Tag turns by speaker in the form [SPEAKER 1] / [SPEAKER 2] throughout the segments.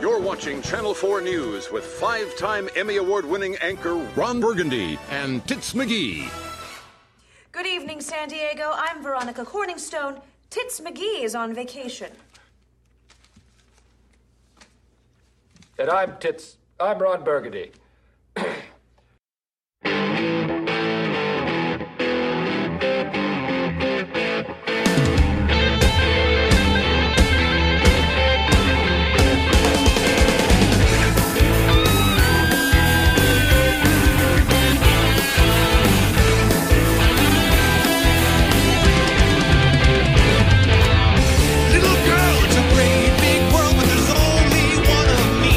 [SPEAKER 1] You're watching Channel 4 News with five time Emmy Award winning anchor Ron Burgundy and Tits McGee.
[SPEAKER 2] Good evening, San Diego. I'm Veronica Corningstone. Tits McGee is on vacation.
[SPEAKER 3] And I'm Tits. I'm Ron Burgundy.
[SPEAKER 4] Little girl, it's a great big world, but there's only one of me.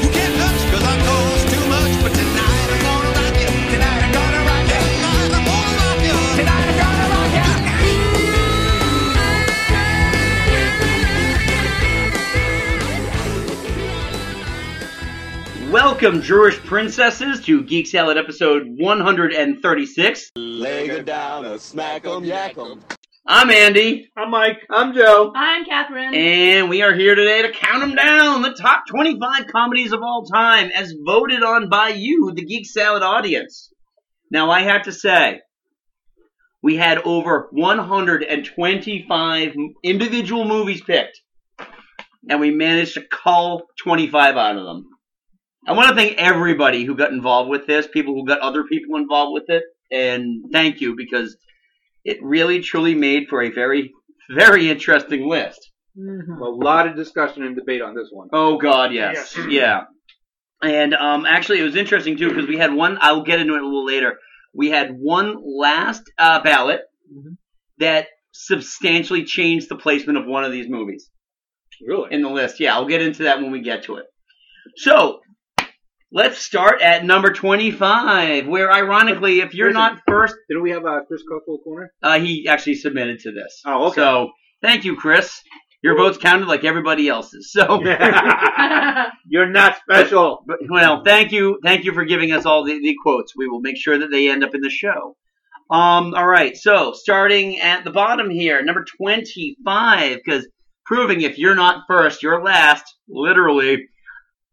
[SPEAKER 4] You can't touch 'cause I cost too much, but tonight I'm gonna rock you. Tonight I'm gonna rock you. Tonight I'm gonna rock you. Tonight I'm gonna rock you.
[SPEAKER 5] Welcome, Jewish princesses, to Geek Salad episode 136.
[SPEAKER 6] Leg down, a smack 'em, yak 'em.
[SPEAKER 5] I'm Andy. I'm Mike. I'm Joe.
[SPEAKER 7] I'm Catherine.
[SPEAKER 5] And we are here today to count them down the top 25 comedies of all time, as voted on by you, the Geek Salad audience. Now, I have to say, we had over 125 m- individual movies picked, and we managed to cull 25 out of them. I want to thank everybody who got involved with this, people who got other people involved with it, and thank you because it really truly made for a very, very interesting list.
[SPEAKER 8] Mm-hmm.
[SPEAKER 9] A lot of discussion and debate on this one.
[SPEAKER 5] Oh God, yes, yeah. And um, actually, it was interesting too because we had one. I'll get into it a little later. We had one last uh, ballot that substantially changed the placement of one of these movies
[SPEAKER 9] Really?
[SPEAKER 5] in the list. Yeah, I'll get into that when we get to it. So let's start at number twenty-five, where ironically, if you're
[SPEAKER 9] Listen.
[SPEAKER 5] not first,
[SPEAKER 9] Didn't we have uh, Chris Coco corner?
[SPEAKER 5] uh, he actually submitted to this.
[SPEAKER 9] Oh, okay.
[SPEAKER 5] So thank you, Chris. Your votes counted like everybody else's. So.
[SPEAKER 9] You're not special.
[SPEAKER 5] But, well, thank you, thank you for giving us all the, the quotes. We will make sure that they end up in the show. Um, all right, so starting at the bottom here, number twenty-five, because proving if you're not first, you're last, literally.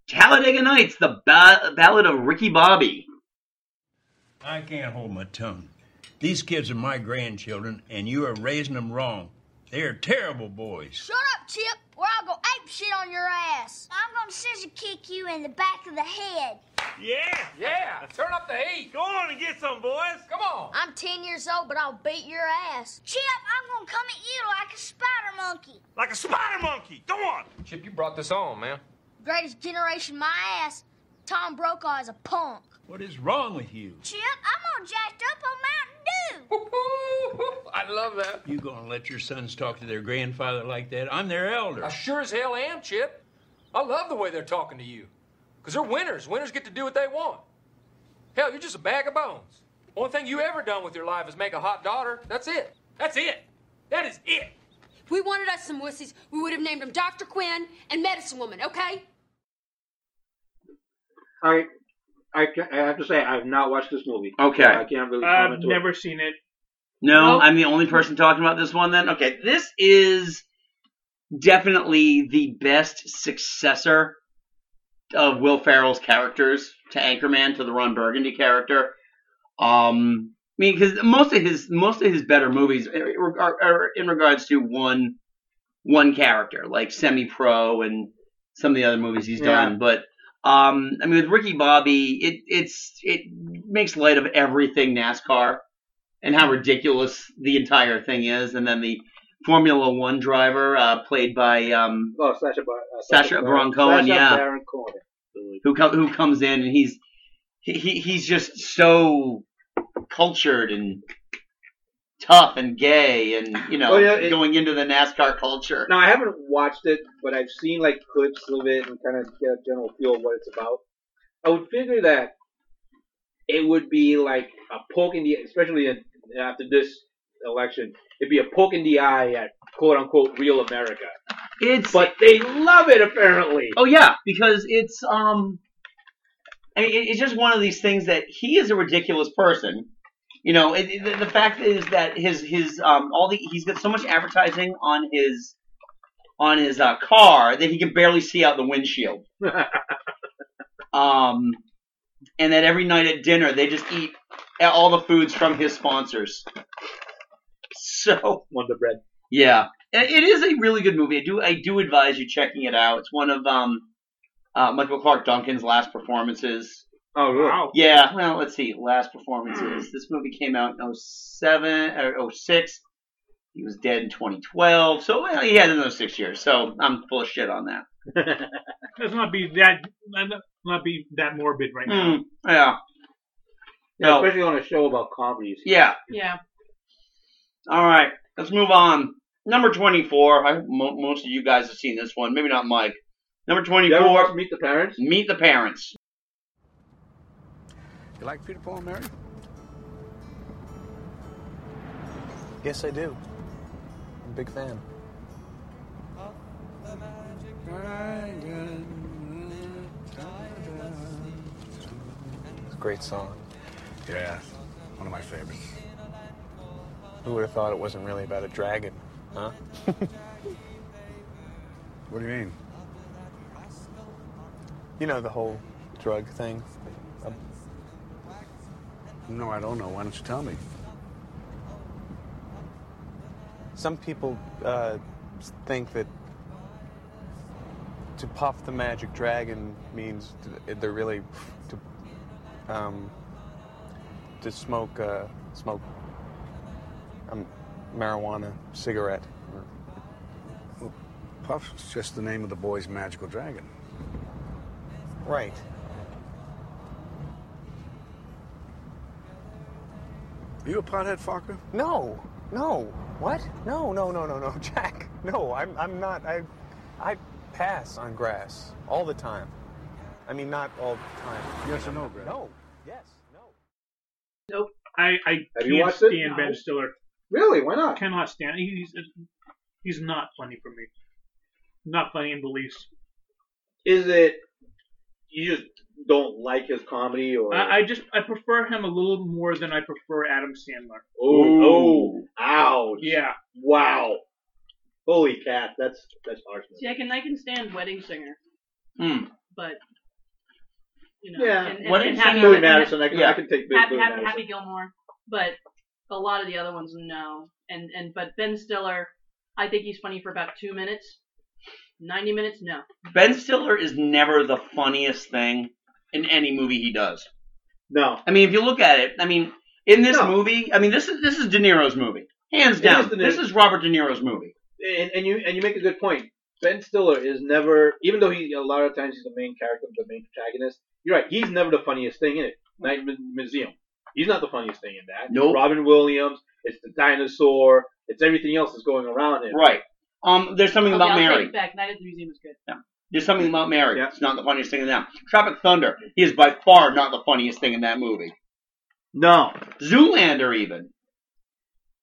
[SPEAKER 5] Talladega Nights, the ba- ballad of Ricky Bobby.
[SPEAKER 10] I can't hold my tongue. These kids are my grandchildren, and you are raising them wrong. They are terrible boys.
[SPEAKER 11] Shut up, Chip, or I'll go ape shit on your ass. I'm gonna scissor kick you in the back of the head.
[SPEAKER 3] Yeah, turn up the heat. Go on and get some, boys. Come on.
[SPEAKER 11] I'm 10 years old, but I'll beat your ass. Chip, I'm gonna come at you like a spider monkey.
[SPEAKER 3] Chip, you brought this on, man.
[SPEAKER 11] Greatest generation, my ass. Tom Brokaw is a punk.
[SPEAKER 10] What is wrong with you?
[SPEAKER 11] Chip, I'm all jacked up on Mountain Dew.
[SPEAKER 3] I love that.
[SPEAKER 10] You gonna let your sons talk to their grandfather like that? I'm their elder.
[SPEAKER 3] I sure as hell am, Chip. I love the way they're talking to you. Because they're winners. Winners get to do what they want. Hell, you're just a bag of bones. Only thing you ever done with your life is make a hot daughter. That's it. That's it. That is it.
[SPEAKER 7] If we wanted us some wussies, we would have named them Dr. Quinn and Medicine Woman, okay?
[SPEAKER 9] I, I, ca- I have to say, I've not watched this movie.
[SPEAKER 5] Okay.
[SPEAKER 9] So I can't really comment
[SPEAKER 8] I've
[SPEAKER 9] to
[SPEAKER 8] never
[SPEAKER 9] it.
[SPEAKER 8] seen it.
[SPEAKER 5] No,
[SPEAKER 8] Nope.
[SPEAKER 5] I'm the only person talking about this one then. Okay, this is definitely the best successor of Will Ferrell's characters to Anchorman to the Ron Burgundy character. Um, I mean, because most of his most of his better movies are, are, are in regards to one one character, like Semi Pro and some of the other movies he's
[SPEAKER 9] Yeah.
[SPEAKER 5] done. But um, I mean, with Ricky Bobby, it it's it makes light of everything NASCAR and how ridiculous the entire thing is, and then the Formula One driver uh, played by um,
[SPEAKER 9] Oh, Sasha, Bar- uh,
[SPEAKER 5] Sacha Baron Cohen,
[SPEAKER 9] Sacha
[SPEAKER 5] yeah.
[SPEAKER 9] Baron Cohen. Really.
[SPEAKER 5] who come, who comes in and he's he, he he's just so cultured and tough and gay and you know
[SPEAKER 9] Oh, yeah, it-
[SPEAKER 5] going into the NASCAR culture.
[SPEAKER 9] Now, I haven't watched it, but I've seen like clips of it and kind of get a general feel of what it's about. I would figure that it would be like a poke in the, especially in, after this election, it'd be a poke in the eye at quote unquote real America.
[SPEAKER 5] It's
[SPEAKER 9] But they love it apparently.
[SPEAKER 5] Oh yeah, because it's um, I mean, it- it's just one of these things that he is a ridiculous person. You know, it, it- the, the fact is that his his um all the he's got so much advertising on his on his uh, car that he could barely see out the windshield. um, and that every night at dinner they just eat all the foods from his sponsors. So
[SPEAKER 9] Wonder Bread.
[SPEAKER 5] yeah, it it is a really good movie. I do I do advise you checking it out. It's one of um, uh, Michael Clark Duncan's last performances.
[SPEAKER 9] Oh, really? Hmm. Wow.
[SPEAKER 5] Yeah. Well, let's see. Last performances. this movie came out in 07 or 06. He was dead in 2012, so well, he had another six years. So I'm full of shit on that.
[SPEAKER 8] Let's not be that not be that morbid right now.
[SPEAKER 9] Hmm.
[SPEAKER 5] Mm, yeah.
[SPEAKER 9] Yeah,
[SPEAKER 5] No.
[SPEAKER 9] especially on a show about comedies.
[SPEAKER 5] Yeah.
[SPEAKER 8] Yeah.
[SPEAKER 5] All right, let's move on. Number 24. I, mo- most of you guys have seen this one. Maybe not Mike. Number 24.
[SPEAKER 9] Meet the Parents?
[SPEAKER 5] Meet the Parents.
[SPEAKER 6] You like Peter Paul and Mary? Yes, I do. I'm a big fan. It's a great song. Yeah, one of my favorites. Who would have thought it wasn't really about a dragon, huh? what do you mean? You know the whole drug thing. Um, no, I don't know. Why don't you tell me? Some people uh, s- think that to puff the magic dragon means th- they're really to um, to smoke uh, smoke um, marijuana cigarette. Well, puff's just the name of the boy's magical dragon. Right. Are you a pothead, Fokker? No, no. What? No, no, no, no, no, Jack. No, I'm, I'm not. I, I pass on grass all the time. I mean, not all the time. Yes or no, Brad? No. Yes. No.
[SPEAKER 8] Nope. I, I
[SPEAKER 9] Have you
[SPEAKER 8] can't
[SPEAKER 9] watched it?
[SPEAKER 8] stand Ben
[SPEAKER 9] No.
[SPEAKER 8] Stiller.
[SPEAKER 9] Really? Why not?
[SPEAKER 8] Cannot stand. He's he's not funny for me. Not funny in the least.
[SPEAKER 9] Is it you just don't like his comedy or
[SPEAKER 8] I, I just I prefer him a little more than I prefer Adam Sandler.
[SPEAKER 9] Oh, oh, ouch.
[SPEAKER 8] Yeah.
[SPEAKER 9] Wow. Holy cat, that's that's harshness.
[SPEAKER 12] See, I can I can stand wedding singer,
[SPEAKER 5] Hmm.
[SPEAKER 12] but you know,
[SPEAKER 9] Yeah.
[SPEAKER 12] and, and,
[SPEAKER 9] Wedding
[SPEAKER 12] and
[SPEAKER 9] Singer,
[SPEAKER 12] Happy-
[SPEAKER 9] Billy
[SPEAKER 12] and-
[SPEAKER 9] Madison, I can-
[SPEAKER 5] I
[SPEAKER 12] and
[SPEAKER 9] can take Billy-
[SPEAKER 12] Happy,
[SPEAKER 9] Billy
[SPEAKER 12] Happy,
[SPEAKER 9] Madison.
[SPEAKER 12] Happy Gilmore, but a lot of the other ones, no. And and but Ben Stiller, I think he's funny for about two minutes, ninety minutes, no.
[SPEAKER 5] Ben Stiller is never the funniest thing in any movie he does.
[SPEAKER 9] No.
[SPEAKER 5] I mean, if you look at it, I mean, in this movie, I mean, this is this is De Niro's movie, hands
[SPEAKER 9] It
[SPEAKER 5] down.
[SPEAKER 9] is De Niro.
[SPEAKER 5] this is Robert De Niro's movie.
[SPEAKER 9] And, and you and you make a good point. Ben Stiller is never, even though he a lot of times he's the main character, the main protagonist. You're right. He's never the funniest thing in it. Night Mu- Museum. He's not the funniest thing in that.
[SPEAKER 5] Nope.
[SPEAKER 9] Robin Williams. It's the dinosaur. It's everything else that's going around him.
[SPEAKER 5] Right. Um, there's something
[SPEAKER 12] Okay,
[SPEAKER 5] about
[SPEAKER 12] I'll
[SPEAKER 5] Mary.
[SPEAKER 12] Take it back. Night at the Museum is good.
[SPEAKER 5] There's something about Mary. It's not the funniest thing in that. Tropic Thunder. He is by far not the funniest thing in that movie.
[SPEAKER 9] No.
[SPEAKER 5] Zoolander, even.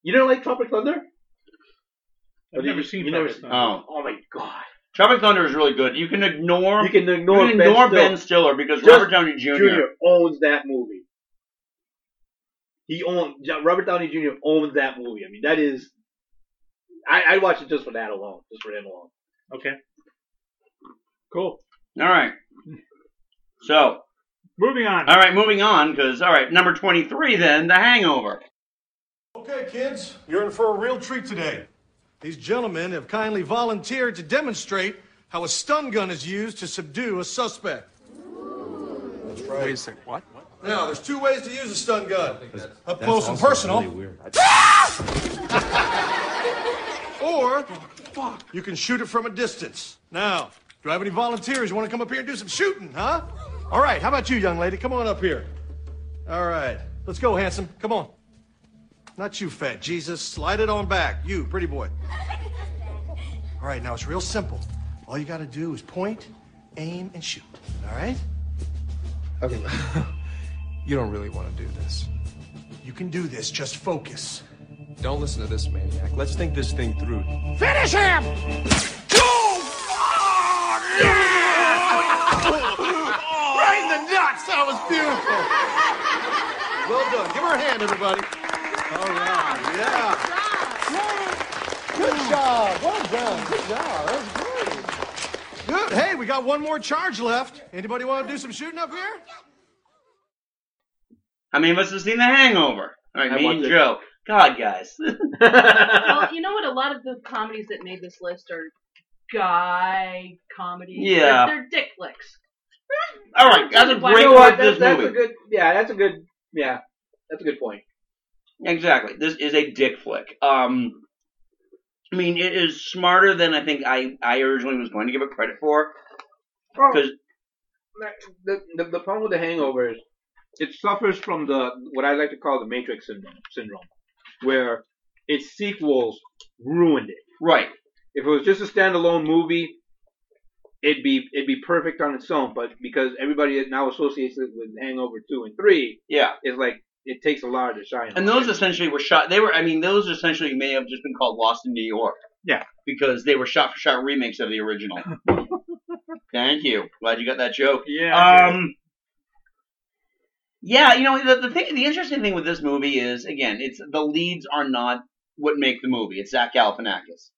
[SPEAKER 9] You don't like Tropic Thunder?
[SPEAKER 8] I've never seen
[SPEAKER 9] you
[SPEAKER 8] Travis
[SPEAKER 9] never-
[SPEAKER 8] Thunder.
[SPEAKER 5] Oh.
[SPEAKER 9] Oh my god.
[SPEAKER 5] Tropic Thunder is really good. You can ignore.
[SPEAKER 9] You can ignore,
[SPEAKER 5] you can ignore
[SPEAKER 9] ben,
[SPEAKER 5] Ben Stiller because
[SPEAKER 9] Just
[SPEAKER 5] Robert Downey Jr.
[SPEAKER 9] Jr. owns that movie. He owned Jo- Robert Downey Jr. owns that movie. I mean, that is. I, I watch it just for that alone, just for him alone.
[SPEAKER 8] Okay. Cool.
[SPEAKER 5] All right. So,
[SPEAKER 8] Moving on.
[SPEAKER 5] all right, moving on because all right, number twenty-three then, The Hangover.
[SPEAKER 13] Okay, kids, you're in for a real treat today. These gentlemen have kindly volunteered to demonstrate how a stun gun is used to subdue a suspect. That's right. Wait a second, what? Now, there's two ways to use a stun gun up close and personal, Ah! or you can shoot it from a distance. Now, do I have any volunteers who want to come up here and do some shooting, huh? All right, how about you, young lady? Come on up here. All right, let's go, handsome. Come on. Not you, fat Jesus. Slide it on back. You, pretty boy. All right, now it's real simple. All you got to do is point, aim, and shoot. All right? Okay.
[SPEAKER 14] You don't really want to do this.
[SPEAKER 13] You can do this. Just focus.
[SPEAKER 14] Don't listen to this maniac. Let's think this thing through.
[SPEAKER 13] Finish him! Ah! right in the nuts. That was beautiful. Well done. Give her a hand, everybody. All right. Yeah. Good job. Well done. Good job. That was great. Good. Hey, we got one more charge left. Anybody want to do some shooting up here?
[SPEAKER 5] I mean, must have seen The Hangover. I
[SPEAKER 8] I
[SPEAKER 5] mean,
[SPEAKER 8] watched it.
[SPEAKER 5] Joe. God, guys.
[SPEAKER 12] well, you know what? A lot of the comedies that made this list are guy comedies.
[SPEAKER 5] Yeah.
[SPEAKER 12] They're, they're dick flicks.
[SPEAKER 5] All right, that's a
[SPEAKER 12] Why-
[SPEAKER 5] great
[SPEAKER 12] You know
[SPEAKER 5] way
[SPEAKER 12] what?
[SPEAKER 5] of this
[SPEAKER 12] That's- that's
[SPEAKER 5] movie.
[SPEAKER 12] a
[SPEAKER 9] good. Yeah, that's a good. Yeah, that's a good point.
[SPEAKER 5] Exactly. This is a dick flick. Um, I mean, it is smarter than I think I, I originally was going to give it credit for.
[SPEAKER 12] oh.
[SPEAKER 5] Because
[SPEAKER 9] the, the, the problem with the hangover is it suffers from the what I like to call the Matrix syndrome, syndrome where its sequels ruined it.
[SPEAKER 5] Right.
[SPEAKER 9] If it was just a standalone movie, it'd be it'd be perfect on its own. But because everybody now associates it with Hangover two and three,
[SPEAKER 5] yeah,
[SPEAKER 9] it's like it takes a lot to shine.
[SPEAKER 5] and those essentially were shot. They were. I mean, those essentially may have just been called Lost in New York.
[SPEAKER 9] Yeah.
[SPEAKER 5] Because they were shot for shot remakes of the original. Thank you. Glad you got that joke.
[SPEAKER 4] Yeah.
[SPEAKER 5] Um. Yeah, you know the, the thing. The interesting thing with this movie is again, it's the leads are not what make the movie. It's Zach Galifianakis.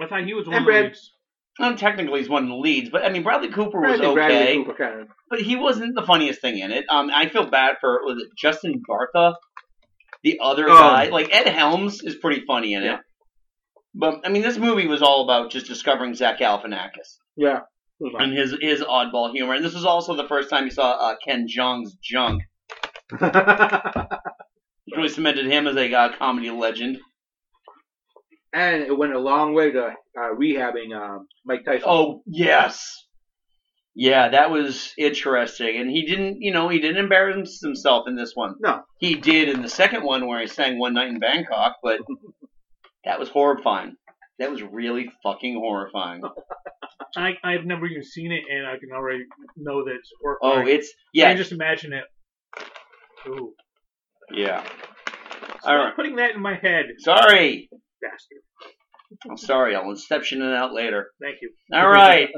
[SPEAKER 8] I thought he was one
[SPEAKER 5] And
[SPEAKER 8] of the
[SPEAKER 5] Brad-
[SPEAKER 8] leads.
[SPEAKER 5] Um, technically, he's one of the leads, but I mean, Bradley Cooper was
[SPEAKER 9] Bradley-
[SPEAKER 5] okay.
[SPEAKER 9] Bradley Cooper
[SPEAKER 5] But he wasn't the funniest thing in it. Um, I feel bad for was it Justin Bartha, the other
[SPEAKER 9] Oh.
[SPEAKER 5] guy. Like Ed Helms is pretty funny in it. But I mean, this movie was all about just discovering Zach Galifianakis
[SPEAKER 9] yeah.
[SPEAKER 5] and his his oddball humor. And this was also the first time you saw uh, Ken Jeong's junk. It really cemented him as a uh, comedy legend.
[SPEAKER 9] And it went a long way to uh, rehabbing um, Mike Tyson.
[SPEAKER 5] Oh yes, yeah, that was interesting. And he didn't, you know, he didn't embarrass himself in this one.
[SPEAKER 9] No,
[SPEAKER 5] he did in the second one where he sang "One Night in Bangkok," but that was horrifying. That was really fucking horrifying.
[SPEAKER 8] I, I've never even seen it, and I can already know that it's
[SPEAKER 5] Oh,
[SPEAKER 8] horrifying.
[SPEAKER 5] it's-
[SPEAKER 8] I
[SPEAKER 5] yeah.
[SPEAKER 8] can just imagine it. Ooh.
[SPEAKER 5] Yeah.
[SPEAKER 8] Stop
[SPEAKER 5] All right.
[SPEAKER 8] putting that in my head.
[SPEAKER 5] Sorry.
[SPEAKER 8] Bastard.
[SPEAKER 5] I'm sorry. I'll inception it out later.
[SPEAKER 8] Thank you.
[SPEAKER 5] All right.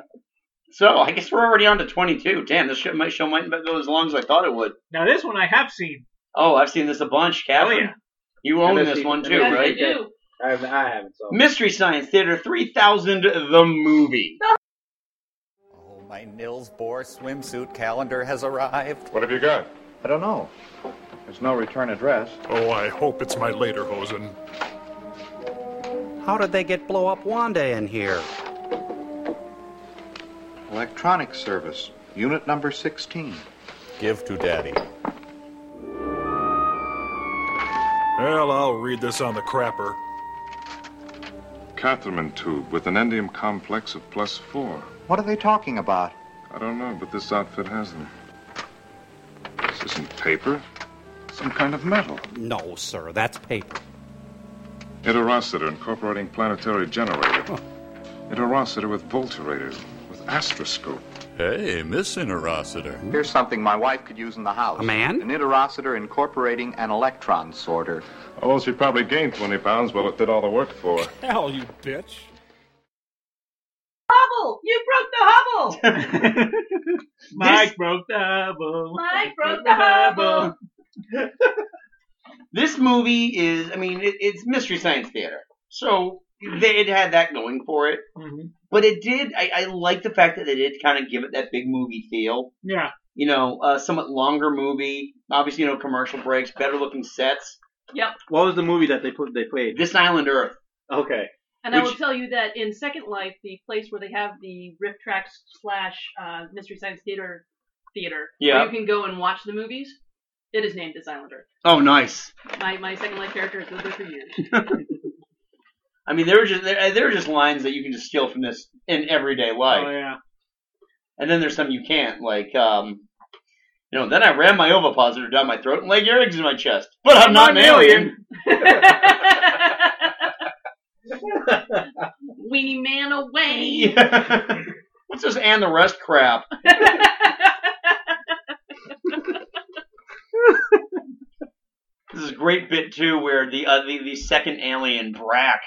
[SPEAKER 5] So I guess we're already on to 22. Damn, this show might, show might not go as long as I thought it would.
[SPEAKER 8] Now this one I have seen. Oh,
[SPEAKER 5] Oh, I've seen this a bunch, Catherine.
[SPEAKER 8] yeah.
[SPEAKER 5] You own
[SPEAKER 8] I've
[SPEAKER 5] this
[SPEAKER 8] seen
[SPEAKER 5] one
[SPEAKER 8] it.
[SPEAKER 5] too,
[SPEAKER 8] Yes, I
[SPEAKER 5] right?
[SPEAKER 8] do.
[SPEAKER 9] I haven't, I haven't so.
[SPEAKER 5] Mystery Science Theater 3000, the movie.
[SPEAKER 15] My Nils Bohr swimsuit calendar has arrived.
[SPEAKER 16] What have you got?
[SPEAKER 15] I don't know. There's no return address.
[SPEAKER 16] Oh, I hope it's my later hosen.
[SPEAKER 17] How did they get blow up Wanda in here?
[SPEAKER 15] Electronic service, unit number 16. Give to daddy.
[SPEAKER 16] Well, I'll read this on the crapper.
[SPEAKER 18] Catherman tube with an endium complex of plus four.
[SPEAKER 15] What are they talking about?
[SPEAKER 18] I don't know, but this outfit has them. This isn't paper. Some kind of metal.
[SPEAKER 17] No, sir, that's paper.
[SPEAKER 18] Interocitor incorporating planetary generator. Interocitor with volturator, with astroscope.
[SPEAKER 19] Hey, Miss Interocitor.
[SPEAKER 15] Here's something my wife could use in the house.
[SPEAKER 18] A man?
[SPEAKER 15] An interocitor incorporating an electron sorter.
[SPEAKER 18] Although she probably gained 20 pounds while it did all the work for her.
[SPEAKER 15] Hell, you bitch.
[SPEAKER 12] Hubble! You broke the Hubble!
[SPEAKER 8] Mike broke the hubble.
[SPEAKER 12] Mike broke the hubble.
[SPEAKER 5] This movie is, I mean, it, it's Mystery Science Theater. So they, it had that going for it. But it did, I, I like the fact that they did kind of give it that big movie feel.
[SPEAKER 8] Yeah.
[SPEAKER 5] You know, a somewhat longer movie. Obviously, you know, commercial breaks, better looking sets.
[SPEAKER 12] Yep.
[SPEAKER 5] What was the movie that they put, they played? This Island Earth.
[SPEAKER 9] Okay.
[SPEAKER 12] And I will tell you that in Second Life, the place where they have the riff tracks slash uh, Mystery Science Theater theater,
[SPEAKER 5] Yeah.
[SPEAKER 12] where you can go and watch the movies, it is named This Island Earth.
[SPEAKER 5] Oh, nice.
[SPEAKER 12] My my Second Life character has lived there for years.
[SPEAKER 5] I mean, there were just there, there were just lines that you can just steal from this in everyday life.
[SPEAKER 8] Oh, yeah.
[SPEAKER 5] And then there's some you can't, like um, you know. Then I ran my ovipositor down my throat and laid earrings in my chest, but I'm, not an alien.
[SPEAKER 12] Weenie man away.
[SPEAKER 5] What's this and the rest crap? this is a great bit too, where the uh, the, the second alien Brack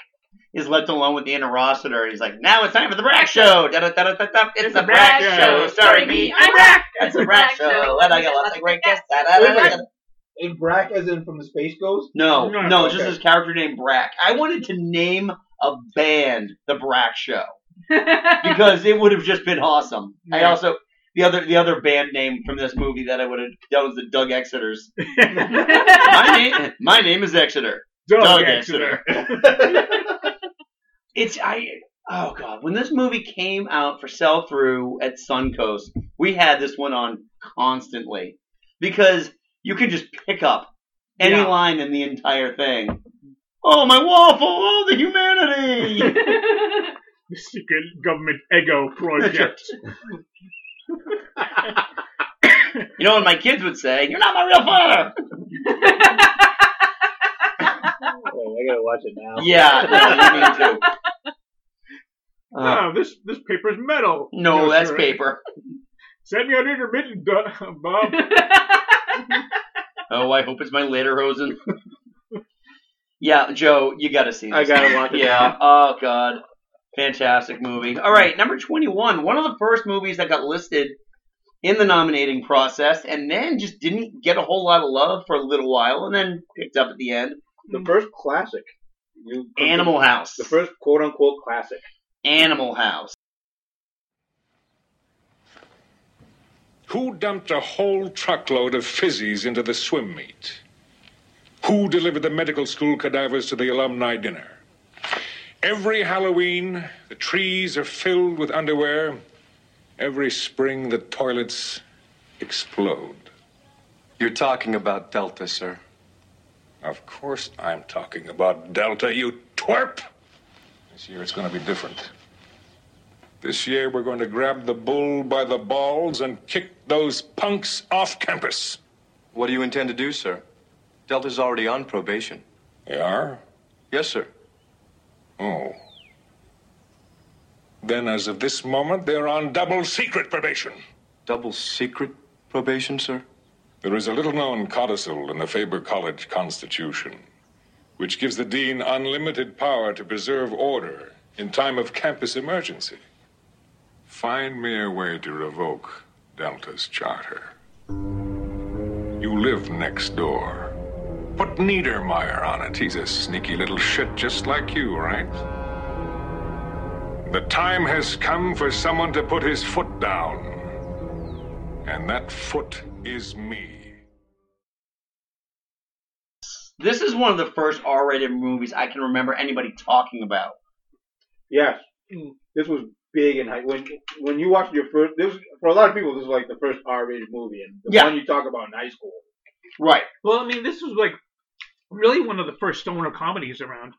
[SPEAKER 5] is left alone with the interocitor. He's like, "Now it's time for the Brack Show." Da-da-da-da-da-da. It's, the Brack, Show. Sorry, me. I'm Brack. It's the Brack Show. And I got lots of great guests. Da-da-da-da.
[SPEAKER 9] in Brack, as in from the Space Ghost?
[SPEAKER 5] No, no, it's
[SPEAKER 9] okay.
[SPEAKER 5] just this character named Brack. I wanted to name a band the Brack Show because it would have just been awesome. I
[SPEAKER 8] Yeah.
[SPEAKER 5] also the other the other band name from this movie that I would have that was the Doug Exeters. my name my name is Exeter.
[SPEAKER 4] Doug
[SPEAKER 5] it's I oh god when this movie came out for sell through at Suncoast we had this one on constantly because you could just pick up any
[SPEAKER 4] Yeah.
[SPEAKER 5] line in the entire thing. Oh my waffle! Oh the humanity!
[SPEAKER 8] the secret government ego project.
[SPEAKER 5] You know what my kids would say? You're not my real father.
[SPEAKER 9] I gotta watch it now.
[SPEAKER 5] Yeah, yeah, you need to.
[SPEAKER 8] Uh, no, this this paper's metal.
[SPEAKER 5] No, that's paper.
[SPEAKER 8] Send me an intermittent, Du- Bob.
[SPEAKER 5] Oh, I hope it's my later hosen. yeah, Joe, you got to see. This.
[SPEAKER 8] I gotta watch it
[SPEAKER 5] yeah.
[SPEAKER 8] now.
[SPEAKER 5] Oh God, fantastic movie. All right, number twenty-one. One of the first movies that got listed in the nominating process, and then just didn't get a whole lot of love for a little while, and then picked up at the end.
[SPEAKER 9] The first classic. You
[SPEAKER 5] Animal House.
[SPEAKER 9] The first quote unquote classic.
[SPEAKER 5] Animal House.
[SPEAKER 20] Who dumped a whole truckload of fizzies into the swim meet? Who delivered the medical school cadavers to the alumni dinner? Every Halloween, the trees are filled with underwear. Every spring, the toilets explode. You're talking about Delta, sir. Of course I'm talking about Delta, you twerp! This year it's going to be different. This year, we're going to grab the bull by the balls and kick those punks off campus.
[SPEAKER 14] What do you intend to do, sir? Delta's already on probation.
[SPEAKER 20] They are?
[SPEAKER 14] Yes, sir.
[SPEAKER 20] Oh. Then, as of this moment, they're on double secret probation.
[SPEAKER 14] Double secret probation, sir?
[SPEAKER 20] There is a little known codicil in the Faber College Constitution, which gives the dean unlimited power to preserve order in time of campus emergency. Find me a way to revoke Delta's charter. You live next door. Put Niedermeyer on it. He's a sneaky little shit just like you, right? The time has come for someone to put his foot down. And that foot is me.
[SPEAKER 5] This is one of the first R-rated movies I can remember anybody talking about.
[SPEAKER 9] Yes. This was big and hype. When when you watched your first this for a lot of people this was like the first R rated movie and the
[SPEAKER 8] Yeah.
[SPEAKER 9] one you talk about in high school.
[SPEAKER 5] Right.
[SPEAKER 8] Well, I mean, this was like really one of the first stoner comedies around.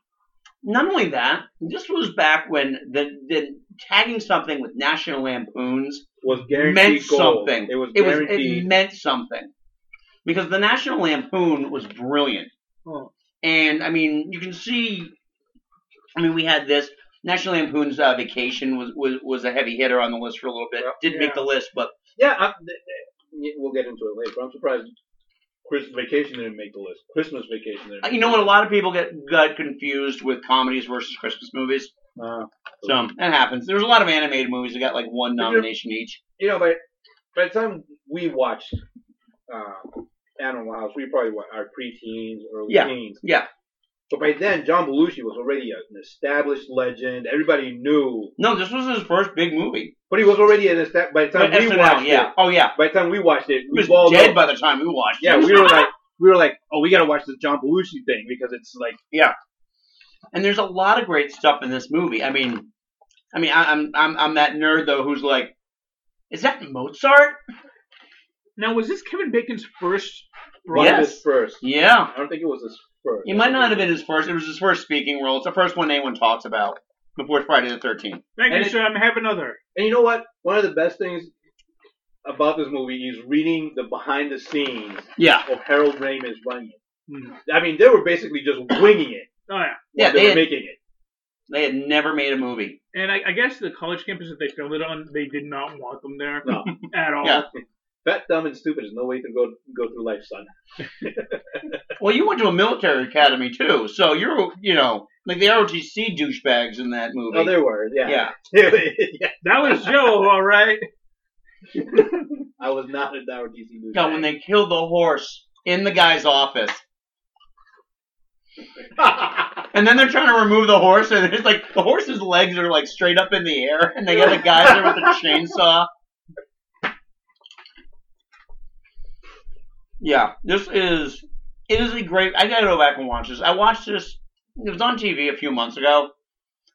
[SPEAKER 5] Not only that, this was back when the, the tagging something with National Lampoons
[SPEAKER 9] was guaranteed
[SPEAKER 5] meant
[SPEAKER 9] gold.
[SPEAKER 5] something.
[SPEAKER 9] It was
[SPEAKER 5] it
[SPEAKER 9] guaranteed.
[SPEAKER 5] meant something because the National Lampoon was brilliant, and I mean you can see. I mean, we had this National Lampoon's uh, Vacation was, was was a heavy hitter on the list for a little bit. Didn't make the list, but
[SPEAKER 9] Yeah, I, th- th- we'll get into it later. But I'm surprised Chris Vacation didn't make the list. Christmas Vacation didn't.
[SPEAKER 5] Uh, you know what? A lot of people get got confused with comedies versus Christmas movies.
[SPEAKER 9] Uh,
[SPEAKER 5] so that happens. There's a lot of animated movies that got like one
[SPEAKER 9] Is there-
[SPEAKER 5] nomination each.
[SPEAKER 9] You know, by by the time we watched uh, Animal House, we probably were our preteens, early
[SPEAKER 5] Yeah,
[SPEAKER 9] teens.
[SPEAKER 5] yeah.
[SPEAKER 9] But by then, John Belushi was already an established legend. Everybody knew.
[SPEAKER 5] No, this was his first big movie.
[SPEAKER 9] But he was already an established. By the time
[SPEAKER 5] But
[SPEAKER 9] we
[SPEAKER 5] SNL,
[SPEAKER 9] watched
[SPEAKER 5] yeah.
[SPEAKER 9] it,
[SPEAKER 5] oh yeah.
[SPEAKER 9] By the time we watched it, we
[SPEAKER 5] was
[SPEAKER 9] all
[SPEAKER 5] dead
[SPEAKER 9] know-
[SPEAKER 5] by the time we watched it.
[SPEAKER 9] Yeah, we were like, we were like, oh, we gotta watch this John Belushi thing because it's like,
[SPEAKER 5] yeah. And there's a lot of great stuff in this movie. I mean, I mean, I, I'm I'm I'm that nerd though who's like, is that Mozart?
[SPEAKER 8] Now, was this Kevin Bacon's first?
[SPEAKER 9] One of his first.
[SPEAKER 5] Yeah.
[SPEAKER 9] I don't think it was his first.
[SPEAKER 5] It might not have been his first. It was his first speaking role. It's the first one anyone talks about before Friday the 13th.
[SPEAKER 8] Thank
[SPEAKER 9] And
[SPEAKER 8] you,
[SPEAKER 9] it-
[SPEAKER 8] sir. I'm having another.
[SPEAKER 9] And you know what? One of the best things about this movie is reading the behind the scenes
[SPEAKER 5] Yeah.
[SPEAKER 9] of Harold Ramis running it. I mean, they were basically just winging it.
[SPEAKER 8] Hmm. Oh yeah.
[SPEAKER 9] Yeah, they, were making it.
[SPEAKER 5] They had never made a movie.
[SPEAKER 8] And I, I guess the college campus that they filmed it on, they did not want them there
[SPEAKER 9] No.
[SPEAKER 8] at all.
[SPEAKER 9] Fat, dumb, and stupid is no way to go go through life, son.
[SPEAKER 5] Well, you went to a military academy too, so you're you know like the ROTC douchebags in that movie.
[SPEAKER 9] Oh, there were, yeah.
[SPEAKER 5] Yeah.
[SPEAKER 8] That was Joe, all right.
[SPEAKER 9] I was not a Dower DC dude.
[SPEAKER 5] God, when they killed the horse in the guy's office. and then they're trying to remove the horse, and it's like the horse's legs are like straight up in the air, and they got a guy there with a chainsaw. Yeah, this is it is a great. I gotta go back and watch this. I watched this. It was on TV a few months ago,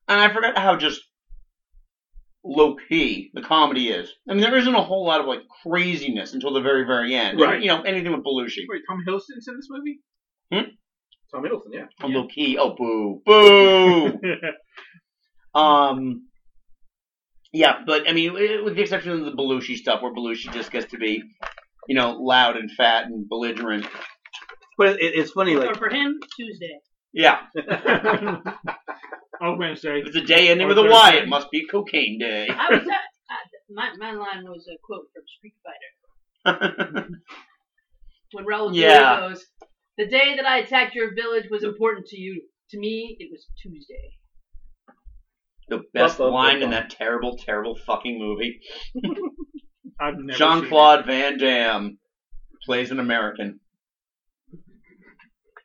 [SPEAKER 5] and I forgot how just low key the comedy is. I mean, there isn't a whole lot of like craziness until the very, very end.
[SPEAKER 8] Right.
[SPEAKER 5] You know, anything with Belushi.
[SPEAKER 8] Wait, Tom Hiddleston's in this movie?
[SPEAKER 5] Hmm?
[SPEAKER 8] Tom Hiddleston, yeah.
[SPEAKER 5] A low key. Oh, boo, boo. um, yeah, but I mean, eh, with the exception of the Belushi stuff, where Belushi just gets to be, you know, loud and fat and belligerent. But it, it's funny,
[SPEAKER 12] So for him, Tuesday.
[SPEAKER 5] yeah.
[SPEAKER 8] oh, Wednesday.
[SPEAKER 5] If it's a day ending
[SPEAKER 8] Or
[SPEAKER 5] with a Y,
[SPEAKER 8] Thursday.
[SPEAKER 5] it must be cocaine day.
[SPEAKER 12] I was at, uh, my my line was a quote from Street Fighter when Raul Julia
[SPEAKER 5] Yeah.
[SPEAKER 12] goes, "The day that I attacked your village was important to you. To me, it was Tuesday."
[SPEAKER 5] the best
[SPEAKER 8] Buff, buff,
[SPEAKER 5] line
[SPEAKER 8] buff,
[SPEAKER 5] in that terrible, terrible fucking movie.
[SPEAKER 8] I've never
[SPEAKER 5] Jean
[SPEAKER 8] seen
[SPEAKER 5] Claude Van Damme plays an American.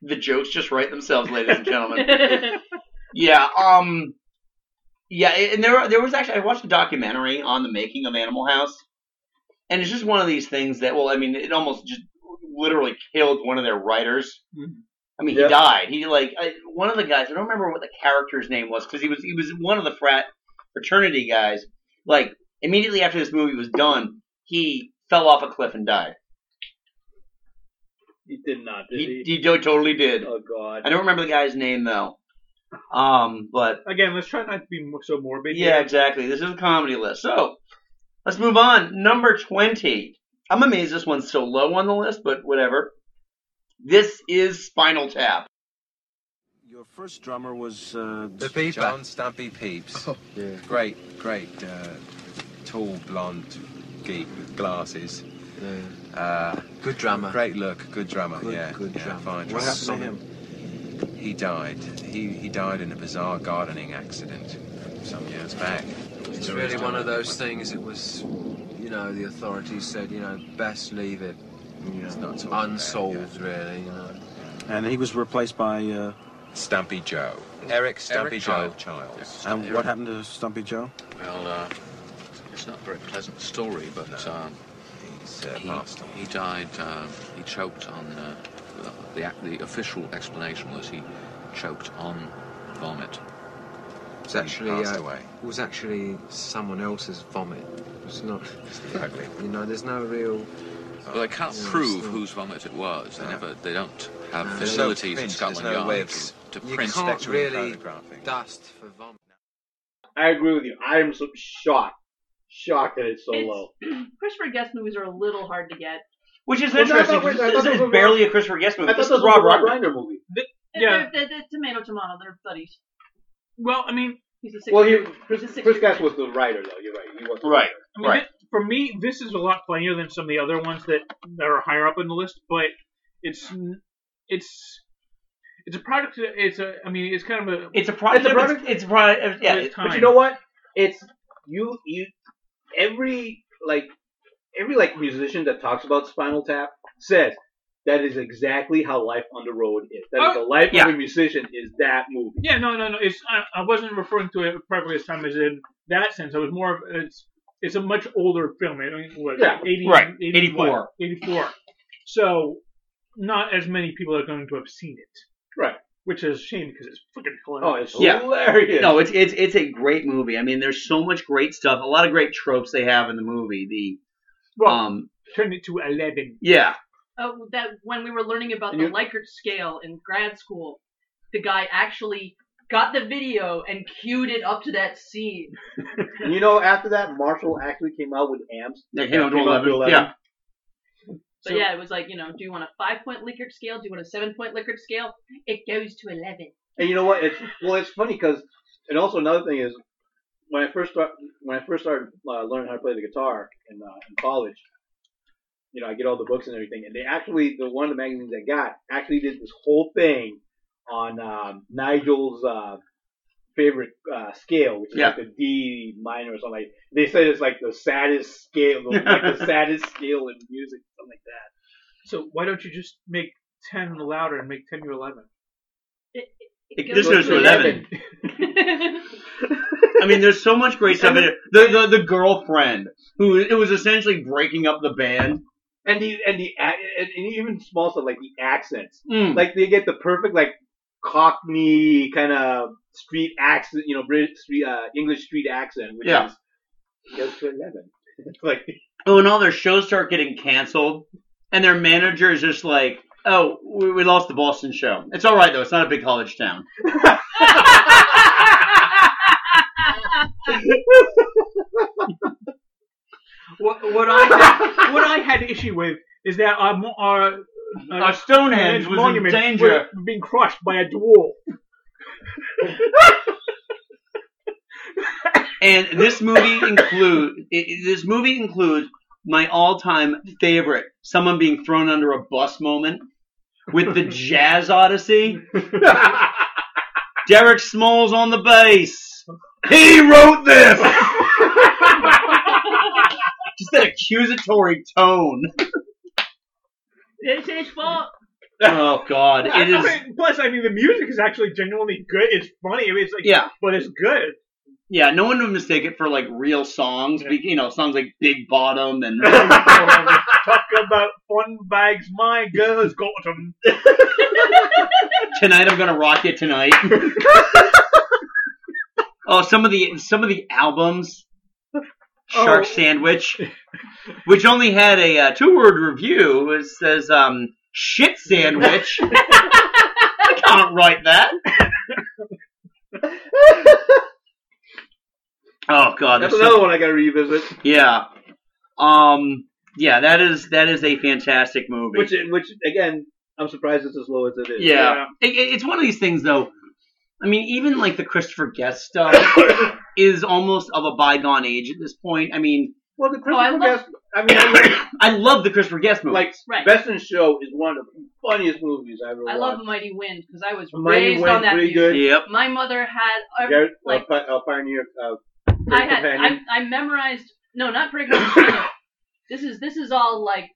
[SPEAKER 5] The jokes just write themselves, ladies and gentlemen. yeah, um, yeah, and there there was actually I watched a documentary on the making of Animal House, and it's just one of these things that well, I mean, it almost just literally killed one of their writers.
[SPEAKER 8] Mm-hmm.
[SPEAKER 5] I mean, he died. He like I, one of the guys. I don't remember what the character's name was because he was he was one of the frat fraternity guys. Like immediately after this movie was done, he fell off a cliff and died.
[SPEAKER 9] He did not, did
[SPEAKER 5] He
[SPEAKER 9] he?
[SPEAKER 5] he do- totally did.
[SPEAKER 9] Oh, God.
[SPEAKER 5] I don't remember the guy's name though. Um, but
[SPEAKER 8] Again, let's try not to be mo- so morbid.
[SPEAKER 5] yeah, exactly. This is a comedy list. So let's move on. Number 20. I'm amazed this one's so low on the list, but whatever. This is Spinal Tap.
[SPEAKER 21] Your first drummer was uh, Oh,
[SPEAKER 22] The Peeps. John Stumpy Peeps. Great, great, uh, tall blonde geek with glasses. Uh, good drummer. Great look. Good drummer. yeah. Good yeah, drummer. Fine
[SPEAKER 21] What
[SPEAKER 22] drummer.
[SPEAKER 21] happened to him?
[SPEAKER 22] He died. He he died in a bizarre gardening accident some years back.
[SPEAKER 23] It's
[SPEAKER 22] There
[SPEAKER 23] really
[SPEAKER 22] is
[SPEAKER 23] one of
[SPEAKER 22] no-
[SPEAKER 23] those things. It was, you know, the authorities said, you know, best leave it. It's not unsolved, really. You know.
[SPEAKER 21] And he was replaced by. Uh,
[SPEAKER 22] Stumpy Joe. Eric Stumpy
[SPEAKER 21] Eric
[SPEAKER 22] Joe
[SPEAKER 21] Child-
[SPEAKER 22] Childs.
[SPEAKER 21] and what happened to Stumpy Joe?
[SPEAKER 24] Well, uh, it's not a very pleasant story, but uh, he, he died. Uh, he choked on uh, the ac- the official explanation was he choked on vomit.
[SPEAKER 22] It's
[SPEAKER 24] actually,
[SPEAKER 22] passed
[SPEAKER 24] uh,
[SPEAKER 22] away.
[SPEAKER 24] It was actually someone else's vomit. It's not.
[SPEAKER 22] ugly.
[SPEAKER 24] You know, there's no real. Well, they can't Yeah, prove it's not- whose vomit it was. They never. They don't have No, there's no facilities in print, Scotland there's no Yard way of s- to, to you print can't spectrum really
[SPEAKER 22] photographing.
[SPEAKER 24] dust for vomit.
[SPEAKER 9] I agree with you. I am so shocked. Shocked that it's so
[SPEAKER 12] It's-
[SPEAKER 9] low.
[SPEAKER 12] Christopher Guest movies are a little hard to get.
[SPEAKER 5] Which is
[SPEAKER 9] Well, no, I
[SPEAKER 5] interesting
[SPEAKER 9] thought- wait, I
[SPEAKER 5] because
[SPEAKER 9] thought
[SPEAKER 5] this
[SPEAKER 9] those
[SPEAKER 5] is
[SPEAKER 9] were-
[SPEAKER 5] barely a Christopher Guest movie.
[SPEAKER 9] I thought
[SPEAKER 5] This is
[SPEAKER 9] those were
[SPEAKER 5] Rob
[SPEAKER 9] Rob
[SPEAKER 5] Reiner
[SPEAKER 9] movie.
[SPEAKER 12] Yeah. They're, they're, they're tomato tomato. They're buddies.
[SPEAKER 8] Well, I mean,
[SPEAKER 12] he's a six.
[SPEAKER 9] Well, he,
[SPEAKER 12] he's
[SPEAKER 9] Chris,
[SPEAKER 12] a six.
[SPEAKER 9] Chris Guest was the writer, though. You're right. He was the writer.
[SPEAKER 8] I mean, thi- for me, this is a lot funnier than some of the other ones that, that are higher up in the list, but it's n- it's it's a product. that- It's a. I mean, it's kind of a.
[SPEAKER 5] It's a product of its- It's a product. of- yeah, it's-
[SPEAKER 9] But you know what? It's you you every like every like musician that talks about Spinal Tap says that is exactly how life on the road is. That is
[SPEAKER 8] Oh,
[SPEAKER 9] the life
[SPEAKER 8] yeah.
[SPEAKER 9] of a musician is that movie.
[SPEAKER 8] Yeah, no, no, no. It's I, I wasn't referring to it properly this time as in that sense. I was more of it's it's a much older film. I mean, what,
[SPEAKER 9] Yeah,
[SPEAKER 8] 80,
[SPEAKER 9] right.
[SPEAKER 8] 84.
[SPEAKER 9] 84.
[SPEAKER 8] 84. So not as many people are going to have seen it.
[SPEAKER 9] Right.
[SPEAKER 8] Which is a shame because it's freaking
[SPEAKER 9] Oh,
[SPEAKER 8] hilarious.
[SPEAKER 9] it's hilarious.
[SPEAKER 5] No, it's it's it's a great movie. I mean, there's so much great stuff. A lot of great tropes they have in the movie. The
[SPEAKER 8] Well,
[SPEAKER 5] um,
[SPEAKER 8] turned it to eleven.
[SPEAKER 5] yeah,
[SPEAKER 12] Oh, that when we were learning about
[SPEAKER 5] And
[SPEAKER 12] the
[SPEAKER 5] you-
[SPEAKER 12] Likert scale in grad school, the guy actually got the video and queued it up to that scene.
[SPEAKER 9] And you know, after that, Marshall actually came out with amps.
[SPEAKER 5] They came out to
[SPEAKER 9] Came
[SPEAKER 5] 11, yeah.
[SPEAKER 12] But yeah, it was like, you know, do you want a five point Likert scale? Do you want a seven point Likert scale? It goes to 11.
[SPEAKER 9] And you know what? It's well, it's funny because, and also another thing is, when I first start, when I first started uh, learning how to play the guitar in, uh, in college, you know, I get all the books and everything, and they actually the one of the magazines I got actually did this whole thing on um, Nigel's uh, favorite uh, scale, which is like a D minor or something. Like, they said it's like the saddest scale, the- like the saddest scale in music, something like that.
[SPEAKER 8] So why don't you just make ten louder and make ten your eleven?
[SPEAKER 5] It this goes goes to to 11. I mean, there's so much great stuff in it. The, the the girlfriend who it was essentially breaking up the band.
[SPEAKER 9] And the and the a- and, and even small stuff like the accents,
[SPEAKER 5] Mm.
[SPEAKER 9] like they get the perfect like Cockney kind of street accent, you know, British street, uh, English street accent, which
[SPEAKER 5] Yeah.
[SPEAKER 9] is goes to eleven. like
[SPEAKER 5] Oh, and all their shows start getting canceled, and their manager is just like, "Oh, we, we lost the Boston show. It's all right though. It's not a big college town."
[SPEAKER 8] What what I had, what I had issue with is that our mo- our,
[SPEAKER 5] Our Stonehenge was in
[SPEAKER 8] monument
[SPEAKER 5] danger.
[SPEAKER 8] was being crushed by a dwarf.
[SPEAKER 5] And this movie include i- i- this movie includes my all-time favorite, someone being thrown under a bus moment with the Jazz Odyssey. Derek Smalls on the bass. He wrote this. Just that accusatory tone.
[SPEAKER 12] It's his fault.
[SPEAKER 5] Oh God, it
[SPEAKER 8] I
[SPEAKER 5] is.
[SPEAKER 8] mean, plus, I mean, the music is actually genuinely good. It's funny. I mean, it's like
[SPEAKER 5] Yeah.
[SPEAKER 8] but it's good.
[SPEAKER 5] Yeah, no one would mistake it for like real songs. be- You know, songs like Big Bottom and
[SPEAKER 8] Talk about fun bags. My girl's got them.
[SPEAKER 5] Tonight I'm gonna rock you tonight. oh, some of the some of the albums, Shark
[SPEAKER 8] Oh.
[SPEAKER 5] Sandwich, which only had a uh, two word review. It says um, shit sandwich. I can't write that. oh God,
[SPEAKER 9] that's
[SPEAKER 5] there's
[SPEAKER 9] another
[SPEAKER 5] so-
[SPEAKER 9] one I gotta revisit.
[SPEAKER 5] Yeah. Um. Yeah, that is that is a fantastic movie.
[SPEAKER 9] Which which again, I'm surprised it's as low as it is.
[SPEAKER 5] Yeah. It, it- it's one of these things, though. I mean, even like the Christopher Guest stuff is almost of a bygone age at this point. I mean,
[SPEAKER 9] Well, the
[SPEAKER 12] Oh, I
[SPEAKER 9] Christopher
[SPEAKER 12] love-
[SPEAKER 9] Guest. I mean, I mean,
[SPEAKER 5] I love the Christopher Guest movies.
[SPEAKER 9] like
[SPEAKER 12] Right.
[SPEAKER 9] Best in Show is one of the funniest movies I ever
[SPEAKER 12] I
[SPEAKER 9] watched.
[SPEAKER 12] love Mighty Wind because I was
[SPEAKER 9] Mighty
[SPEAKER 12] raised
[SPEAKER 9] Wind,
[SPEAKER 12] on that
[SPEAKER 9] pretty
[SPEAKER 12] music.
[SPEAKER 9] good. Yep.
[SPEAKER 12] My mother had every,
[SPEAKER 9] Garrett,
[SPEAKER 12] like
[SPEAKER 9] uh, Pi- uh, Pioneer. Uh,
[SPEAKER 12] I had I,
[SPEAKER 9] Companion.
[SPEAKER 12] I memorized no not Breaking Companion. This is this is all like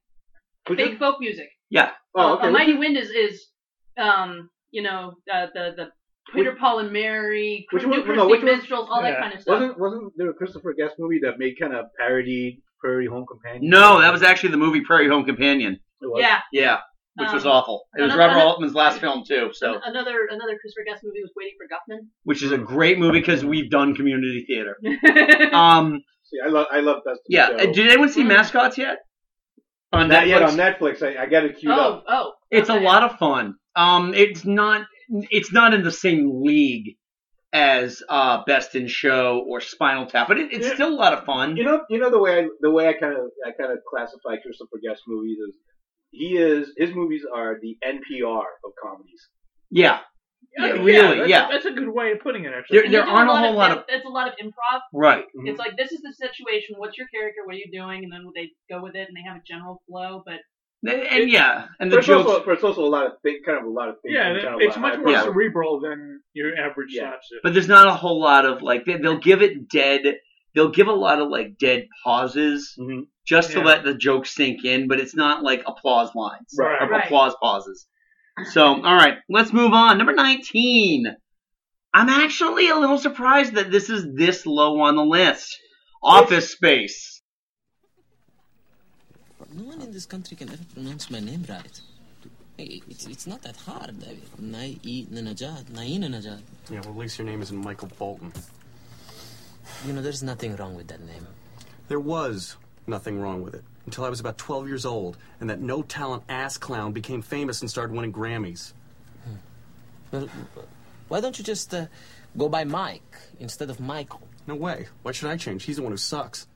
[SPEAKER 5] Which
[SPEAKER 12] big folk music.
[SPEAKER 5] yeah.
[SPEAKER 9] Oh,
[SPEAKER 12] Uh, A Mighty Wind is is um you know uh, the the Peter Paul and Mary,
[SPEAKER 9] Which
[SPEAKER 12] New
[SPEAKER 9] one-
[SPEAKER 12] Christy
[SPEAKER 9] no, which one-
[SPEAKER 12] Minstrels, all that
[SPEAKER 9] yeah.
[SPEAKER 12] kind of stuff.
[SPEAKER 9] Wasn't wasn't there a Christopher Guest movie that made kind of parody Prairie Home Companion?
[SPEAKER 5] No, that was actually the movie Prairie Home Companion.
[SPEAKER 9] It
[SPEAKER 12] was? Yeah.
[SPEAKER 5] Yeah, which was
[SPEAKER 12] Um,
[SPEAKER 5] awful. It was
[SPEAKER 12] another-
[SPEAKER 5] Robert Altman's last film too. So,
[SPEAKER 12] Another another Christopher Guest movie was Waiting for Guffman.
[SPEAKER 5] which is a great movie because we've done community theater. Um.
[SPEAKER 9] See, I love I love Best in
[SPEAKER 5] Yeah.
[SPEAKER 9] Show.
[SPEAKER 5] uh, Did anyone see Mascots yet? On
[SPEAKER 9] Not
[SPEAKER 5] Netflix?
[SPEAKER 9] yet on Netflix. I, I got it queued
[SPEAKER 12] Oh
[SPEAKER 9] up.
[SPEAKER 12] oh,
[SPEAKER 5] It's a lot of fun. Um, it's not it's not in the same league as uh, Best in Show or Spinal Tap, but it, it's
[SPEAKER 9] Yeah.
[SPEAKER 5] still a lot of fun.
[SPEAKER 9] You know, you know the way I the way I kind of I kind of classify Christopher Guest movies is he is his movies are the NPR of comedies.
[SPEAKER 5] Yeah,
[SPEAKER 8] I mean,
[SPEAKER 5] really,
[SPEAKER 8] that's,
[SPEAKER 5] yeah.
[SPEAKER 8] That's a good way of putting it. Actually,
[SPEAKER 5] There- there
[SPEAKER 12] They do
[SPEAKER 5] aren't a
[SPEAKER 12] lot
[SPEAKER 5] whole lot
[SPEAKER 12] it-
[SPEAKER 5] of-
[SPEAKER 12] It's a lot of improv.
[SPEAKER 5] Right.
[SPEAKER 9] Mm-hmm.
[SPEAKER 12] It's like this is the situation. What's your character? What are you doing? And then they go with it, and they have a general flow. But
[SPEAKER 5] And, and yeah,
[SPEAKER 9] But
[SPEAKER 5] and the
[SPEAKER 9] it's also-
[SPEAKER 5] jokes.
[SPEAKER 9] but it's also a lot of think, kind of a lot of things.
[SPEAKER 8] yeah,
[SPEAKER 9] and kind of
[SPEAKER 8] that-
[SPEAKER 9] a
[SPEAKER 8] it's
[SPEAKER 9] lot
[SPEAKER 8] much
[SPEAKER 9] of-
[SPEAKER 8] more
[SPEAKER 5] Yeah.
[SPEAKER 8] cerebral than your average slapstick.
[SPEAKER 5] But there's not a whole lot of like they, they'll give it dead. They'll give a lot of like dead pauses just to
[SPEAKER 8] Yeah.
[SPEAKER 5] let the joke sink in, but it's not like applause lines
[SPEAKER 8] Right.
[SPEAKER 5] or
[SPEAKER 8] Right.
[SPEAKER 5] applause pauses. So, all right, let's move on. Number 19. I'm actually a little surprised that this is this low on the list. Office Space.
[SPEAKER 1] No one in this country can ever pronounce my name right. Hey, It's, it's not that hard, David. Nainanajad, Nainanajad.
[SPEAKER 17] Yeah, well, at least your name isn't Michael Bolton.
[SPEAKER 1] You know, there's nothing wrong with that name.
[SPEAKER 17] There was nothing wrong with it until I was about 12 years old, and that no talent ass clown became famous and started winning Grammys.
[SPEAKER 1] Hmm. Well, why don't you just uh, go by Mike instead of Michael?
[SPEAKER 17] No way. Why should I change? He's the one who sucks.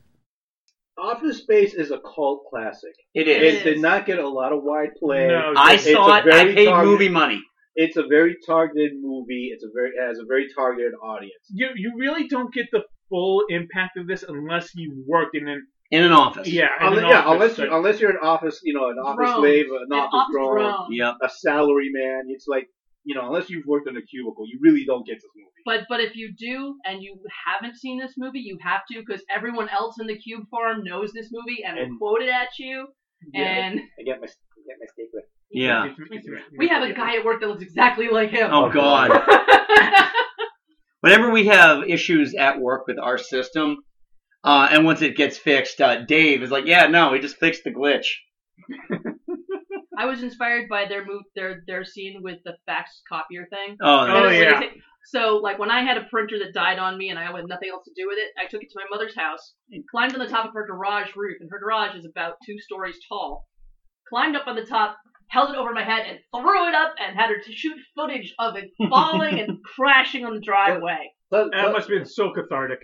[SPEAKER 9] Office Space is a cult classic.
[SPEAKER 5] It
[SPEAKER 9] It,
[SPEAKER 5] is.
[SPEAKER 9] did not get a lot of wide play.
[SPEAKER 5] No, I
[SPEAKER 9] It's a
[SPEAKER 5] saw it. I
[SPEAKER 9] very
[SPEAKER 5] paid movie money.
[SPEAKER 9] It's a very targeted movie. It's a very it has a very targeted audience.
[SPEAKER 8] you you really don't get the full impact of this unless you worked in an
[SPEAKER 5] In an office.
[SPEAKER 8] yeah in
[SPEAKER 9] Unle-
[SPEAKER 8] an
[SPEAKER 9] yeah,
[SPEAKER 8] office,
[SPEAKER 9] unless
[SPEAKER 8] but-
[SPEAKER 9] you unless you're an office, you know, an office
[SPEAKER 8] Drone.
[SPEAKER 9] slave, an,
[SPEAKER 8] An
[SPEAKER 9] office
[SPEAKER 8] office
[SPEAKER 9] drone,
[SPEAKER 8] drone.
[SPEAKER 9] a salary man. It's like you know, unless you've worked in a cubicle, you really don't get this movie.
[SPEAKER 12] but but if you do and you haven't seen this movie, you have to because everyone else in the Cube Forum knows this movie and, will
[SPEAKER 9] And-
[SPEAKER 12] quote it at you.
[SPEAKER 9] Yeah,
[SPEAKER 12] and
[SPEAKER 9] I get my can't mistake with.
[SPEAKER 5] Yeah.
[SPEAKER 12] We have a guy at work that looks exactly like him.
[SPEAKER 5] Oh, God. Whenever we have issues at work with our system, uh, and once it gets fixed, uh, Dave is like, yeah, no, we just fixed the glitch.
[SPEAKER 12] I was inspired by their move, their their scene with the fax copier thing.
[SPEAKER 5] Oh, yeah.
[SPEAKER 12] And it's
[SPEAKER 5] Oh,
[SPEAKER 12] like-
[SPEAKER 5] yeah.
[SPEAKER 12] So like when I had a printer that died on me and I had nothing else to do with it, I took it to my mother's house and climbed on the top of her garage roof, and her garage is about two stories tall. Climbed up on the top, held it over my head, and threw it up, and had her to shoot footage of it falling and crashing on the driveway.
[SPEAKER 8] that must have been so cathartic.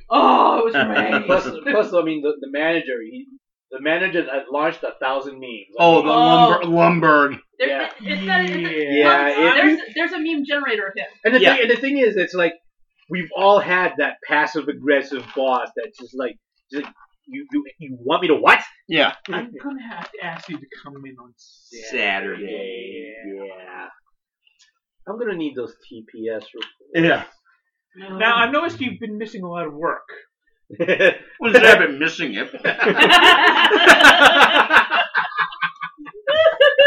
[SPEAKER 12] Oh, it was
[SPEAKER 8] great.
[SPEAKER 9] plus, plus, I mean, the, the manager, he, the manager that launched a thousand memes.
[SPEAKER 5] Oh, the Lumber, Lumberg.
[SPEAKER 12] There, it's not, it's
[SPEAKER 9] Yeah, it-
[SPEAKER 12] there's, there's a meme generator of him.
[SPEAKER 9] And the, thing, and the thing is, it's like we've all had that passive aggressive boss that's just like, just like, you, you you want me to what?
[SPEAKER 5] Yeah.
[SPEAKER 8] I'm gonna have to ask you to come in on
[SPEAKER 5] Saturday.
[SPEAKER 9] Yeah. I'm gonna need those TPS.
[SPEAKER 8] Yeah. Now I've noticed you've been missing a lot of work.
[SPEAKER 5] Well, I've been missing it.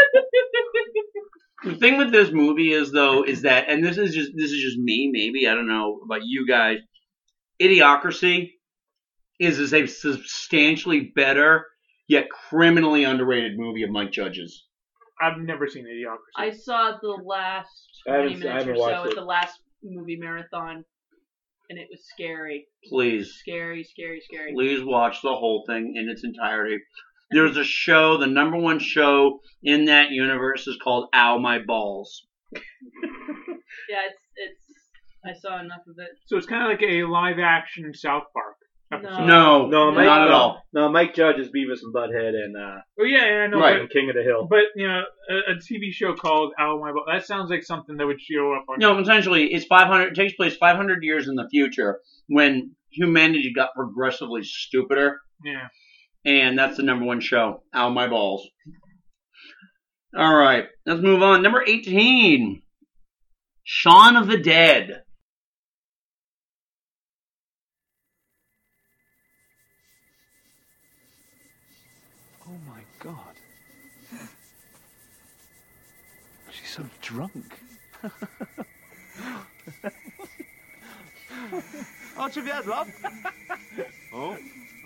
[SPEAKER 5] The thing with this movie is though is that, and this is just this is just me, maybe I don't know about you guys. Idiocracy is is a substantially better yet criminally underrated movie of Mike Judge's.
[SPEAKER 8] I've never seen Idiocracy.
[SPEAKER 12] I saw the last
[SPEAKER 5] I haven't
[SPEAKER 12] 20
[SPEAKER 5] seen- I
[SPEAKER 12] minutes or
[SPEAKER 5] haven't
[SPEAKER 12] so
[SPEAKER 5] watched
[SPEAKER 12] at
[SPEAKER 5] it.
[SPEAKER 12] the last movie marathon, and it was scary.
[SPEAKER 5] Please.
[SPEAKER 12] Scary, scary, scary.
[SPEAKER 5] Please watch the whole thing in its entirety. There's a show, the number one show in that universe is called Ow My Balls.
[SPEAKER 12] Yeah, it's it's. I saw enough of it.
[SPEAKER 8] So it's kind of like a live action South Park. episode.
[SPEAKER 5] No.
[SPEAKER 9] no, Mike,
[SPEAKER 5] Not at
[SPEAKER 9] no,
[SPEAKER 5] all.
[SPEAKER 9] No, Mike Judge is Beavis and Butthead and uh,
[SPEAKER 8] Oh yeah, yeah, I know.
[SPEAKER 9] right. King of the Hill.
[SPEAKER 8] But, but you know, a, a TV show called Owl My Ball. That sounds like something that would show up on.
[SPEAKER 5] No, essentially, it's 500. It takes place 500 years in the future when humanity got progressively stupider,
[SPEAKER 8] Yeah.
[SPEAKER 5] and that's the number one show. Ow my balls! All right, let's move on. Number 18, Shaun of the Dead.
[SPEAKER 2] Oh my god. She's so drunk.
[SPEAKER 21] Arch of your head, love. oh,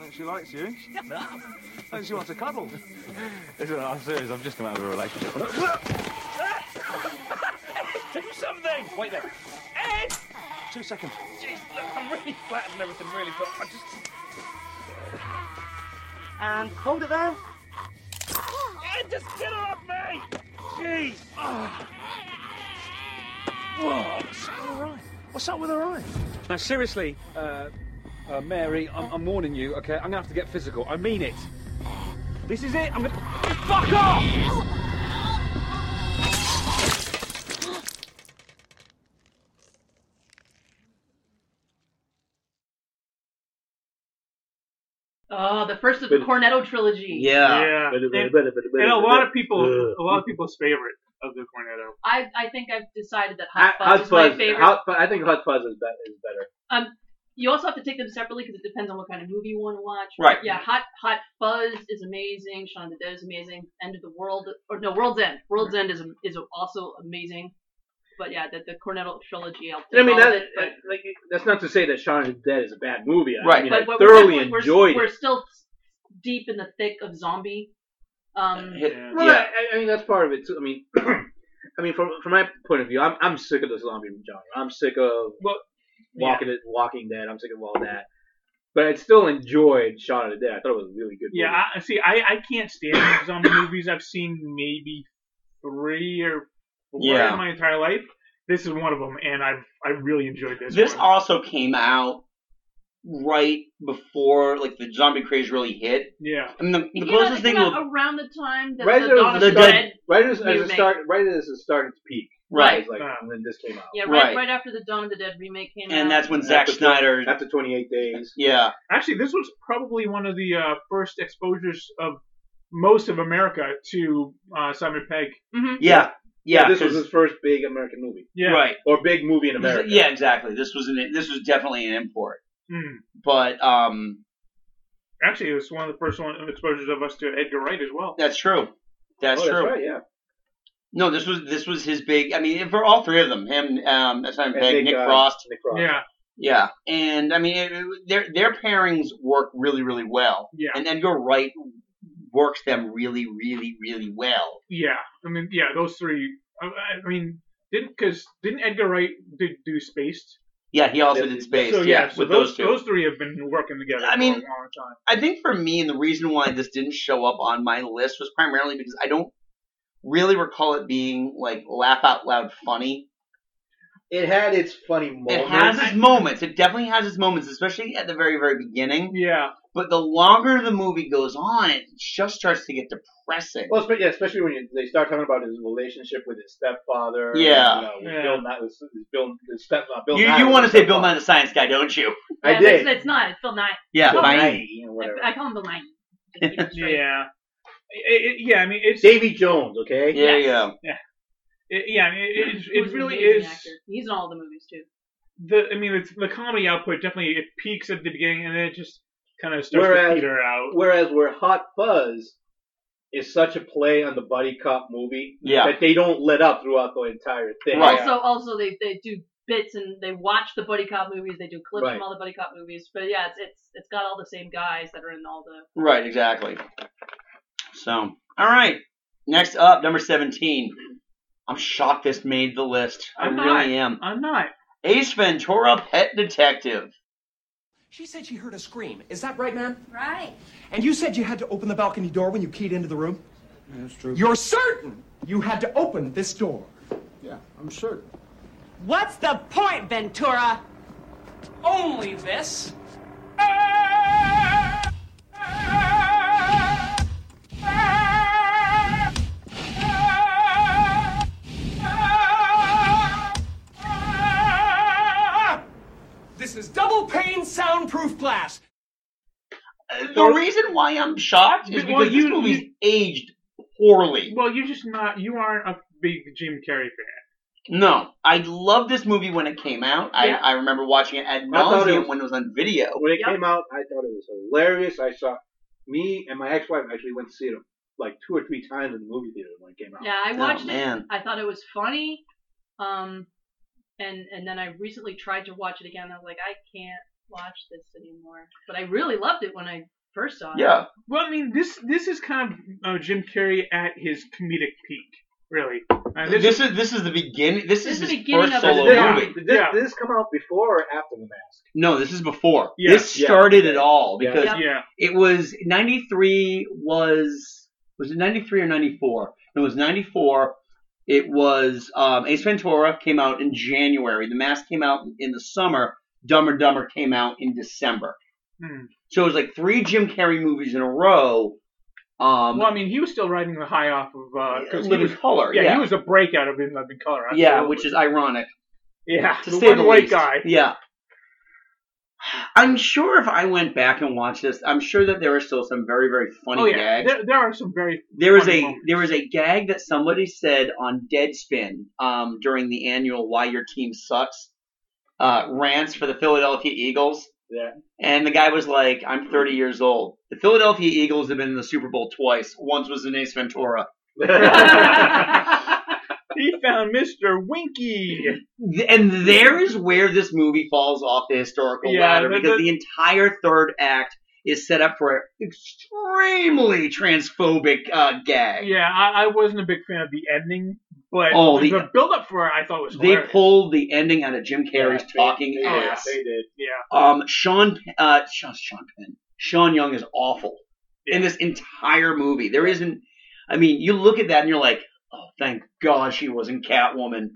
[SPEAKER 21] think she likes you. think she wants a cuddle.
[SPEAKER 2] Listen, I'm serious, I'm just come out of a relationship.
[SPEAKER 3] Do something! Wait there. Ed! Two seconds. Jeez, look, I'm really flat and everything, really, but I just.
[SPEAKER 10] And hold it there.
[SPEAKER 3] Ed, just get off me! Jeez! Oh. What's up with her eye? What's up with her eye?
[SPEAKER 2] Now, seriously, uh, uh, Mary, I'm, I'm warning you, okay? I'm gonna have to get physical. I mean it. This is it. I'm gonna. Fuck off!
[SPEAKER 12] Oh, the first of the
[SPEAKER 8] But-
[SPEAKER 12] Cornetto trilogy.
[SPEAKER 8] yeah. And, and a lot of people, a lot of people's favorite of the Cornetto.
[SPEAKER 12] I I think I've decided that
[SPEAKER 9] Hot,
[SPEAKER 12] hot fuzz is my
[SPEAKER 9] Fuzz.
[SPEAKER 12] favorite.
[SPEAKER 9] Hot Fuzz- I think Hot Fuzz is, be- is better.
[SPEAKER 12] Um, you also have to take them separately because it depends on what kind of movie you want to watch.
[SPEAKER 9] Right.
[SPEAKER 12] Yeah. Hot Hot Fuzz is amazing. Shaun of the Dead is amazing. End of the World or no World's End. World's End is is also amazing. But yeah, the, the Cornetto trilogy. I'll
[SPEAKER 9] I mean,
[SPEAKER 12] take all of
[SPEAKER 9] that,
[SPEAKER 12] it, but-
[SPEAKER 9] like, that's not to say that Shaun of the Dead is a bad movie. I
[SPEAKER 5] Right.
[SPEAKER 9] mean,
[SPEAKER 5] But
[SPEAKER 9] I
[SPEAKER 5] what
[SPEAKER 12] we're-
[SPEAKER 9] thoroughly
[SPEAKER 12] we're-
[SPEAKER 9] enjoyed
[SPEAKER 12] We're
[SPEAKER 9] it.
[SPEAKER 12] still deep in the thick of zombie. Um,
[SPEAKER 9] Uh, Well, I, I mean, that's part of it too. I mean, I mean, from from my point of view, I'm I'm sick of the zombie genre. I'm sick of Walking it, Walking Dead. I'm sick of all that. But I still enjoyed Shaun of the Dead. I thought it was a really good.
[SPEAKER 8] Yeah,
[SPEAKER 9] movie.
[SPEAKER 8] I, see, I, I can't stand zombie movies. I've seen maybe three or four
[SPEAKER 5] Yeah.
[SPEAKER 8] in my entire life. This is one of them, and I've I really enjoyed this.
[SPEAKER 5] This
[SPEAKER 8] one.
[SPEAKER 5] also came out right before like the zombie craze really hit.
[SPEAKER 8] Yeah.
[SPEAKER 5] I mean, the,
[SPEAKER 12] it
[SPEAKER 5] the
[SPEAKER 12] came out-
[SPEAKER 5] closest
[SPEAKER 12] it
[SPEAKER 5] thing
[SPEAKER 12] came
[SPEAKER 5] will
[SPEAKER 12] out around the time that
[SPEAKER 9] Right
[SPEAKER 12] the
[SPEAKER 9] as it was
[SPEAKER 12] Dawn of the
[SPEAKER 9] starting-
[SPEAKER 12] Dead
[SPEAKER 9] right as, as it
[SPEAKER 12] remake.
[SPEAKER 9] start, right as it starting to peak.
[SPEAKER 5] Right.
[SPEAKER 9] Like when this came out.
[SPEAKER 12] Yeah, right, right. um, after the Dawn of the Dead remake came out.
[SPEAKER 8] Zack Snyder-
[SPEAKER 9] after 28 days.
[SPEAKER 5] Yeah.
[SPEAKER 8] Actually, this was probably one of the uh, first exposures of most of America to uh, Simon Pegg.
[SPEAKER 12] Mm-hmm.
[SPEAKER 5] yeah,
[SPEAKER 9] This was
[SPEAKER 5] 'cause-
[SPEAKER 9] his first big American movie.
[SPEAKER 8] Yeah.
[SPEAKER 5] Right.
[SPEAKER 9] Or big movie in America.
[SPEAKER 5] Yeah, exactly. This was an this was definitely an import.
[SPEAKER 8] Mm.
[SPEAKER 5] But um
[SPEAKER 8] Actually, it was one of the first one exposures of us to Edgar Wright as well.
[SPEAKER 5] That's true. That's
[SPEAKER 9] oh, that's
[SPEAKER 5] true.
[SPEAKER 9] right, yeah.
[SPEAKER 5] No, this was this was his big. I mean, for all three of them, him, um, that's not
[SPEAKER 9] And
[SPEAKER 5] Peg,
[SPEAKER 9] Nick,
[SPEAKER 5] Nick
[SPEAKER 9] uh,
[SPEAKER 5] Frost,
[SPEAKER 9] Nick Frost. Yeah.
[SPEAKER 5] yeah, and I mean, it, it- their their pairings work really, really well.
[SPEAKER 8] Yeah.
[SPEAKER 5] and then you're right, works them really, really, really well.
[SPEAKER 8] Yeah, I mean, yeah, those three. I, I mean, didn't because didn't Edgar Wright do, do Spaced?
[SPEAKER 5] Yeah, he also did Spaced,
[SPEAKER 8] So
[SPEAKER 5] yeah,
[SPEAKER 8] so
[SPEAKER 5] with
[SPEAKER 8] those
[SPEAKER 5] those two.
[SPEAKER 8] those three have been working together.
[SPEAKER 5] I mean,
[SPEAKER 8] for a long time.
[SPEAKER 5] I think for me, and the reason why this didn't show up on my list was primarily because I don't really recall it being like laugh out loud funny.
[SPEAKER 9] It had its funny moments.
[SPEAKER 5] It has its moments. It definitely has its moments, especially at the very, very beginning.
[SPEAKER 8] Yeah.
[SPEAKER 5] But the longer the movie goes on, it just starts to get depressing.
[SPEAKER 9] Well, spe- yeah, especially when you, they start talking about his relationship with his stepfather.
[SPEAKER 5] Yeah.
[SPEAKER 9] and, you know, with
[SPEAKER 5] Yeah.
[SPEAKER 9] Bill, Nye- with Bill, his step, uh, Bill
[SPEAKER 5] you
[SPEAKER 9] Nye
[SPEAKER 5] you
[SPEAKER 9] was
[SPEAKER 5] want
[SPEAKER 9] his
[SPEAKER 5] to say Bill
[SPEAKER 9] stepfather.
[SPEAKER 5] Nye the Science Guy, don't you?
[SPEAKER 9] I
[SPEAKER 12] Yeah,
[SPEAKER 9] did.
[SPEAKER 12] It's, it's not. It's Phil Nye.
[SPEAKER 5] Yeah,
[SPEAKER 12] Phil
[SPEAKER 5] Nye.
[SPEAKER 12] I, I call him Bill Nye.
[SPEAKER 8] yeah. It- it- yeah, I mean, it's
[SPEAKER 9] Davy Jones. Okay.
[SPEAKER 5] Yeah, yeah.
[SPEAKER 8] Yeah. It- yeah, I mean, it, it,
[SPEAKER 12] Who's
[SPEAKER 8] it
[SPEAKER 12] an
[SPEAKER 8] really
[SPEAKER 12] amazing
[SPEAKER 8] is.
[SPEAKER 12] actor. He's in all the movies too.
[SPEAKER 8] The I mean, it's, the comedy output definitely it peaks at the beginning and then it just kind of starts to
[SPEAKER 9] Whereas,
[SPEAKER 8] peter out.
[SPEAKER 9] whereas where Hot Fuzz is such a play on the buddy cop movie
[SPEAKER 8] Yeah.
[SPEAKER 9] that they don't let up throughout the entire thing.
[SPEAKER 12] Also, also they, they do bits and they watch the buddy cop movies. They do clips
[SPEAKER 5] Right.
[SPEAKER 12] from all the buddy cop movies. But yeah, it's it's it's got all the same guys that are in all the.
[SPEAKER 5] Right, exactly. So, all right. Next up, number 17. I'm shocked this made the list. I
[SPEAKER 8] I'm not.
[SPEAKER 5] really am.
[SPEAKER 8] I'm not.
[SPEAKER 5] Ace Ventura Pet Detective.
[SPEAKER 6] She said she heard a scream. Is that right, ma'am?
[SPEAKER 7] Right.
[SPEAKER 6] And you said you had to open the balcony door when you keyed into the room? That's true. You're certain you had to open this door. Yeah, I'm certain.
[SPEAKER 7] What's the point, Ventura? Only this. This is double pane soundproof glass.
[SPEAKER 5] The reason why I'm shocked is because this movie's aged poorly.
[SPEAKER 8] Well, you're just not. You aren't a big Jim Carrey fan.
[SPEAKER 5] No, I loved this movie when it came out.
[SPEAKER 8] Yeah.
[SPEAKER 5] I, I remember watching it ad
[SPEAKER 9] I thought it
[SPEAKER 5] nauseum
[SPEAKER 9] was-
[SPEAKER 5] when it was on video.
[SPEAKER 9] When it came out, I thought it was hilarious. I saw me and my ex-wife actually went to see it like two or three times in the movie theater when it came out.
[SPEAKER 12] Yeah,
[SPEAKER 5] Oh,
[SPEAKER 12] I watched it.
[SPEAKER 9] Oh, man.
[SPEAKER 12] I thought it was funny. Um, and and then I recently tried to watch it again. I was like, I can't watch this anymore. But I really loved it when I first saw it.
[SPEAKER 8] Well, I mean, this this is kind of uh, Jim Carrey at his comedic peak, really. Uh,
[SPEAKER 5] This, is this is the beginning. This,
[SPEAKER 8] This
[SPEAKER 5] is
[SPEAKER 8] is the
[SPEAKER 5] his
[SPEAKER 8] beginning
[SPEAKER 5] first
[SPEAKER 8] of
[SPEAKER 5] solo
[SPEAKER 8] his career.
[SPEAKER 5] movie.
[SPEAKER 9] Did this, did this come out before or after the mask?
[SPEAKER 5] No, this is before.
[SPEAKER 9] Yeah.
[SPEAKER 5] This
[SPEAKER 9] Yeah.
[SPEAKER 5] started it all
[SPEAKER 9] Yeah.
[SPEAKER 5] because
[SPEAKER 9] Yeah.
[SPEAKER 5] it was ninety three was was it ninety three or ninety four? It was ninety four. It was um, Ace Ventura came out in January. The Mask came out in the summer. Dumb and Dumber came out in December.
[SPEAKER 8] Hmm.
[SPEAKER 5] So it was like three Jim Carrey movies in a row. Um,
[SPEAKER 8] well, I mean, he was still riding the high off of uh, 'cause he
[SPEAKER 5] Living
[SPEAKER 8] was-
[SPEAKER 5] Colour,
[SPEAKER 8] Yeah,
[SPEAKER 5] yeah.
[SPEAKER 8] he was a breakout of In Living Color.
[SPEAKER 5] yeah, which is ironic.
[SPEAKER 8] Yeah,
[SPEAKER 5] to
[SPEAKER 8] the
[SPEAKER 5] say
[SPEAKER 8] one
[SPEAKER 5] the
[SPEAKER 8] white
[SPEAKER 5] least.
[SPEAKER 8] guy.
[SPEAKER 5] Yeah. I'm sure if I went back and watched this, I'm sure that there are still some very, very funny
[SPEAKER 8] oh yeah,
[SPEAKER 5] gags.
[SPEAKER 8] there, there are some very
[SPEAKER 5] there was
[SPEAKER 8] funny
[SPEAKER 5] a
[SPEAKER 8] moments.
[SPEAKER 5] there was a gag that somebody said on Deadspin um, during the annual "Why Your Team Sucks" uh, rants for the Philadelphia Eagles,
[SPEAKER 9] Yeah.
[SPEAKER 5] and the guy was like, "I'm 30 years old. The Philadelphia Eagles have been in the Super Bowl twice. Once was in Ace Ventura."
[SPEAKER 8] he found Mr. Winky.
[SPEAKER 5] And there is where this movie falls off the historical
[SPEAKER 8] Yeah,
[SPEAKER 5] ladder
[SPEAKER 8] the-
[SPEAKER 5] because
[SPEAKER 8] the-
[SPEAKER 5] the entire third act is set up for an extremely transphobic uh, gag.
[SPEAKER 8] Yeah, I, I wasn't a big fan of the ending, but
[SPEAKER 5] Oh,
[SPEAKER 8] the,
[SPEAKER 5] the-
[SPEAKER 8] build up for it I thought was
[SPEAKER 5] They
[SPEAKER 8] hilarious.
[SPEAKER 5] pulled the ending out of Jim Carrey's talking
[SPEAKER 8] they did, Oh,
[SPEAKER 5] ass.
[SPEAKER 8] they
[SPEAKER 9] did.
[SPEAKER 8] Yeah.
[SPEAKER 5] Um, Sean, uh, Sean, Sean Penn, Sean Young is awful in this entire movie. There isn't. I mean, you look at that and you're like, oh, thank God she wasn't Catwoman.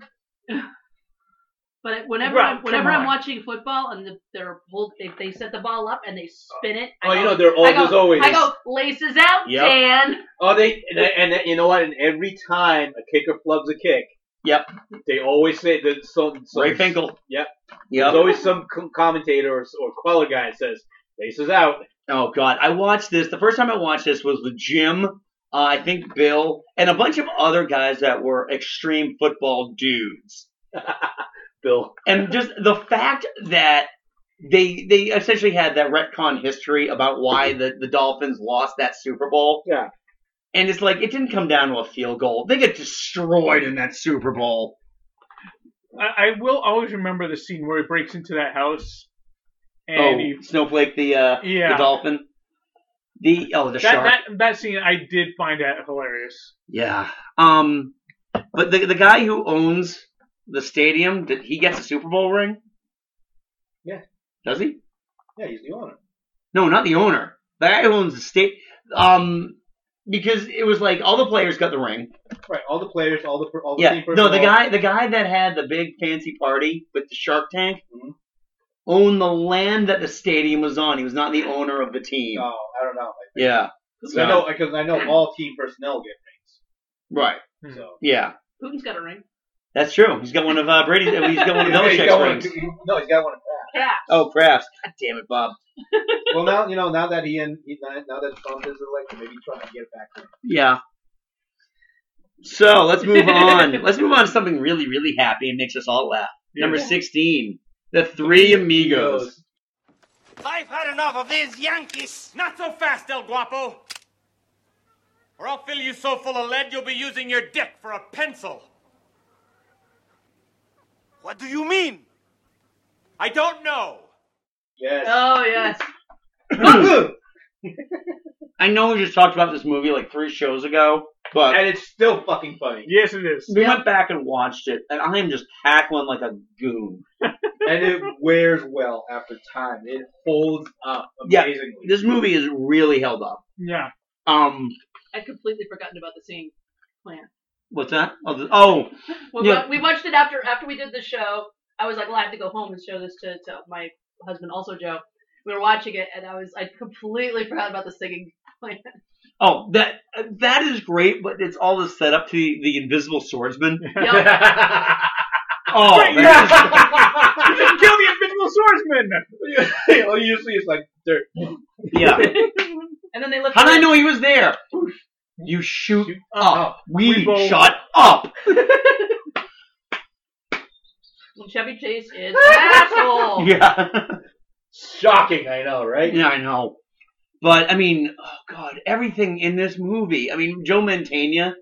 [SPEAKER 12] But it- whenever
[SPEAKER 5] Right,
[SPEAKER 12] I'm, whenever
[SPEAKER 5] come
[SPEAKER 12] I'm
[SPEAKER 5] on.
[SPEAKER 12] watching football and the, they're hold, they, they set the ball up and they spin it. I
[SPEAKER 9] Oh,
[SPEAKER 12] go,
[SPEAKER 9] you know, they're all-
[SPEAKER 12] I go,
[SPEAKER 9] there's always-
[SPEAKER 12] I go laces out,
[SPEAKER 9] Yep.
[SPEAKER 12] Dan.
[SPEAKER 9] Oh, they and, they- and they- you know what? And every time a kicker flubs a kick,
[SPEAKER 5] yep,
[SPEAKER 9] they always say that some, some
[SPEAKER 5] Ray Finkel.
[SPEAKER 9] Yep,
[SPEAKER 5] Yep.
[SPEAKER 9] There's always some com- commentator or, or color guy that says faces out.
[SPEAKER 5] Oh God, I watched this. The first time I watched this was with Jim, uh, I think Bill, and a bunch of other guys that were extreme football dudes.
[SPEAKER 9] Bill,
[SPEAKER 5] and just the fact that they they essentially had that retcon history about why the the Dolphins lost that Super Bowl.
[SPEAKER 9] Yeah.
[SPEAKER 5] And it's like it didn't come down to a field goal. They get destroyed in that Super Bowl.
[SPEAKER 8] I, I will always remember the scene where he breaks into that house. And
[SPEAKER 5] oh,
[SPEAKER 8] he,
[SPEAKER 5] Snowflake the uh,
[SPEAKER 8] Yeah.
[SPEAKER 5] the dolphin. The oh the
[SPEAKER 8] that,
[SPEAKER 5] shark.
[SPEAKER 8] that that scene I did find that hilarious.
[SPEAKER 5] Yeah. Um, but the the guy who owns the stadium, did he gets a Super Bowl ring?
[SPEAKER 9] Yeah.
[SPEAKER 5] Does he?
[SPEAKER 9] Yeah, he's the owner.
[SPEAKER 5] No, not the owner. The guy who owns the state. Um, because it was like all the players got the ring.
[SPEAKER 9] Right, all the players, all the per- all the
[SPEAKER 5] yeah.
[SPEAKER 9] team
[SPEAKER 5] No, the
[SPEAKER 9] personnel.
[SPEAKER 5] guy the guy that had the big fancy party with the Shark Tank
[SPEAKER 9] Mm-hmm.
[SPEAKER 5] owned the land that the stadium was on. He was not the owner of the team.
[SPEAKER 9] Oh, I don't know. I think-
[SPEAKER 5] Yeah.
[SPEAKER 9] 'Cause I know because I know all team personnel get rings.
[SPEAKER 5] Right.
[SPEAKER 9] So
[SPEAKER 5] Yeah.
[SPEAKER 12] Putin's got a ring.
[SPEAKER 5] That's true. He's got one of uh, Brady's. He's got one of
[SPEAKER 9] Yeah, he's
[SPEAKER 5] Belichick's
[SPEAKER 9] got one-
[SPEAKER 5] rings.
[SPEAKER 9] No, he's got one of
[SPEAKER 12] Yeah.
[SPEAKER 5] Oh, Kraft. God damn it, Bob.
[SPEAKER 9] well, now you know. Now that he and he, now that Trump is elected, maybe trying to get it back. in.
[SPEAKER 5] Yeah. So let's move on. let's move on to something really, really happy and makes us all laugh. Number
[SPEAKER 10] Yeah.
[SPEAKER 5] 16, The Three Amigos.
[SPEAKER 10] I've had enough of these Yankees.
[SPEAKER 11] Not so fast, El Guapo. Or I'll fill you so full of lead you'll be using your dick for a pencil. What do you mean? I don't know.
[SPEAKER 9] Yes.
[SPEAKER 12] Oh yes.
[SPEAKER 5] I know we just talked about this movie like three shows ago, but.
[SPEAKER 9] And it's still fucking funny.
[SPEAKER 8] Yes, it is.
[SPEAKER 5] We went back and watched it, and I am just cackling like a goon.
[SPEAKER 9] and it wears well after time. It uh, holds up amazingly.
[SPEAKER 5] Yeah, this movie is really held up.
[SPEAKER 8] Yeah.
[SPEAKER 5] Um,
[SPEAKER 12] I'd completely forgotten about the same plan.
[SPEAKER 5] what's that? Oh, the, oh
[SPEAKER 12] Well,
[SPEAKER 5] yeah.
[SPEAKER 12] we watched it after after we did the show. I was like, well, I have to go home and show this to, to my husband, also Joe. We were watching it, and I was I completely forgot about the singing plan.
[SPEAKER 5] Oh, that that is great, but it's all the setup to the, the Invisible Swordsman. oh,
[SPEAKER 8] Right,
[SPEAKER 5] that is-
[SPEAKER 8] Kill the Invisible Swordsman.
[SPEAKER 9] oh, usually it's like dirt.
[SPEAKER 5] yeah.
[SPEAKER 12] and then they left.
[SPEAKER 5] How did I know he was there? You shoot up. We
[SPEAKER 12] both-
[SPEAKER 5] shut up.
[SPEAKER 12] And Chevy Chase is an asshole.
[SPEAKER 5] Yeah.
[SPEAKER 9] oh. Shocking, I know, right?
[SPEAKER 5] Yeah, I know. But I mean, oh god, everything in this movie. I mean, Joe Mantegna.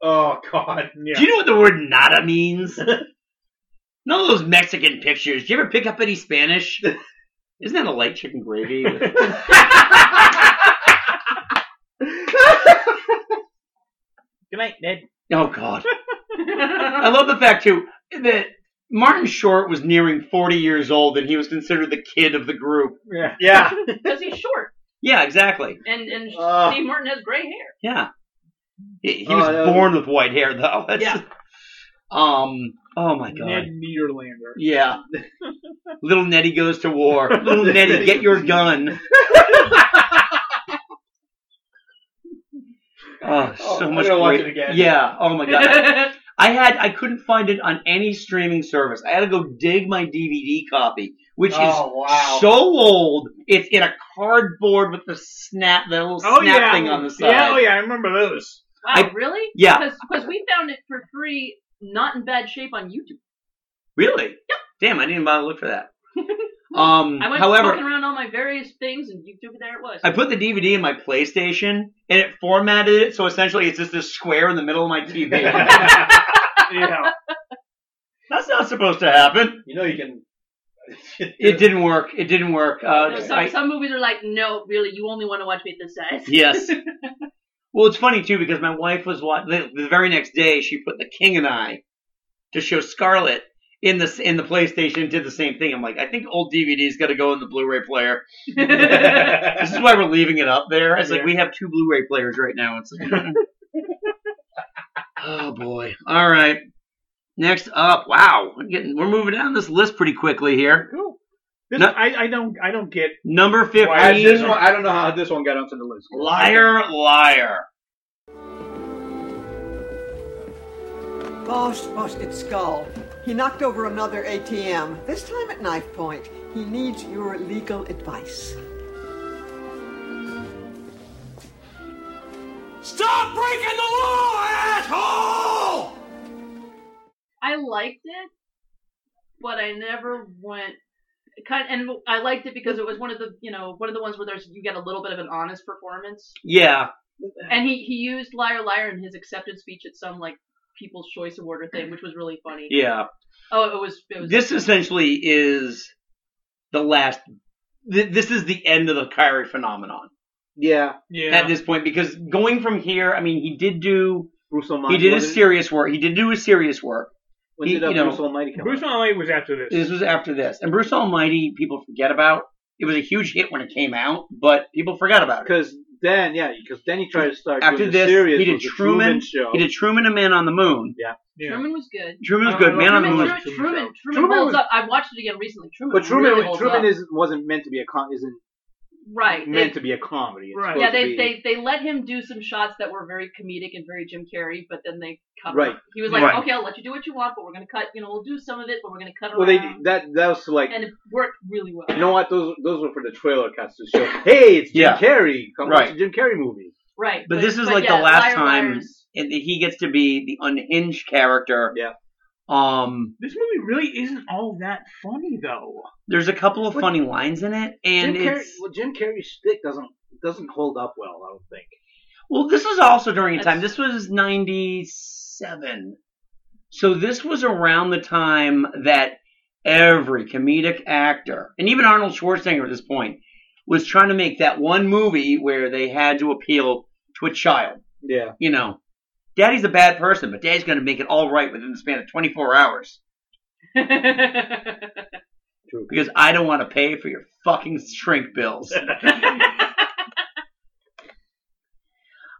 [SPEAKER 9] Oh god.
[SPEAKER 5] Do you know what the word nada means? None of those Mexican pictures. Do you ever pick up any Spanish? Isn't that a light chicken gravy?
[SPEAKER 10] Good night, Ned.
[SPEAKER 5] oh god. I love the fact too that Martin Short was nearing 40 years old and he was considered the kid of the group.
[SPEAKER 8] Yeah.
[SPEAKER 5] Yeah.
[SPEAKER 12] because he's short,
[SPEAKER 5] Yeah, exactly.
[SPEAKER 12] and and
[SPEAKER 5] Ugh.
[SPEAKER 12] Steve Martin has gray hair.
[SPEAKER 5] Yeah. He, he
[SPEAKER 8] Oh,
[SPEAKER 5] was
[SPEAKER 8] that was-
[SPEAKER 5] born with white hair though. yeah. Um oh my god.
[SPEAKER 8] Ned Niederlander.
[SPEAKER 5] Yeah. Little Nettie goes to war. Little Nettie, get your gun. oh, so
[SPEAKER 9] I'm
[SPEAKER 5] much
[SPEAKER 9] gonna watch
[SPEAKER 5] great-
[SPEAKER 9] it again.
[SPEAKER 5] Yeah. Oh my god. I had I couldn't find it on any streaming service. I had to go dig my DVD copy, which
[SPEAKER 9] Oh,
[SPEAKER 5] is
[SPEAKER 9] wow.
[SPEAKER 5] so old. It's in a cardboard with the snap, the little
[SPEAKER 8] Oh
[SPEAKER 5] snap
[SPEAKER 8] yeah.
[SPEAKER 5] thing on the side.
[SPEAKER 8] Yeah. Oh yeah. I remember those.
[SPEAKER 12] Wow,
[SPEAKER 5] I-
[SPEAKER 12] really?
[SPEAKER 5] yeah.
[SPEAKER 12] Because we found it for free, not in bad shape on YouTube.
[SPEAKER 5] Really? Damn, I didn't bother to look for that. Um,
[SPEAKER 12] I went
[SPEAKER 5] however,
[SPEAKER 12] looking around all my various things, and YouTube, there it was.
[SPEAKER 5] I put the DVD in my PlayStation and it formatted it so essentially it's just this square in the middle of my TV.
[SPEAKER 8] yeah.
[SPEAKER 5] That's not supposed to happen.
[SPEAKER 9] You know you can.
[SPEAKER 5] It didn't work. It didn't work. Uh,
[SPEAKER 12] No, some,
[SPEAKER 5] I-
[SPEAKER 12] some movies are like, no, really, you only want to watch me at this size.
[SPEAKER 5] yes. Well, it's funny too because my wife was watching the, the very next day. She put The King and I to show Scarlett in the in the PlayStation. and Did the same thing. I'm like, I think old DVD's got to go in the Blu-ray player. this is why we're leaving it up there. It's like we have two Blu-ray players right now. It's like, oh boy. All right. Next up, wow, we're getting we're moving down this list pretty quickly here.
[SPEAKER 8] Cool. This,
[SPEAKER 5] No-
[SPEAKER 8] I, I don't I don't get
[SPEAKER 5] Number fifteen.
[SPEAKER 9] Why is this one, I don't know how this one got onto the list.
[SPEAKER 5] Liar, liar.
[SPEAKER 13] Lost busted skull. He knocked over another ATM, this time at knife point. He needs your legal advice.
[SPEAKER 4] Stop breaking the law, asshole!
[SPEAKER 12] I liked it, but I never went. Kind and I liked it because it was one of the you know one of the ones where there's you get a little bit of an honest performance.
[SPEAKER 5] Yeah.
[SPEAKER 12] And he, he used Liar Liar in his acceptance speech at some like People's Choice Award or thing, which was really funny.
[SPEAKER 5] Yeah.
[SPEAKER 12] Oh, it was. It was
[SPEAKER 5] This essentially is the last. Th- this is the end of the Kyrie phenomenon.
[SPEAKER 9] Yeah.
[SPEAKER 8] Yeah.
[SPEAKER 5] At this point, because going from here, I mean, he did do.
[SPEAKER 8] Bruce
[SPEAKER 5] He did his serious work. He did do his serious work. He-
[SPEAKER 9] uh,
[SPEAKER 5] you know,
[SPEAKER 8] Bruce Almighty was after this.
[SPEAKER 5] This was after this. And Bruce Almighty, people forget about. It was a huge hit when it came out, but people forgot about it.
[SPEAKER 9] Because then, yeah, because then he tried to start
[SPEAKER 5] After
[SPEAKER 9] doing the
[SPEAKER 5] this,
[SPEAKER 9] serious
[SPEAKER 5] he did
[SPEAKER 9] with the
[SPEAKER 5] Truman.
[SPEAKER 9] show.
[SPEAKER 5] He did Truman and Man on the Moon.
[SPEAKER 9] Yeah.
[SPEAKER 12] Truman was good.
[SPEAKER 5] Uh, Truman was good. Man on the Moon.
[SPEAKER 12] Truman, Truman, Truman,
[SPEAKER 9] Truman
[SPEAKER 12] holds
[SPEAKER 9] was-
[SPEAKER 12] up. I watched it again recently. Truman.
[SPEAKER 9] But Truman,
[SPEAKER 12] really holds
[SPEAKER 9] Truman
[SPEAKER 12] up.
[SPEAKER 9] isn't, wasn't meant to be a com- isn't
[SPEAKER 12] right.
[SPEAKER 9] meant to
[SPEAKER 12] they-
[SPEAKER 9] be a comedy. It's
[SPEAKER 12] Yeah,
[SPEAKER 9] supposed to
[SPEAKER 12] they,
[SPEAKER 9] be-
[SPEAKER 12] they they let him do some shots that were very comedic and very Jim Carrey, but then they cut.
[SPEAKER 9] Right.
[SPEAKER 12] He was like,
[SPEAKER 9] Right.
[SPEAKER 12] "Okay, I'll let you do what you want, but we're gonna cut. You know, we'll do some of it, but we're gonna cut
[SPEAKER 9] Well, they
[SPEAKER 12] around."
[SPEAKER 9] that that was like
[SPEAKER 12] uh, and it worked really well.
[SPEAKER 9] you know what those those were for the trailer cuts to show. Hey, it's Jim
[SPEAKER 5] Yeah.
[SPEAKER 9] Carrey. Come watch
[SPEAKER 5] Right.
[SPEAKER 9] a Jim Carrey movie.
[SPEAKER 12] Right.
[SPEAKER 5] But, this is like
[SPEAKER 12] yeah,
[SPEAKER 5] the last
[SPEAKER 12] Liar
[SPEAKER 5] time
[SPEAKER 12] Liars-
[SPEAKER 5] and he gets to be the unhinged character.
[SPEAKER 9] Yeah.
[SPEAKER 5] Um.
[SPEAKER 8] This movie really isn't
[SPEAKER 5] Oh,
[SPEAKER 8] all that funny though.
[SPEAKER 5] There's a couple of funny lines in it, and
[SPEAKER 9] Jim Carrey,
[SPEAKER 5] it's
[SPEAKER 9] well, Jim Carrey's stick doesn't doesn't hold up well. I don't think.
[SPEAKER 5] well. This was also during a time. This was '97, so this was around the time that every comedic actor and even Arnold Schwarzenegger at this point was trying to make that one movie where they had to appeal to a child.
[SPEAKER 9] Yeah.
[SPEAKER 5] You know, Daddy's a bad person, but Daddy's going to make it all right within the span of 24 hours. Because I don't want to pay for your fucking shrink bills.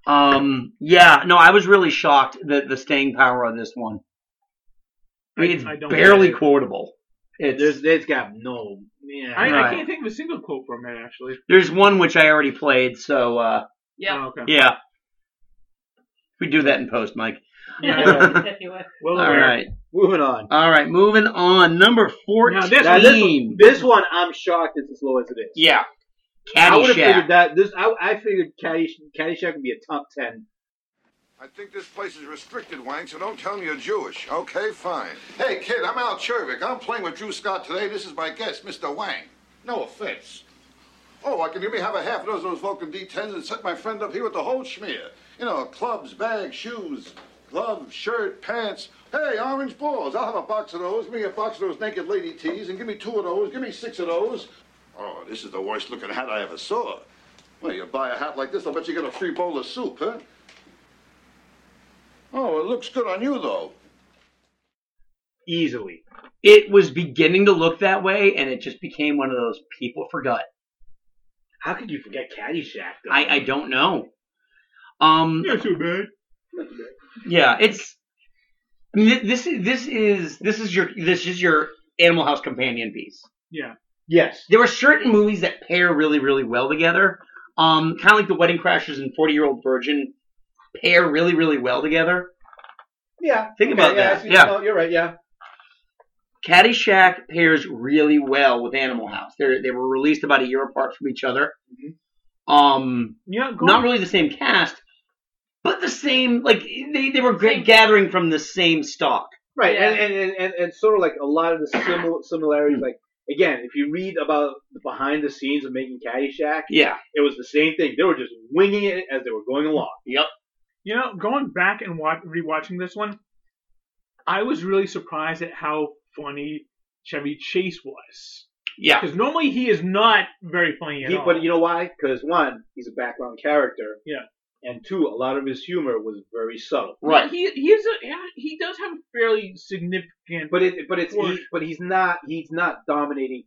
[SPEAKER 5] um, yeah, no, I was really shocked that the staying power on this one. I mean, it's
[SPEAKER 8] I don't
[SPEAKER 5] barely
[SPEAKER 8] get it.
[SPEAKER 5] quotable. It's,
[SPEAKER 9] There's it's got no. Yeah.
[SPEAKER 8] I, I
[SPEAKER 5] Right.
[SPEAKER 8] can't think of a single quote from it actually. Oh,
[SPEAKER 5] there's one which I already played, so uh,
[SPEAKER 12] Yeah.
[SPEAKER 8] okay.
[SPEAKER 5] yeah. We do that in post, Mike.
[SPEAKER 8] Yeah. Well
[SPEAKER 5] All
[SPEAKER 8] aware.
[SPEAKER 5] right.
[SPEAKER 9] Moving on.
[SPEAKER 5] All right, moving on. Number 14.
[SPEAKER 9] Now, this, one, this one, I'm shocked it's as low as it is.
[SPEAKER 5] Yeah.
[SPEAKER 9] I would have
[SPEAKER 5] Caddyshack.
[SPEAKER 9] figured that. This I, I figured Caddy, Caddyshack would be a top ten.
[SPEAKER 15] I think this place is restricted, Wang, so don't tell me you're Jewish. Okay, fine. Hey, kid, I'm Al Chervik. I'm playing with Drew Scott today. This is my guest, Mr. Wang. No offense. Oh, I can give me have a half dozen of those Vulcan D10s and set my friend up here with the whole schmear. You know, clubs, bags, shoes, gloves, shirt, pants. Hey, orange balls. I'll have a box of those. Give me a box of those naked lady tees and give me two of those. Give me six of those. Oh, this is the worst looking hat I ever saw. Well, you buy a hat like this, I'll bet you get a free bowl of soup, huh? Oh, it looks good on you, though.
[SPEAKER 9] Easily.
[SPEAKER 5] It was beginning to look that way, and it just became one of those people forgot.
[SPEAKER 9] How could you forget Caddyshack? Though?
[SPEAKER 5] I, I don't know. Um,
[SPEAKER 8] Not too bad.
[SPEAKER 5] Yeah, it's. I mean, thi- this is this is this is your this is your Animal House companion piece.
[SPEAKER 8] Yeah.
[SPEAKER 9] Yes,
[SPEAKER 5] there are certain movies that pair really really well together. Um, kind of like The Wedding Crashers and Forty Year Old Virgin pair really really well together.
[SPEAKER 9] Yeah.
[SPEAKER 5] Think about
[SPEAKER 9] yeah, I
[SPEAKER 5] that,
[SPEAKER 9] see-
[SPEAKER 5] yeah.
[SPEAKER 9] no, you're right. Yeah.
[SPEAKER 5] Caddyshack pairs really well with Animal House. They they were released about a year apart from each other.
[SPEAKER 9] Mm-hmm.
[SPEAKER 5] Um,
[SPEAKER 8] yeah, go
[SPEAKER 5] not
[SPEAKER 8] on.
[SPEAKER 5] really the same cast, but the same like they they were great gathering from the same stock.
[SPEAKER 9] Right, and, and, and, and, and sort of like a lot of the simil- similarities, like, again, if you read about the behind the scenes of making Caddyshack,
[SPEAKER 5] Yeah.
[SPEAKER 9] it was the same thing. They were just winging it as they were going along.
[SPEAKER 5] Yep.
[SPEAKER 8] You know, going back and watch, rewatching this one, I was really surprised at how funny Chevy Chase was.
[SPEAKER 5] Yeah.
[SPEAKER 8] Because normally he is not very funny at
[SPEAKER 9] He,
[SPEAKER 8] all.
[SPEAKER 9] but you know why? Because one, he's a background character,
[SPEAKER 8] yeah,
[SPEAKER 9] and two, a lot of his humor was very subtle.
[SPEAKER 8] He he is a, yeah, he does have a fairly significant.
[SPEAKER 9] But it, but it's,
[SPEAKER 8] Or-
[SPEAKER 9] he, but he's not, he's not dominating.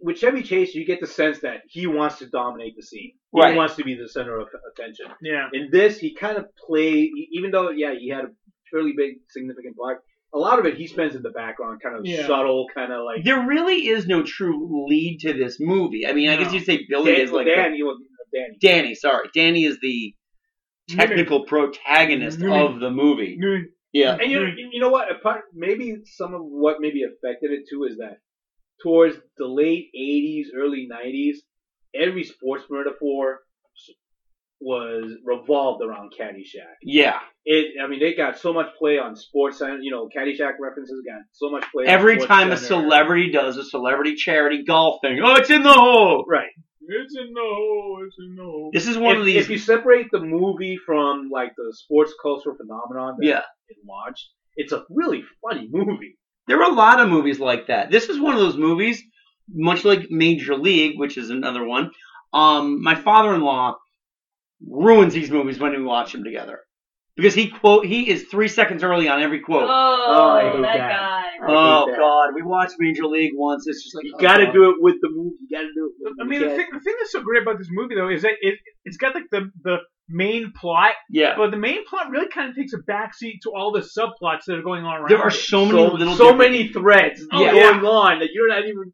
[SPEAKER 9] With Chevy Chase, you get the sense that he wants to dominate the scene.
[SPEAKER 8] Right.
[SPEAKER 9] He wants to be the center of attention.
[SPEAKER 8] Yeah.
[SPEAKER 9] In this, he kind of played, e, even though, yeah, he had a fairly big, significant part, a lot of it he spends in the background, kind of
[SPEAKER 5] Yeah.
[SPEAKER 9] subtle, kind of like.
[SPEAKER 5] There really is no true lead to this movie. I mean, I guess
[SPEAKER 9] No.
[SPEAKER 5] you'd say Billy
[SPEAKER 9] Dan-
[SPEAKER 5] is like
[SPEAKER 9] Dan,
[SPEAKER 5] the-
[SPEAKER 9] he was- Danny.
[SPEAKER 5] Danny, sorry, Danny is the
[SPEAKER 9] Mm-hmm.
[SPEAKER 5] technical protagonist of the movie. Yeah, Hmm.
[SPEAKER 9] And you, you know what? Apart, maybe some of what maybe affected it too is that towards the late 80s, early 90s, every sports metaphor was revolved around Caddyshack.
[SPEAKER 5] yeah.
[SPEAKER 9] It, I mean, they got so much play on Sports Center. You know, Caddyshack references got so much play. on
[SPEAKER 5] Every
[SPEAKER 9] Sports
[SPEAKER 5] time a
[SPEAKER 9] Center.
[SPEAKER 5] celebrity does a celebrity charity golf thing, oh, it's in the hole.
[SPEAKER 9] Right.
[SPEAKER 8] It's in the hole. It's in the hole.
[SPEAKER 9] If- If you separate the movie from like the sports cultural phenomenon that
[SPEAKER 5] Yeah.
[SPEAKER 9] it launched, it's a really funny movie.
[SPEAKER 5] There are a lot of movies like that. This is one of those movies, much like Major League, which is another one. Um, my father-in-law ruins these movies when we watch them together because he quote he is three seconds early on every quote.
[SPEAKER 12] Oh, I hate that that. guy. I hate
[SPEAKER 5] Oh
[SPEAKER 12] that.
[SPEAKER 5] God, we watched Major League once. It's just like oh,
[SPEAKER 9] You gotta do it with the movie. You gotta do it. With
[SPEAKER 8] I mean, the thing, the thing that's so great about this movie though is that it it's got like the the main plot.
[SPEAKER 5] Yeah.
[SPEAKER 8] But the main plot really kind of takes a backseat to all the subplots that are going on around.
[SPEAKER 5] There are
[SPEAKER 8] it.
[SPEAKER 5] so many little
[SPEAKER 9] so
[SPEAKER 5] different-
[SPEAKER 9] many threads
[SPEAKER 8] Oh, yeah.
[SPEAKER 9] going on that you're not even.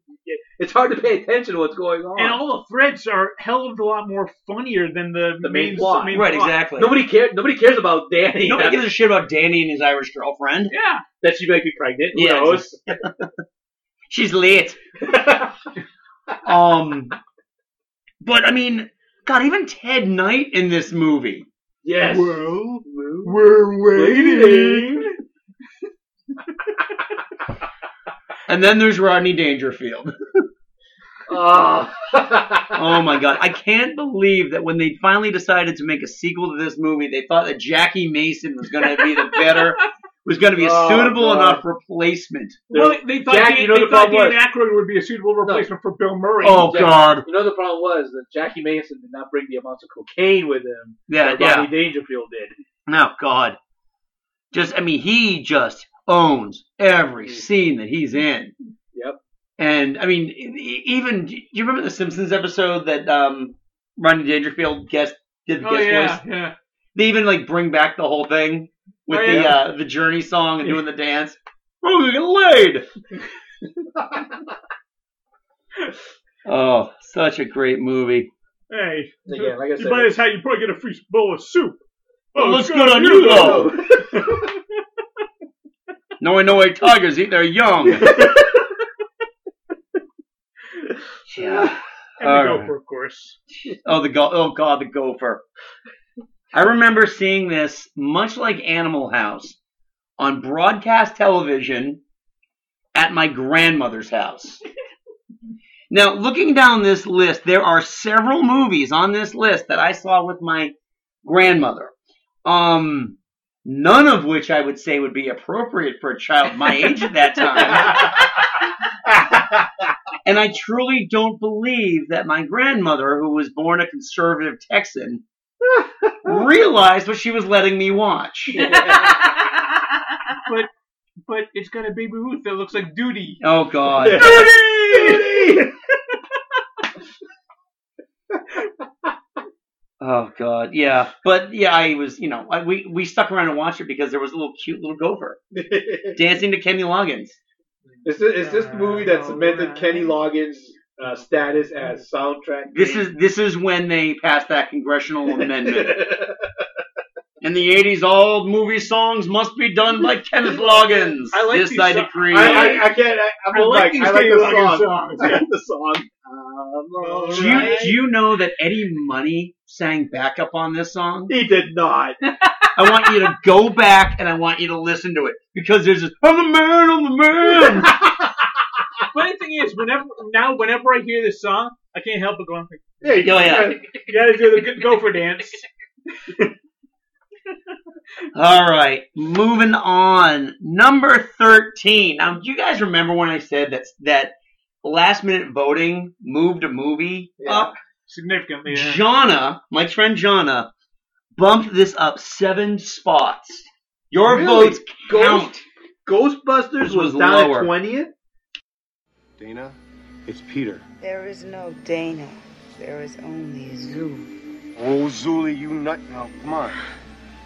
[SPEAKER 9] It's hard to pay attention to what's going on.
[SPEAKER 8] And all the threads are a hell of a lot more funnier than the,
[SPEAKER 9] the main,
[SPEAKER 8] main
[SPEAKER 9] plot.
[SPEAKER 8] main
[SPEAKER 5] Right,
[SPEAKER 8] plot.
[SPEAKER 5] exactly.
[SPEAKER 9] Nobody cares. Nobody cares about Danny.
[SPEAKER 5] Nobody gives a shit about Danny and his Irish girlfriend.
[SPEAKER 8] Yeah.
[SPEAKER 9] That she might be pregnant. Who
[SPEAKER 5] Yeah,
[SPEAKER 9] knows?
[SPEAKER 5] She's late. um, but I mean, God, even Ted Knight in this movie.
[SPEAKER 9] Yes.
[SPEAKER 5] Well, we're waiting. and then there's Rodney Dangerfield.
[SPEAKER 9] Ah.
[SPEAKER 5] oh my God, I can't believe that when they finally decided to make a sequel to this movie, they thought that Jackie Mason was going to be the better, was going to be a
[SPEAKER 8] Oh,
[SPEAKER 5] suitable
[SPEAKER 8] God.
[SPEAKER 5] enough replacement.
[SPEAKER 8] Well, they thought Dan, they thought Dan Aykroyd would be a suitable replacement for Bill Murray.
[SPEAKER 5] Oh, God.
[SPEAKER 9] You know the problem was that Jackie Mason did not bring the amounts of cocaine with him.
[SPEAKER 5] Yeah,
[SPEAKER 9] that
[SPEAKER 5] yeah.
[SPEAKER 9] Rodney Dangerfield did.
[SPEAKER 5] No, Oh, God. Just, I mean, he just owns
[SPEAKER 8] Mm.
[SPEAKER 5] every scene that he's in.
[SPEAKER 9] Yep.
[SPEAKER 5] And, I mean, e- even, do you remember the Simpsons episode that um, Rodney Dangerfield guest, did the
[SPEAKER 8] Oh,
[SPEAKER 5] guest
[SPEAKER 8] yeah,
[SPEAKER 5] voice?
[SPEAKER 8] yeah.
[SPEAKER 5] They even, like, bring back the whole thing with
[SPEAKER 8] Oh,
[SPEAKER 5] the
[SPEAKER 8] yeah.
[SPEAKER 5] uh, the Journey song and doing the dance. We're going to get laid! Oh, such a great movie.
[SPEAKER 8] Hey,
[SPEAKER 9] Again, like I said-
[SPEAKER 8] you buy this hat, you probably get a free bowl of soup. Oh,
[SPEAKER 5] Well,
[SPEAKER 8] it's
[SPEAKER 5] looks good on you, though. No, I know why tigers eat their young. yeah.
[SPEAKER 8] And
[SPEAKER 5] All
[SPEAKER 8] the
[SPEAKER 5] right.
[SPEAKER 8] gopher, of course.
[SPEAKER 5] Oh the go- oh god, the gopher. I remember seeing this much like Animal House on broadcast television at my grandmother's house. now, looking down this list, there are several movies on this list that I saw with my grandmother. Um none of which I would say would be appropriate for a child my age at that time. And I truly don't believe that my grandmother, who was born a conservative Texan, realized what she was letting me watch.
[SPEAKER 8] But but it's got a baby Ruth that looks like Duty.
[SPEAKER 5] Oh God.
[SPEAKER 8] Duty.
[SPEAKER 5] Oh God, yeah. But yeah, I was, you know, I, we we stuck around and watched it because there was a little cute little gopher dancing to Kenny Loggins.
[SPEAKER 9] Is this, is this the movie that cemented Kenny Loggins' uh, status
[SPEAKER 8] Mm.
[SPEAKER 9] as soundtrack?
[SPEAKER 5] This is this is when they passed that congressional amendment. In the '80s, all movie songs must be done by Kenneth Loggins.
[SPEAKER 9] I like
[SPEAKER 5] this
[SPEAKER 9] these
[SPEAKER 5] I
[SPEAKER 9] so-
[SPEAKER 5] decree.
[SPEAKER 9] I- I- I can't- I- I'm like- I like the song. I like
[SPEAKER 5] the song.
[SPEAKER 9] Um,
[SPEAKER 5] Do you, do you know that Eddie Money sang backup on this song?
[SPEAKER 9] He did not.
[SPEAKER 5] I want you to go back and I want you to listen to it because there's this, I'm the man, I'm the man.
[SPEAKER 8] Funny thing is, whenever now whenever I hear this song, I can't help but go on.
[SPEAKER 5] Yeah, you Oh, yeah. gotta-
[SPEAKER 8] You gotta do the g- gopher dance.
[SPEAKER 5] All right, moving on. Number 13. Now, do you guys remember when I said that, that last minute voting moved a movie up?
[SPEAKER 8] Significantly. yeah.
[SPEAKER 5] Jana, my friend Jana, bumped this up seven spots. Your
[SPEAKER 9] Really?
[SPEAKER 5] votes count.
[SPEAKER 9] Ghost- Ghostbusters was,
[SPEAKER 5] Was
[SPEAKER 9] down
[SPEAKER 5] lower.
[SPEAKER 9] at 20th?
[SPEAKER 14] Dana, it's Peter.
[SPEAKER 16] There is no Dana. There is only Zoo.
[SPEAKER 14] Oh, Zuli, you nut now. Come on.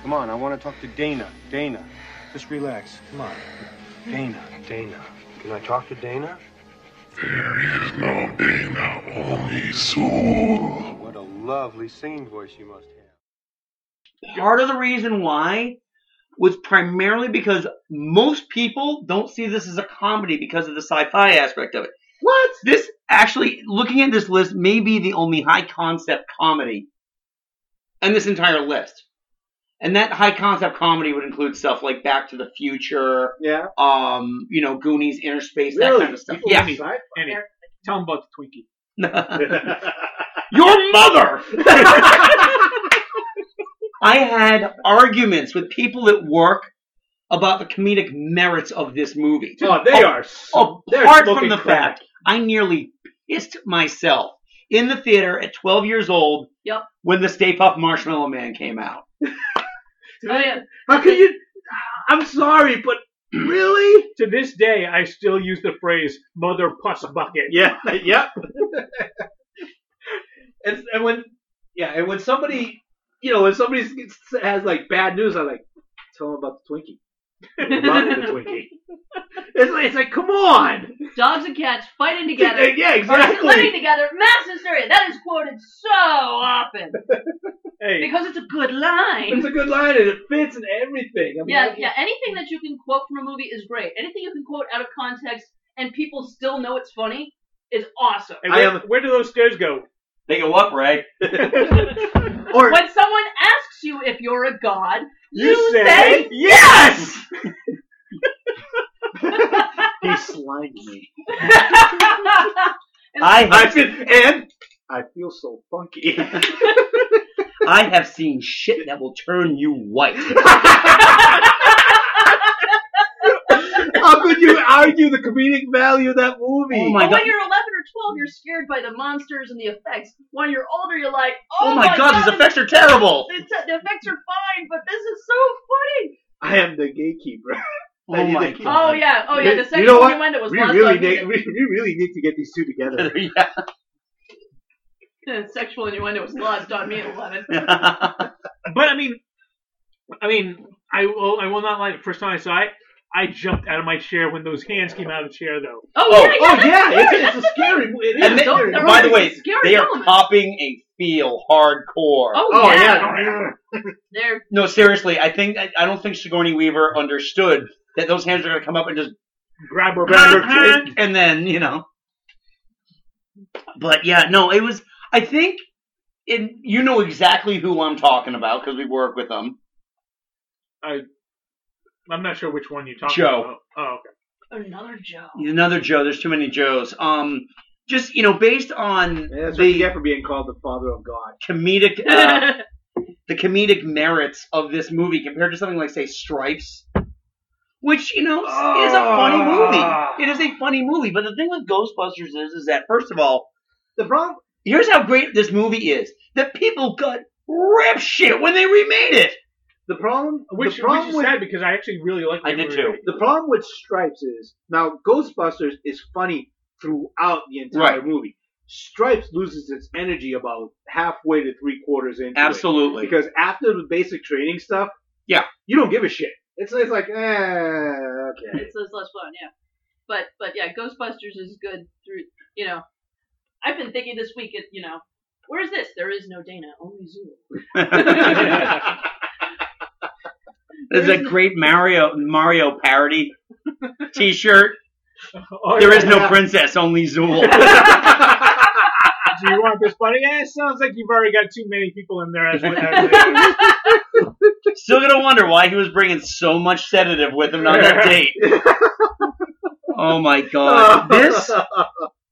[SPEAKER 14] Come on, I want to talk to Dana. Dana, just relax. Come on. Dana, Dana. Can I talk to Dana?
[SPEAKER 4] No, Dana, only
[SPEAKER 14] Oh, what a lovely singing voice you must have.
[SPEAKER 5] Part of the reason why was primarily because most people don't see this as a comedy because of the sci-fi aspect of it. What? This actually, looking at this list, may be the only high concept comedy in this entire list. And that high concept comedy would include stuff like Back to the Future,
[SPEAKER 9] yeah,
[SPEAKER 5] um, you know, Goonies, Inner Space, that kind of stuff.
[SPEAKER 8] People
[SPEAKER 5] yeah,
[SPEAKER 8] Andy, Andy, tell him about the Twinkie.
[SPEAKER 5] Your mother! I had arguments with people at work about the comedic merits of this movie.
[SPEAKER 3] Oh, they are so- they're
[SPEAKER 5] Apart from
[SPEAKER 3] smoking
[SPEAKER 5] the
[SPEAKER 3] crack.
[SPEAKER 5] fact, I nearly pissed myself in the theater at 12 years old
[SPEAKER 12] Yep.
[SPEAKER 5] when the Stay Puft Marshmallow Man came out.
[SPEAKER 8] Oh, How could you? I'm sorry, but really? To this day, I still use the phrase "mother puss bucket."
[SPEAKER 3] Yeah, yep.
[SPEAKER 9] and, and when yeah, and when somebody you know when somebody s- has like bad news, I'm like, tell them about the Twinkie. Love the Twinkie. It's like, it's like come on.
[SPEAKER 12] Dogs and cats fighting together.
[SPEAKER 9] Yeah,
[SPEAKER 12] versus Living
[SPEAKER 9] exactly.
[SPEAKER 12] together. Mass hysteria. That is quoted so often.
[SPEAKER 9] Hey.
[SPEAKER 12] Because it's a good line.
[SPEAKER 9] It's a good line and it fits in everything. I mean,
[SPEAKER 12] yeah,
[SPEAKER 9] I-
[SPEAKER 12] yeah. Anything that you can quote from a movie is great. Anything you can quote out of context and people still know it's funny is awesome.
[SPEAKER 8] And where, where do those stairs go?
[SPEAKER 5] They go up, right?
[SPEAKER 12] when someone asks you if you're a god,
[SPEAKER 8] You
[SPEAKER 12] you,
[SPEAKER 8] say,
[SPEAKER 12] say,
[SPEAKER 8] "Yes!"
[SPEAKER 5] He slimed me.
[SPEAKER 12] And
[SPEAKER 5] I
[SPEAKER 9] I
[SPEAKER 5] have,
[SPEAKER 9] feel, and I feel so funky.
[SPEAKER 5] I have seen shit that will turn you white.
[SPEAKER 9] How could you argue the comedic value of that movie?
[SPEAKER 5] Oh my
[SPEAKER 12] but
[SPEAKER 5] god.
[SPEAKER 12] when you're 11 or 12, you're scared by the monsters and the effects. When you're older, you're like,
[SPEAKER 5] Oh my God, these effects are terrible."
[SPEAKER 12] The, the effects are fine, but this is so funny.
[SPEAKER 9] I am the gatekeeper.
[SPEAKER 5] Oh my
[SPEAKER 12] God. Oh, yeah. Oh, yeah. The
[SPEAKER 9] you
[SPEAKER 12] second
[SPEAKER 9] know what?
[SPEAKER 12] innuendo was
[SPEAKER 9] we
[SPEAKER 12] lost
[SPEAKER 9] really
[SPEAKER 12] on
[SPEAKER 9] need,
[SPEAKER 12] music.
[SPEAKER 9] we, we really need to get these two together.
[SPEAKER 5] yeah.
[SPEAKER 12] Sexual innuendo was lost on me at 11.
[SPEAKER 8] But I mean, I mean, I will. I will not lie. The first time I saw it, I jumped out of my chair when those hands came out of the chair, though.
[SPEAKER 12] Oh, yeah, yeah,
[SPEAKER 9] oh, yeah,
[SPEAKER 12] that's
[SPEAKER 9] it's- it's a scary mo- it
[SPEAKER 5] And
[SPEAKER 9] is
[SPEAKER 5] they-
[SPEAKER 9] scary.
[SPEAKER 5] and by the way,
[SPEAKER 12] Scary
[SPEAKER 5] they are
[SPEAKER 12] elements.
[SPEAKER 5] popping a feel hardcore.
[SPEAKER 12] Oh, Oh, yeah. They're
[SPEAKER 5] No, seriously, I think I, I don't think Sigourney Weaver understood that those hands are going to come up and just
[SPEAKER 8] grab her,
[SPEAKER 5] grab her, and then you know. But yeah, no, it was. I think it, you know exactly who I'm talking about because we work with them.
[SPEAKER 8] I, I'm not sure which one you talking
[SPEAKER 5] Joe.
[SPEAKER 8] about. Oh, okay.
[SPEAKER 12] another Joe.
[SPEAKER 5] Another Joe. There's too many Joes. Um, just you know, based on
[SPEAKER 9] that's
[SPEAKER 5] the
[SPEAKER 9] what you get for being called the father of God.
[SPEAKER 5] comedic uh, the comedic merits of this movie compared to something like say Stripes, which you know is a funny
[SPEAKER 9] Ah.
[SPEAKER 5] movie. It is a funny movie, but the thing with Ghostbusters is is that first of all, the problem here's how great this movie is that people got rip shit when they remade it.
[SPEAKER 9] The problem,
[SPEAKER 8] Which,
[SPEAKER 9] the problem
[SPEAKER 8] which is
[SPEAKER 9] with,
[SPEAKER 8] sad because I actually really like. the movie.
[SPEAKER 9] The problem with Stripes is now Ghostbusters is funny throughout the entire
[SPEAKER 5] Right.
[SPEAKER 9] movie. Stripes loses its energy about halfway to three quarters into it.
[SPEAKER 5] Absolutely.
[SPEAKER 9] because after the basic training stuff,
[SPEAKER 5] yeah,
[SPEAKER 9] you don't give a shit. It's, it's like, eh,
[SPEAKER 12] Uh,
[SPEAKER 9] okay.
[SPEAKER 12] it's, it's less fun, yeah. But but yeah, Ghostbusters is good through you know. I've been thinking this week, it, you know, where is this? There is no Dana, only Zool.
[SPEAKER 5] There's a great Mario Mario parody T-shirt.
[SPEAKER 8] Oh,
[SPEAKER 5] there
[SPEAKER 8] yeah,
[SPEAKER 5] is no
[SPEAKER 8] yeah.
[SPEAKER 5] princess, only Zool.
[SPEAKER 8] Do you want this funny? Yeah, it sounds like you've already got too many people in there. As what that is.
[SPEAKER 5] Still gonna wonder why he was bringing so much sedative with him on that date. Oh my god, this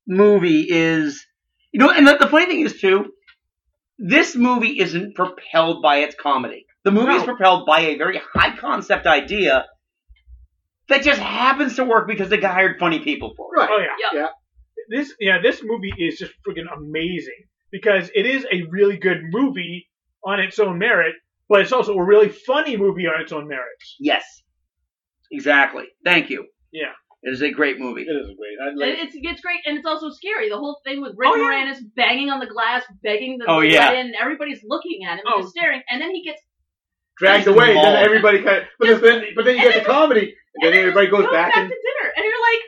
[SPEAKER 5] movie is you know, and the, the funny thing is too, this movie isn't propelled by its comedy. The movie is propelled by a very high concept idea that just happens to work because they hired funny people for it.
[SPEAKER 8] Oh yeah. Yeah. This yeah, this movie is just freaking amazing because it is a really good movie on its own merit, but it's also a really funny movie on its own merits.
[SPEAKER 5] Yes, exactly. Thank you.
[SPEAKER 8] Yeah.
[SPEAKER 5] It is a great movie. It
[SPEAKER 9] is a great. I
[SPEAKER 12] And it's it's great and it's also scary. The whole thing with Rick Moranis banging on the glass, begging them
[SPEAKER 5] Oh,
[SPEAKER 12] to
[SPEAKER 5] yeah.
[SPEAKER 12] let in, and everybody's looking at him and just staring, and then he gets
[SPEAKER 9] Dragged away, then everybody kind of, but then, but then you get the comedy, and then everybody goes
[SPEAKER 12] goes
[SPEAKER 9] back and
[SPEAKER 12] to dinner, and you're like,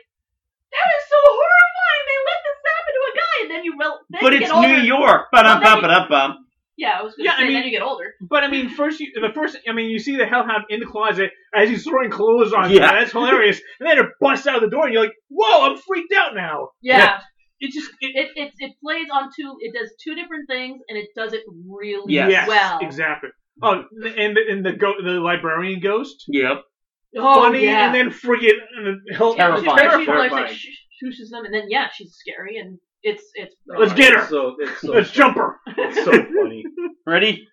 [SPEAKER 12] that is so horrifying. They let this happen to a guy, and then you rel- then
[SPEAKER 5] But
[SPEAKER 12] you
[SPEAKER 5] it's
[SPEAKER 12] get older.
[SPEAKER 5] New York.
[SPEAKER 12] Well, then
[SPEAKER 5] Ba-dum-bum,
[SPEAKER 12] you-
[SPEAKER 5] ba-dum-bum.
[SPEAKER 12] Yeah, I was gonna
[SPEAKER 8] Yeah, I
[SPEAKER 12] say.
[SPEAKER 8] mean-
[SPEAKER 12] then you get older.
[SPEAKER 8] But I mean, first you the first I mean, you see the hellhound in the closet as he's throwing clothes on.
[SPEAKER 5] Yeah.
[SPEAKER 8] Yeah, that's hilarious. and then it busts out of the door, and you're like, "Whoa, I'm freaked out now."
[SPEAKER 12] Yeah.
[SPEAKER 8] It just
[SPEAKER 12] it, it, it plays on two. It does two different things, and it does it really
[SPEAKER 8] Yes.
[SPEAKER 12] well.
[SPEAKER 8] Exactly. Oh, and the, and the go, the librarian ghost.
[SPEAKER 5] Yep.
[SPEAKER 12] Oh,
[SPEAKER 8] Funny
[SPEAKER 12] yeah.
[SPEAKER 8] and then freaking and then hell-
[SPEAKER 12] She- she- she, like,
[SPEAKER 8] terrifying.
[SPEAKER 12] sh- shushes them, and then yeah, she's scary and It's it's.
[SPEAKER 8] Let's get her.
[SPEAKER 5] So- it's so
[SPEAKER 8] Let's
[SPEAKER 5] funny.
[SPEAKER 8] jump her.
[SPEAKER 5] It's so funny. Ready?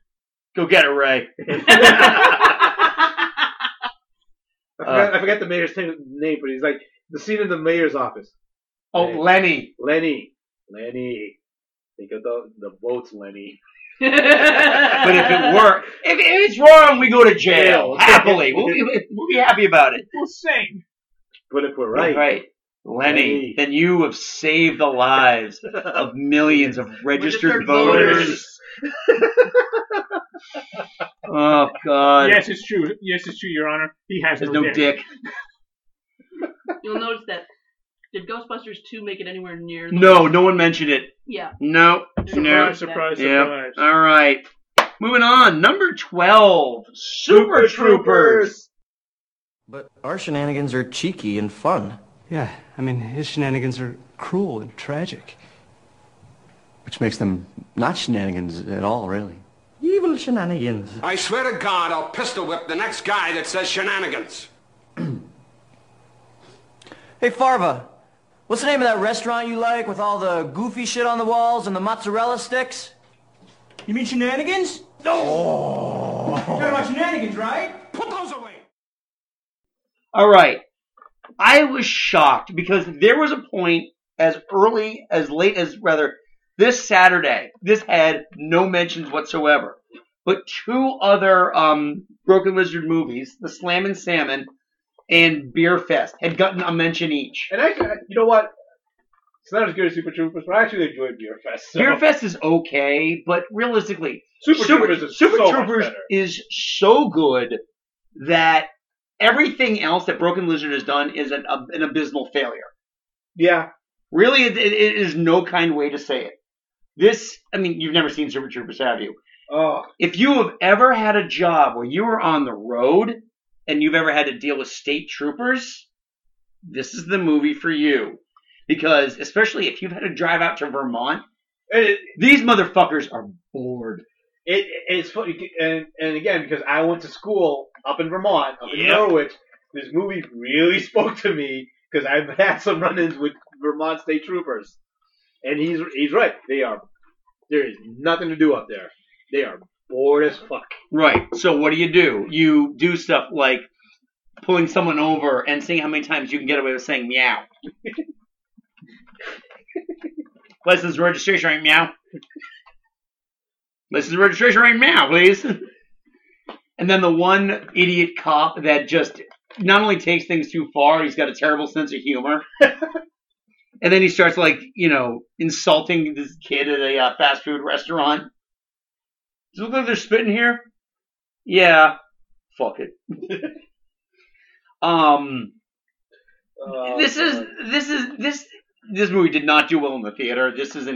[SPEAKER 5] Go get her, Ray.
[SPEAKER 9] I forgot,
[SPEAKER 5] Uh,
[SPEAKER 9] I forgot the mayor's t- name, but he's like the scene in the mayor's office.
[SPEAKER 5] Oh, Lenny.
[SPEAKER 9] Lenny. Lenny. Think of the, the votes, Lenny.
[SPEAKER 5] but if it were, if, if it's wrong, we go to jail happily. We'll be, we'll be happy about it.
[SPEAKER 8] We'll sing.
[SPEAKER 5] But if we're
[SPEAKER 9] right-
[SPEAKER 5] right, Lenny,
[SPEAKER 9] Lenny.
[SPEAKER 5] then you have saved the lives of millions of registered voters. oh God!
[SPEAKER 8] yes, it's true. Yes, it's true, Your Honor. He has
[SPEAKER 5] There's
[SPEAKER 8] no,
[SPEAKER 5] no dick.
[SPEAKER 12] You'll notice that. Did Ghostbusters 2 make it anywhere near? the-
[SPEAKER 5] No, no one mentioned it.
[SPEAKER 12] Yeah.
[SPEAKER 5] No.
[SPEAKER 12] Surprise,
[SPEAKER 5] no.
[SPEAKER 12] surprise,
[SPEAKER 5] Yeah.
[SPEAKER 12] surprise.
[SPEAKER 5] All right. Moving on. Number 12 Super Troopers.
[SPEAKER 18] But our shenanigans are cheeky and fun.
[SPEAKER 19] Yeah, I mean, his shenanigans are cruel and tragic.
[SPEAKER 18] Which makes them not shenanigans at all, really. Evil shenanigans.
[SPEAKER 20] I swear to God, I'll pistol whip the next guy that says shenanigans.
[SPEAKER 18] Hey, Farva, what's the name of that restaurant you like with all the goofy shit on the walls and the mozzarella sticks? You mean shenanigans? No!
[SPEAKER 6] You're about shenanigans, right?
[SPEAKER 20] Put those away!
[SPEAKER 5] All right. I was shocked because there was a point as early as late as rather this Saturday. This had no mentions whatsoever. But two other um, Broken Lizard movies, The Slam and Salmon and Beer Fest, had gotten a mention each.
[SPEAKER 9] And actually, you know what? It's not as good as Super Troopers, but I actually enjoyed Beer Fest. so-
[SPEAKER 5] Beer Fest is okay, but realistically,
[SPEAKER 9] Super Troopers is
[SPEAKER 5] Super
[SPEAKER 9] so much
[SPEAKER 5] Troopers
[SPEAKER 9] better.
[SPEAKER 5] is so good that everything else that Broken Lizard has done is an, an abysmal failure.
[SPEAKER 9] Yeah.
[SPEAKER 5] Really, it, it it is no kind way to say it. This, I mean, you've never seen Super Troopers, have you?
[SPEAKER 9] Oh.
[SPEAKER 5] If you have ever had a job where you were on the road and you've ever had to deal with state troopers, this is the movie for you. Because especially if you've had to drive out to Vermont, these motherfuckers are bored.
[SPEAKER 9] It, it's funny, and and again because I went to school up in Vermont, up in
[SPEAKER 5] Yep.
[SPEAKER 9] Norwich. This movie really spoke to me because I've had some run-ins with Vermont state troopers, and he's he's right. They are there is nothing to do up there. They are bored as fuck.
[SPEAKER 5] Right. So what do you do? You do stuff like pulling someone over and seeing how many times you can get away with saying meow. License and registration right meow. License and registration right meow, please. And then the one idiot cop that just not only takes things too far, he's got a terrible sense of humor. and then he starts like, you know, insulting this kid at a uh, fast food restaurant. Does it look like they're spitting here? Yeah. Fuck it. um Oh,
[SPEAKER 12] Uh,
[SPEAKER 5] this is this is this this movie did not do well in the theater. This is an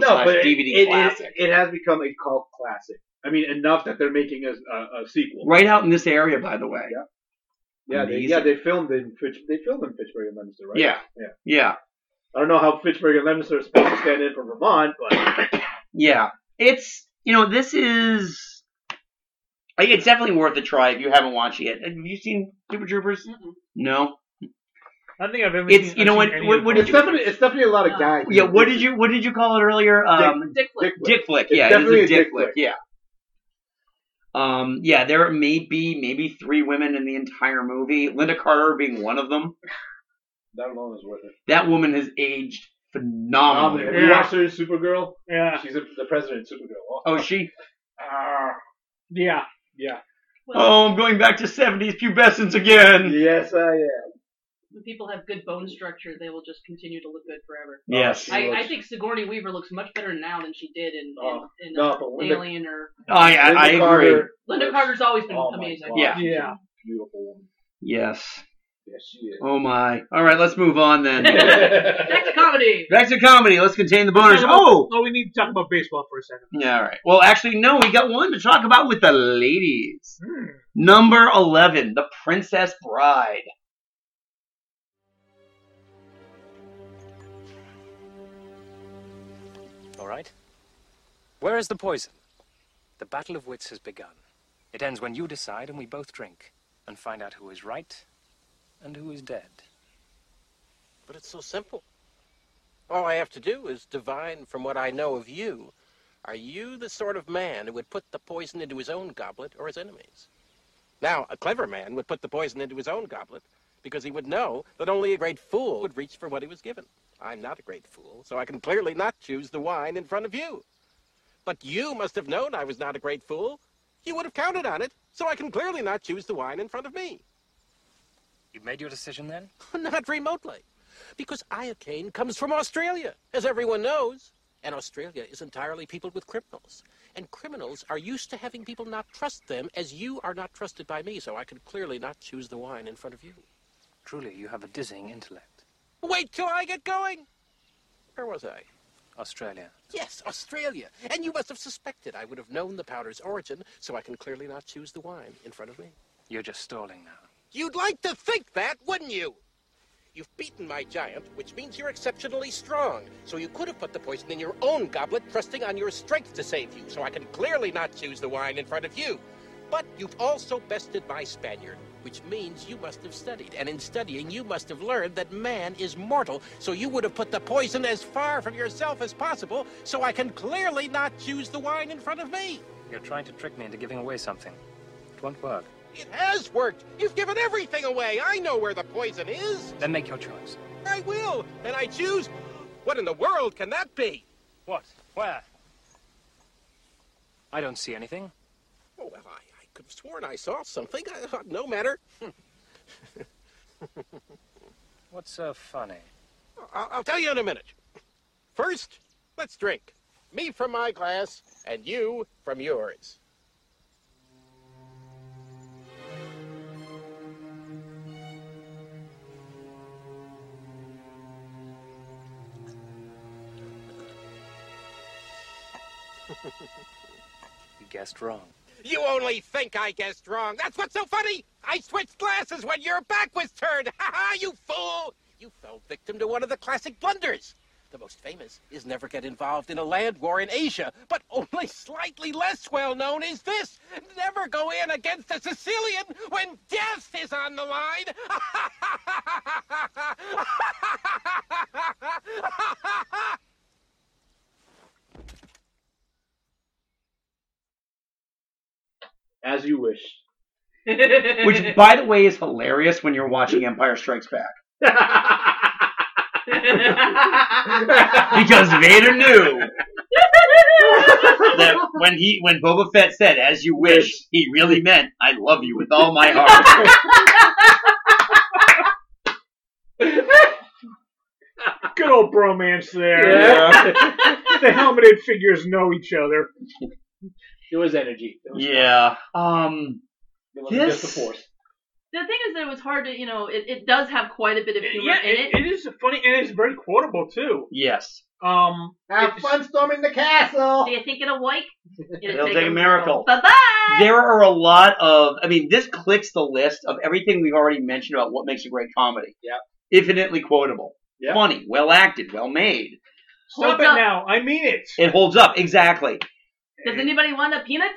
[SPEAKER 9] No,
[SPEAKER 5] slash
[SPEAKER 9] but it-
[SPEAKER 5] DVD
[SPEAKER 9] it, it,
[SPEAKER 5] classic.
[SPEAKER 9] It, has become a cult classic. I mean, enough that they're making a, a, a sequel.
[SPEAKER 5] right out in this area, by the way.
[SPEAKER 9] Yeah, they,
[SPEAKER 5] Amazing.
[SPEAKER 9] yeah, they filmed in Fitch, they filmed in Fitchburg and Leominster, right?
[SPEAKER 5] Yeah.
[SPEAKER 9] yeah.
[SPEAKER 5] Yeah.
[SPEAKER 9] I don't know how Fitchburg and Leominster are supposed to stand in for Vermont, but
[SPEAKER 5] Yeah. It's you know, this is like, it's definitely worth a try if you haven't watched it yet. Have you seen Super Troopers? No.
[SPEAKER 8] I don't think I've ever.
[SPEAKER 5] It's
[SPEAKER 8] seen-
[SPEAKER 5] you know
[SPEAKER 8] I've
[SPEAKER 5] what
[SPEAKER 8] seen any
[SPEAKER 5] what,
[SPEAKER 8] of
[SPEAKER 5] what
[SPEAKER 8] them.
[SPEAKER 5] did you,
[SPEAKER 9] it's definitely a lot of guys.
[SPEAKER 5] yeah, what did you what did you call it earlier? Um,
[SPEAKER 12] Dick flick.
[SPEAKER 5] Dick flick,
[SPEAKER 9] It's
[SPEAKER 5] yeah,
[SPEAKER 9] definitely
[SPEAKER 5] it is a dick flick, yeah. Um, yeah, there may be maybe three women in the entire movie. Linda Carter being one of them.
[SPEAKER 9] That alone is worth it.
[SPEAKER 5] That woman has aged
[SPEAKER 9] Um,
[SPEAKER 5] phenomenally.
[SPEAKER 9] have you watched her in Supergirl?
[SPEAKER 8] Yeah.
[SPEAKER 9] She's a, the president of Supergirl. Ah.
[SPEAKER 5] Oh, is she?
[SPEAKER 8] yeah.
[SPEAKER 9] Yeah.
[SPEAKER 5] Oh, I'm going back to '70s pubescence again.
[SPEAKER 9] Yes, I am.
[SPEAKER 12] When people have good bone structure, they will just continue to look good
[SPEAKER 8] Oh,
[SPEAKER 12] forever.
[SPEAKER 5] Yes.
[SPEAKER 12] I, I think Sigourney Weaver looks much better now than she did in, in,
[SPEAKER 9] Oh,
[SPEAKER 12] in
[SPEAKER 9] no,
[SPEAKER 12] uh,
[SPEAKER 9] but Linda-
[SPEAKER 12] Alien or.
[SPEAKER 5] Oh, yeah, I- I
[SPEAKER 9] Linda
[SPEAKER 5] agree.
[SPEAKER 9] Carter-
[SPEAKER 12] Linda Carter's always been
[SPEAKER 9] Oh my
[SPEAKER 12] amazing.
[SPEAKER 9] God,
[SPEAKER 5] Yeah.
[SPEAKER 9] she's a
[SPEAKER 8] Yeah.
[SPEAKER 9] Beautiful woman.
[SPEAKER 5] Yes.
[SPEAKER 9] Yes, she is.
[SPEAKER 5] Oh my. All right, let's move on then.
[SPEAKER 12] Back to comedy.
[SPEAKER 5] back to comedy. Let's contain the boners.
[SPEAKER 8] Talk about-
[SPEAKER 5] Oh.
[SPEAKER 8] oh, we need to talk about baseball for a second.
[SPEAKER 5] Yeah, all right. Well, actually, no. We got one to talk about with the ladies.
[SPEAKER 8] Hmm.
[SPEAKER 5] Number eleven, The Princess Bride.
[SPEAKER 23] All right. Where is the poison? The battle of wits has begun. It ends when you decide and we both drink and find out who is right and who is dead.
[SPEAKER 25] But it's so simple.
[SPEAKER 1] All I have to do is divine from what I know of you. Are you the sort of man who would put the poison into his own goblet or his enemy's? Now, a clever man would put the poison into his own goblet because he would know that only a great fool would reach for what he was given. I'm not a great fool, so I can clearly not choose the wine in front of you. But you must have known I was not a great fool. You would have counted on it, so I can clearly not choose the wine in front of me.
[SPEAKER 23] You've made your decision then?
[SPEAKER 1] Not remotely. Because iocane comes from Australia, as everyone knows. And Australia is entirely peopled with criminals. And criminals are used to having people not trust them, as you are not trusted by me, so I can clearly not choose the wine in front of you.
[SPEAKER 23] Truly, you have a dizzying intellect.
[SPEAKER 1] Wait till I get going! Where was I?
[SPEAKER 23] Australia.
[SPEAKER 1] Yes, Australia. And you must have suspected I would have known the powder's origin, so I can clearly not choose the wine in front of me.
[SPEAKER 23] You're just stalling now.
[SPEAKER 1] You'd like to think that, wouldn't you? You've beaten my giant, which means you're exceptionally strong. So you could have put the poison in your own goblet, trusting on your strength to save you. So I can clearly not choose the wine in front of you. But you've also bested my Spaniard, which means you must have studied. And in studying, you must have learned that man is mortal. So you would have put the poison as far from yourself as possible. So I can clearly not choose the wine in front of me.
[SPEAKER 23] You're trying to trick me into giving away something. It won't work.
[SPEAKER 1] It has worked. You've given everything away. I know where the poison is.
[SPEAKER 23] Then make your choice.
[SPEAKER 1] I will. Then I choose. What in the world can that be?
[SPEAKER 23] What? Where? I don't see anything.
[SPEAKER 1] Oh, well, I, I could have sworn I saw something. I, no matter.
[SPEAKER 23] What's so funny?
[SPEAKER 1] I'll, I'll tell you in a minute. First, let's drink. Me from my glass, and you from yours.
[SPEAKER 23] You guessed wrong.
[SPEAKER 1] You only think I guessed wrong. That's what's so funny. I switched glasses when your back was turned. Ha ha, you fool! You fell victim to one of the classic blunders. The most famous is never get involved in a land war in Asia, but only slightly less well known is this never go in against a Sicilian when death is on the line.
[SPEAKER 9] As you wish.
[SPEAKER 5] Which, by the way, is hilarious when you're watching Empire Strikes Back. because Vader knew that when he when Boba Fett said "as you wish," he really meant "I love you with all my heart."
[SPEAKER 8] Good old bromance there.
[SPEAKER 5] Yeah.
[SPEAKER 8] the helmeted figures know each other.
[SPEAKER 9] It was energy.
[SPEAKER 5] yeah. Um.
[SPEAKER 9] It
[SPEAKER 5] wasn't just the
[SPEAKER 9] force.
[SPEAKER 12] The thing is that it was hard to, you know, it, it does have quite a bit of humor
[SPEAKER 8] Yeah,
[SPEAKER 12] in it.
[SPEAKER 8] it, it is funny and it's very quotable too.
[SPEAKER 5] Yes.
[SPEAKER 8] Um,
[SPEAKER 12] Ah,
[SPEAKER 5] Have
[SPEAKER 8] fun
[SPEAKER 5] storming the castle.
[SPEAKER 12] Do you think it'll work?
[SPEAKER 5] It'll take a miracle.
[SPEAKER 12] Bye bye.
[SPEAKER 5] There are a lot of. I mean, this clicks the list of everything we've already mentioned about what makes a great comedy.
[SPEAKER 9] Yep.
[SPEAKER 5] Infinitely quotable.
[SPEAKER 9] Yep.
[SPEAKER 5] Funny, well acted, well made.
[SPEAKER 8] Stop it now. I mean it.
[SPEAKER 5] It holds up exactly.
[SPEAKER 12] Does anybody want a peanut?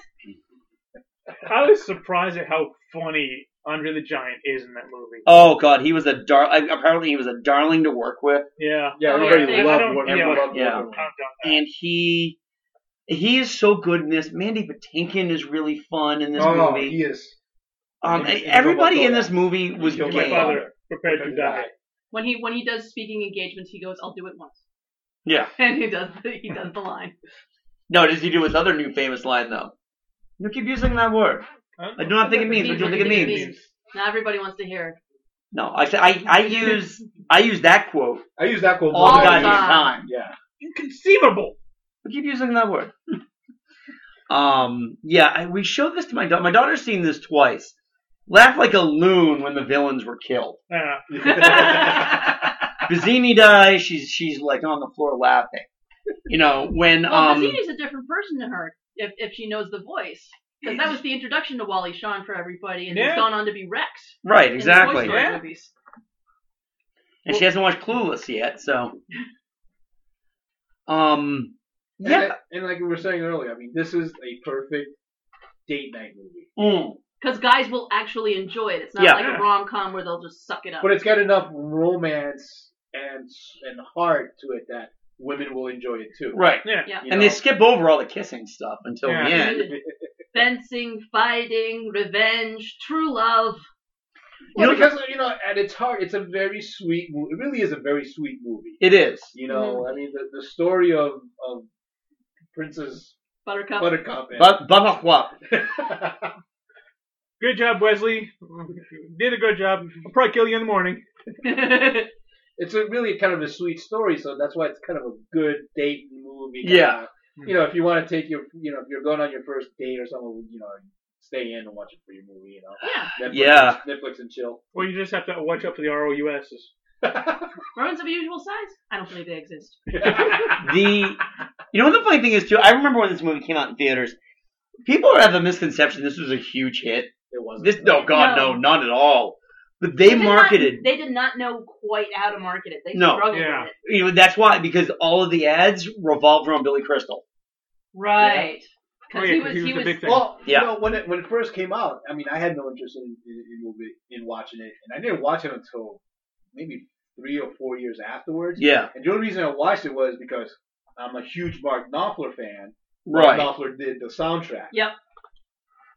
[SPEAKER 8] I was surprised at how funny Andre the Giant is in that movie.
[SPEAKER 5] Oh God, he was a dar. I- Apparently, he was a darling to work with.
[SPEAKER 8] Yeah.
[SPEAKER 5] Oh, Yeah, everybody
[SPEAKER 8] I- I
[SPEAKER 5] loved
[SPEAKER 8] don't-
[SPEAKER 5] what-
[SPEAKER 8] yeah,
[SPEAKER 5] loved
[SPEAKER 8] yeah.
[SPEAKER 5] what- and he he is so good in this. Mandy Patinkin is really fun in this
[SPEAKER 8] Oh, no,
[SPEAKER 5] movie.
[SPEAKER 8] he is.
[SPEAKER 5] Um,
[SPEAKER 8] He's- he's
[SPEAKER 5] everybody
[SPEAKER 8] Robocop.
[SPEAKER 5] in this movie was
[SPEAKER 8] He's my
[SPEAKER 5] gay.
[SPEAKER 8] father, prepared to die.
[SPEAKER 12] When he when he does speaking engagements, he goes, "I'll do it once,"
[SPEAKER 5] Yeah.
[SPEAKER 12] and he does he does the line.
[SPEAKER 5] No, does he do his other new famous line though? You keep using that word. I do not think it means. What do you think it means?
[SPEAKER 12] Not everybody wants to hear.
[SPEAKER 5] No, I said I, I use I use that quote.
[SPEAKER 9] I use that quote
[SPEAKER 5] all
[SPEAKER 9] more
[SPEAKER 5] the
[SPEAKER 9] than I
[SPEAKER 5] goddamn
[SPEAKER 9] use-
[SPEAKER 5] time.
[SPEAKER 9] Yeah.
[SPEAKER 5] Inconceivable. We keep using that word. um. Yeah. I, we showed this to my daughter. My daughter's seen this twice. Laugh like a loon when the villains were killed.
[SPEAKER 8] Uh,
[SPEAKER 5] Bazzini dies. She's she's like on the floor laughing. You know when
[SPEAKER 12] Well,
[SPEAKER 5] um.
[SPEAKER 12] Mazzini's a different person to her if if she knows the voice, because that was the introduction to Wally Shawn for everybody, and
[SPEAKER 5] Yeah.
[SPEAKER 12] he's gone on to be Rex.
[SPEAKER 5] Right,
[SPEAKER 12] in the Toy
[SPEAKER 5] exactly.
[SPEAKER 12] Story
[SPEAKER 5] Yeah.
[SPEAKER 12] movies.
[SPEAKER 5] and she hasn't watched Clueless yet, so. Um.
[SPEAKER 9] And,
[SPEAKER 5] Yeah.
[SPEAKER 9] I- and like we were saying earlier, I mean, this is a perfect date night movie.
[SPEAKER 5] Mm.
[SPEAKER 12] Because guys will actually enjoy it. It's not
[SPEAKER 9] Yeah.
[SPEAKER 12] like a rom com where they'll just suck it up.
[SPEAKER 9] But it's got enough romance and s- and hard to it that women will enjoy it too.
[SPEAKER 5] Right.
[SPEAKER 12] Yeah. Yeah.
[SPEAKER 5] And they skip over all the kissing stuff until the
[SPEAKER 12] Yeah.
[SPEAKER 5] end.
[SPEAKER 12] Fencing, fighting, revenge, true love.
[SPEAKER 9] Well, because you know, at its heart, it's a very sweet. mo- It really is a very sweet movie.
[SPEAKER 5] It is.
[SPEAKER 9] You know, I mean, the, the story of of Princess
[SPEAKER 12] Buttercup.
[SPEAKER 9] Buttercup. and-
[SPEAKER 5] But Buttercup.
[SPEAKER 8] Good job, Wesley. You Did a good job. I'll probably kill you in the morning.
[SPEAKER 9] it's a really kind of a sweet story, so that's why it's kind of a good date movie.
[SPEAKER 5] Yeah.
[SPEAKER 9] You know, if you want to take your, you know, if you're going on your first date or something, you know, stay in and watch a free movie, you know. Netflix,
[SPEAKER 8] Yeah.
[SPEAKER 9] Netflix and chill.
[SPEAKER 8] Well, you just have to watch out for the ROUSs.
[SPEAKER 12] Ruins of usual size? I don't believe they exist.
[SPEAKER 5] the you know what the funny thing is too. I remember when this movie came out in theaters. People have a misconception this was a huge hit.
[SPEAKER 9] It wasn't.
[SPEAKER 5] This no, God, no,
[SPEAKER 12] No.
[SPEAKER 5] not at all. But they
[SPEAKER 12] did not-
[SPEAKER 5] marketed.
[SPEAKER 12] they did not know quite how to market it. They
[SPEAKER 5] no,
[SPEAKER 12] struggled with it.
[SPEAKER 5] you know that's why because all of the ads revolved around Billy Crystal.
[SPEAKER 12] Right.
[SPEAKER 9] Oh,
[SPEAKER 12] 'Cause
[SPEAKER 9] yeah,
[SPEAKER 12] he
[SPEAKER 9] 'cause
[SPEAKER 12] was,
[SPEAKER 9] he
[SPEAKER 12] he
[SPEAKER 9] was
[SPEAKER 12] was,
[SPEAKER 9] the big thing. Well,
[SPEAKER 5] Yeah.
[SPEAKER 9] you know, when it when it first came out, I mean, I had no interest in in, in movie in watching it, and I didn't watch it until maybe three or four years afterwards.
[SPEAKER 5] Yeah.
[SPEAKER 9] And the only reason I watched it was because I'm a huge Mark Knopfler fan.
[SPEAKER 5] Right.
[SPEAKER 9] Mark Knopfler did the soundtrack.
[SPEAKER 12] Yep.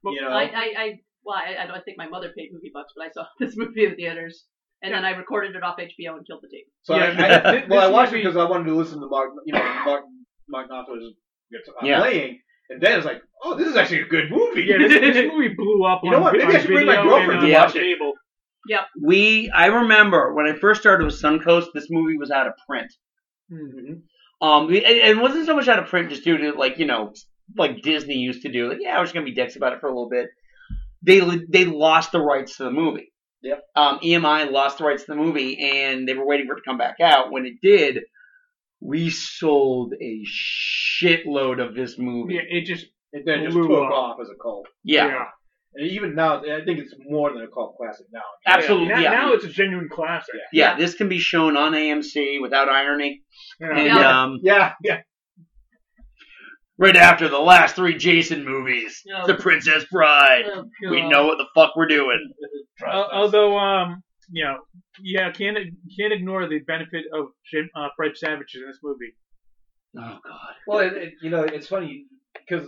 [SPEAKER 9] You know.
[SPEAKER 12] I, I, I, well, I, I don't think my mother paid movie bucks, but I saw this movie in theaters, and then I recorded it off HBO and killed the tape.
[SPEAKER 9] so I,
[SPEAKER 5] Yeah.
[SPEAKER 9] I, well, I
[SPEAKER 5] This
[SPEAKER 9] watched it
[SPEAKER 5] movie-
[SPEAKER 9] because I wanted to listen to Mark, you know, Mark Mark Knopfler's guitar
[SPEAKER 5] Yeah.
[SPEAKER 9] playing, and then it's like, oh, this is actually a good movie.
[SPEAKER 8] Yeah, this, this movie blew up.
[SPEAKER 9] You know
[SPEAKER 8] on-
[SPEAKER 9] what? Maybe
[SPEAKER 8] on
[SPEAKER 9] I should bring my
[SPEAKER 8] video
[SPEAKER 9] girlfriend
[SPEAKER 8] and,
[SPEAKER 5] to
[SPEAKER 8] uh,
[SPEAKER 5] watch it.
[SPEAKER 8] cable.
[SPEAKER 12] Yep.
[SPEAKER 5] We I remember when I first started with Suncoast, this movie was out of print.
[SPEAKER 9] Mm-hmm.
[SPEAKER 5] Um, and and it wasn't so much out of print just due to like you know like Disney used to do. Like, yeah, I was gonna be dicks about it for a little bit. They they lost the rights to the movie.
[SPEAKER 9] Yep.
[SPEAKER 5] Um, EMI lost the rights to the movie, and they were waiting for it to come back out. When it did, we sold a shitload of this movie.
[SPEAKER 8] Yeah, it just
[SPEAKER 9] And then it just
[SPEAKER 5] blew
[SPEAKER 9] took
[SPEAKER 5] up.
[SPEAKER 9] off as a cult.
[SPEAKER 5] Yeah.
[SPEAKER 9] And even now, I think it's more than a cult classic now.
[SPEAKER 5] Absolutely,
[SPEAKER 8] Now,
[SPEAKER 5] yeah.
[SPEAKER 8] now it's a genuine classic.
[SPEAKER 5] Yeah, this can be shown on AMC without irony.
[SPEAKER 8] Yeah.
[SPEAKER 5] And,
[SPEAKER 8] Yeah.
[SPEAKER 5] Um,
[SPEAKER 9] yeah, yeah.
[SPEAKER 5] Right after the last three Jason movies,
[SPEAKER 8] Oh.
[SPEAKER 5] The Princess Bride.
[SPEAKER 8] Oh,
[SPEAKER 5] we
[SPEAKER 8] God.
[SPEAKER 5] know what the fuck we're doing.
[SPEAKER 8] Al- although, um, you know, yeah, can't can't ignore the benefit of Jim, uh, Fred Savage in this movie.
[SPEAKER 5] Oh God.
[SPEAKER 9] Well, it, it, you know, it's funny because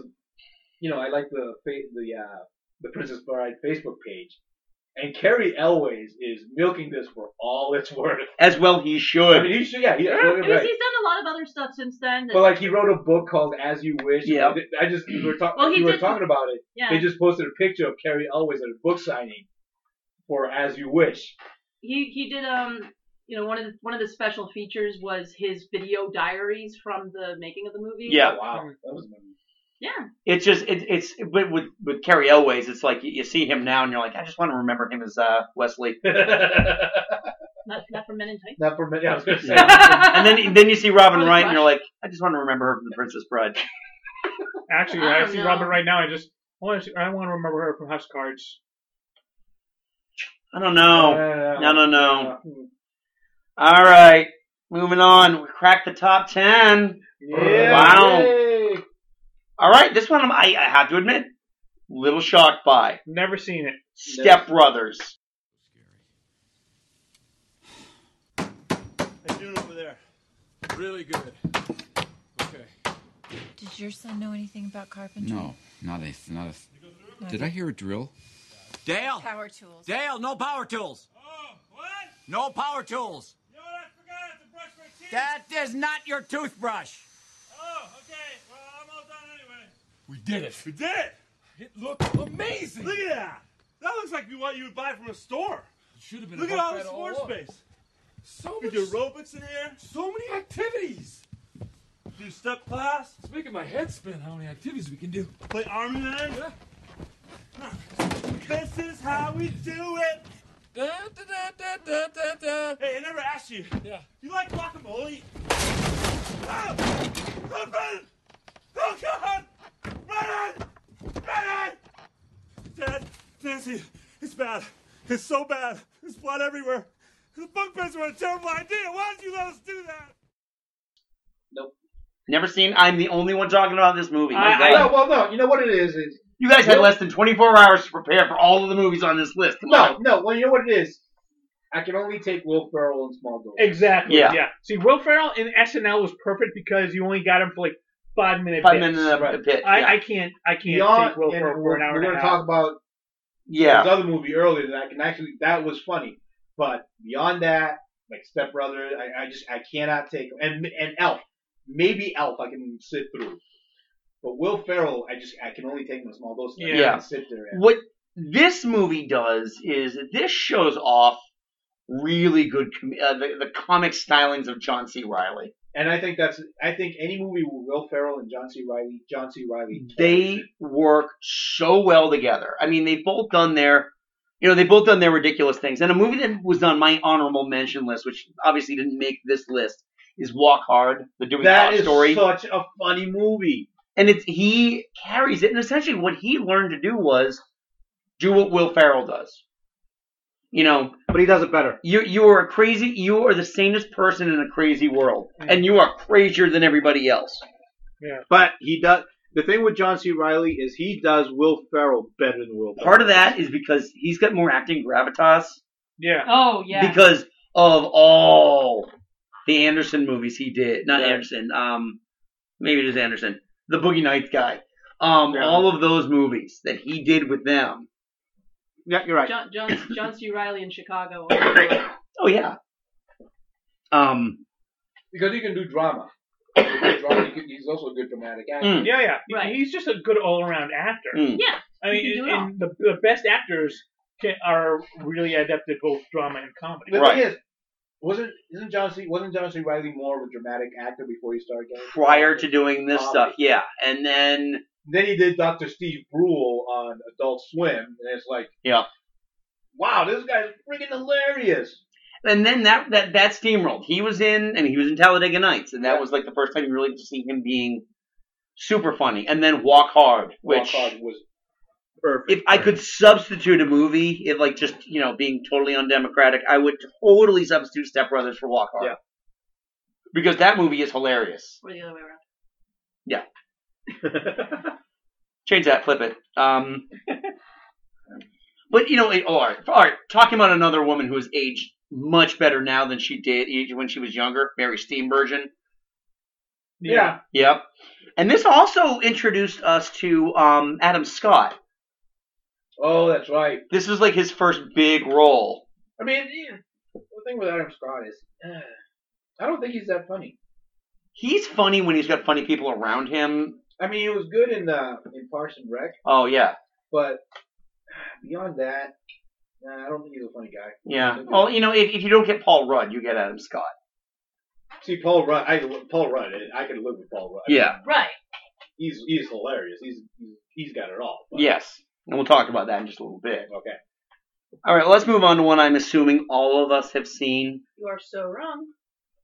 [SPEAKER 9] you know I like the fa- the uh, the Princess Bride Facebook page, and Carrie Elways is milking this for all it's worth.
[SPEAKER 5] As well, he should.
[SPEAKER 9] I mean, he should. Yeah, he,
[SPEAKER 12] Yeah,
[SPEAKER 9] well,
[SPEAKER 12] it was-
[SPEAKER 9] right.
[SPEAKER 12] He's done a lot of other stuff since then. that-
[SPEAKER 9] But like he wrote a book called "As You Wish."
[SPEAKER 5] Yeah.
[SPEAKER 9] and I just we were talking.
[SPEAKER 12] Well, he
[SPEAKER 9] we were
[SPEAKER 12] did-
[SPEAKER 9] talking about it.
[SPEAKER 12] Yeah.
[SPEAKER 9] They just posted a picture of Carrie Elways at a book signing for "As You Wish."
[SPEAKER 12] he he did um you know one of the, one of the special features was his video diaries from the making of the movie.
[SPEAKER 5] Yeah.
[SPEAKER 9] Oh, Wow, that was amazing.
[SPEAKER 12] Yeah.
[SPEAKER 5] It's just it, it's but with with Carrie Elways, it's like you, you see him now and you're like, I just want to remember him as uh, Wesley.
[SPEAKER 12] Not not for Men in Tights.
[SPEAKER 9] Not for men. I was gonna say.
[SPEAKER 5] and then then you see Robin
[SPEAKER 12] Or the
[SPEAKER 5] Wright and you're
[SPEAKER 12] Flash.
[SPEAKER 5] like, I just want to remember her from The Princess Bride.
[SPEAKER 8] Actually,
[SPEAKER 12] I
[SPEAKER 8] I,
[SPEAKER 12] don't
[SPEAKER 8] see
[SPEAKER 12] know.
[SPEAKER 8] Robin right now. I just I want to I want to remember her from House of Cards.
[SPEAKER 5] I don't know.
[SPEAKER 8] Uh,
[SPEAKER 5] I don't know. All right, moving on. We cracked the top ten.
[SPEAKER 8] Yeah.
[SPEAKER 5] Wow.
[SPEAKER 8] Yay.
[SPEAKER 5] All right, this one I'm- I, I have to admit, little shocked by.
[SPEAKER 8] Never seen it.
[SPEAKER 5] Step Brothers.
[SPEAKER 17] How you doing over there? Really good. Okay.
[SPEAKER 21] Did your son know anything about carpentry?
[SPEAKER 22] No, not a, not a. Did I hear a drill?
[SPEAKER 17] Dale.
[SPEAKER 21] Power tools.
[SPEAKER 17] Dale, no power tools. Oh, what? No power tools. You know what I forgot to brush my teeth. That is not your toothbrush.
[SPEAKER 24] Oh, okay. Well, I'm all done anyway.
[SPEAKER 17] We did it.
[SPEAKER 24] We did it. It looked amazing. Look at that. That looks like what you would buy from a store.
[SPEAKER 17] Should have been.
[SPEAKER 24] Look
[SPEAKER 17] a
[SPEAKER 24] at all
[SPEAKER 17] bunk
[SPEAKER 24] this
[SPEAKER 17] bed
[SPEAKER 24] floor
[SPEAKER 17] over.
[SPEAKER 24] space. So we do aerobics in here. So many activities. Do step class. It's making my head spin how many activities we can do. Play Army Man. This is how we do it. Da, da, da, da, da, da, da. Hey, I never asked you. Yeah. You like guacamole? Ah! Run, run! Oh God! Run! Run! Dad, Nancy, it's bad. It's so bad. There's blood everywhere. The bunk beds were a terrible idea. Why did you let us do that?
[SPEAKER 5] Never seen. I'm the only one talking about this movie.
[SPEAKER 9] I, I, no, well, no. You know what it is? Is
[SPEAKER 5] you guys had less than 24 hours to prepare for all of the movies on this list. Come
[SPEAKER 9] No,
[SPEAKER 5] on.
[SPEAKER 9] no. Well, you know what it is. I can only take Will Ferrell and Small Doors.
[SPEAKER 8] Exactly.
[SPEAKER 5] Yeah.
[SPEAKER 8] Yeah. See, Will Ferrell in SNL was perfect because you only got him for like five minutes.
[SPEAKER 5] Five minute, uh, bit,
[SPEAKER 8] I,
[SPEAKER 5] yeah.
[SPEAKER 8] I can't. I can't
[SPEAKER 9] Beyond-
[SPEAKER 8] take Will
[SPEAKER 9] and
[SPEAKER 8] Ferrell for
[SPEAKER 9] we're-
[SPEAKER 8] an hour
[SPEAKER 9] We're
[SPEAKER 8] and a
[SPEAKER 9] gonna
[SPEAKER 8] half.
[SPEAKER 9] talk about
[SPEAKER 5] Yeah.
[SPEAKER 9] this other movie earlier that I can actually that was funny, but beyond that, like Step Brother, I, I just I cannot take and and Elf, maybe Elf I can sit through, but Will Ferrell I just I can only take him as small dose. I
[SPEAKER 5] Yeah.
[SPEAKER 9] can't sit there. And,
[SPEAKER 5] What this movie does is this shows off really good com- uh, the, the comic stylings of John C. Riley.
[SPEAKER 9] and I think that's I think any movie with Will Ferrell and John C. Riley, John C. Riley,
[SPEAKER 5] They work so well together. I mean, they've both done their, you know, they've both done their ridiculous things. And a movie that was on my honorable mention list, which obviously didn't make this list, is Walk Hard, the Dewey
[SPEAKER 9] That
[SPEAKER 5] Cox
[SPEAKER 9] is
[SPEAKER 5] story.
[SPEAKER 9] such a funny movie.
[SPEAKER 5] And it's he carries it, and essentially what he learned to do was do what Will Ferrell does. You know,
[SPEAKER 9] but he does it better.
[SPEAKER 5] You you are a crazy. You are the sanest person in a crazy world, and you are crazier than everybody else.
[SPEAKER 8] Yeah.
[SPEAKER 9] But he does. The thing with John C. Riley is he does Will Ferrell better than Will. Ferrell.
[SPEAKER 5] Part of that is because he's got more acting gravitas
[SPEAKER 8] Yeah.
[SPEAKER 12] Oh yeah.
[SPEAKER 5] because of all the Anderson movies he did. Not Anderson. Um, maybe it is Anderson. The Boogie Nights guy. Um, all of those movies that he did with them. Yeah, you're right.
[SPEAKER 12] John, John, John C. Riley in Chicago.
[SPEAKER 5] Oh yeah. Um,
[SPEAKER 9] because he can do drama. He's a good drama- he can- He's also a good dramatic actor.
[SPEAKER 8] Yeah, yeah. He's just a good all around actor.
[SPEAKER 5] Mm.
[SPEAKER 12] Yeah, he
[SPEAKER 8] I mean,
[SPEAKER 12] can do it
[SPEAKER 8] and the, the best actors can, are really adept at both drama and comedy.
[SPEAKER 9] The thing is, wasn't isn't John C. Wasn't John C. Riley more of a dramatic actor before he started getting
[SPEAKER 5] prior to doing this
[SPEAKER 9] Comedy.
[SPEAKER 5] stuff, yeah, and then
[SPEAKER 9] Then he did Doctor Steve Brule on Adult Swim, and it's like,
[SPEAKER 5] yeah.
[SPEAKER 9] wow, this guy's freaking hilarious.
[SPEAKER 5] And then that that that steamrolled. He was in, I mean, he was in Talladega Nights, and that was like the first time you really got to see him being super funny. And then Walk Hard,
[SPEAKER 9] Walk
[SPEAKER 5] which
[SPEAKER 9] Hard was
[SPEAKER 5] if I could substitute a movie, it like just you know being totally undemocratic, I would totally substitute Step Brothers for Walk Hard. Because that movie is hilarious.
[SPEAKER 12] or the other way around.
[SPEAKER 5] Yeah. Change that, flip it. Um, but you know, it, oh, all right, all right. Talking about another woman who has aged much better now than she did aged when she was younger, Mary Steenburgen.
[SPEAKER 8] Yeah.
[SPEAKER 5] Yep. And this also introduced us to um, Adam Scott.
[SPEAKER 9] Oh, that's right.
[SPEAKER 5] This was like his first big role.
[SPEAKER 9] I mean, yeah, the thing with Adam Scott is, uh, I don't think he's that funny.
[SPEAKER 5] He's funny when he's got funny people around him.
[SPEAKER 9] I mean, he was good in the in Parks and Rec,
[SPEAKER 5] Oh yeah,
[SPEAKER 9] but ah, beyond that, nah, I don't think he's a funny guy.
[SPEAKER 5] yeah. Well, you know, if, if you don't get Paul Rudd, you get Adam Scott.
[SPEAKER 9] See, Paul Rudd, I Paul Rudd, I could live with Paul Rudd.
[SPEAKER 5] Yeah.
[SPEAKER 12] Right.
[SPEAKER 9] He's he's hilarious. He's he's got it all. but-
[SPEAKER 5] Yes, and we'll talk about that in just a little bit.
[SPEAKER 9] Okay.
[SPEAKER 5] All right, let's move on to one I'm assuming all of us have seen.
[SPEAKER 12] You are so wrong.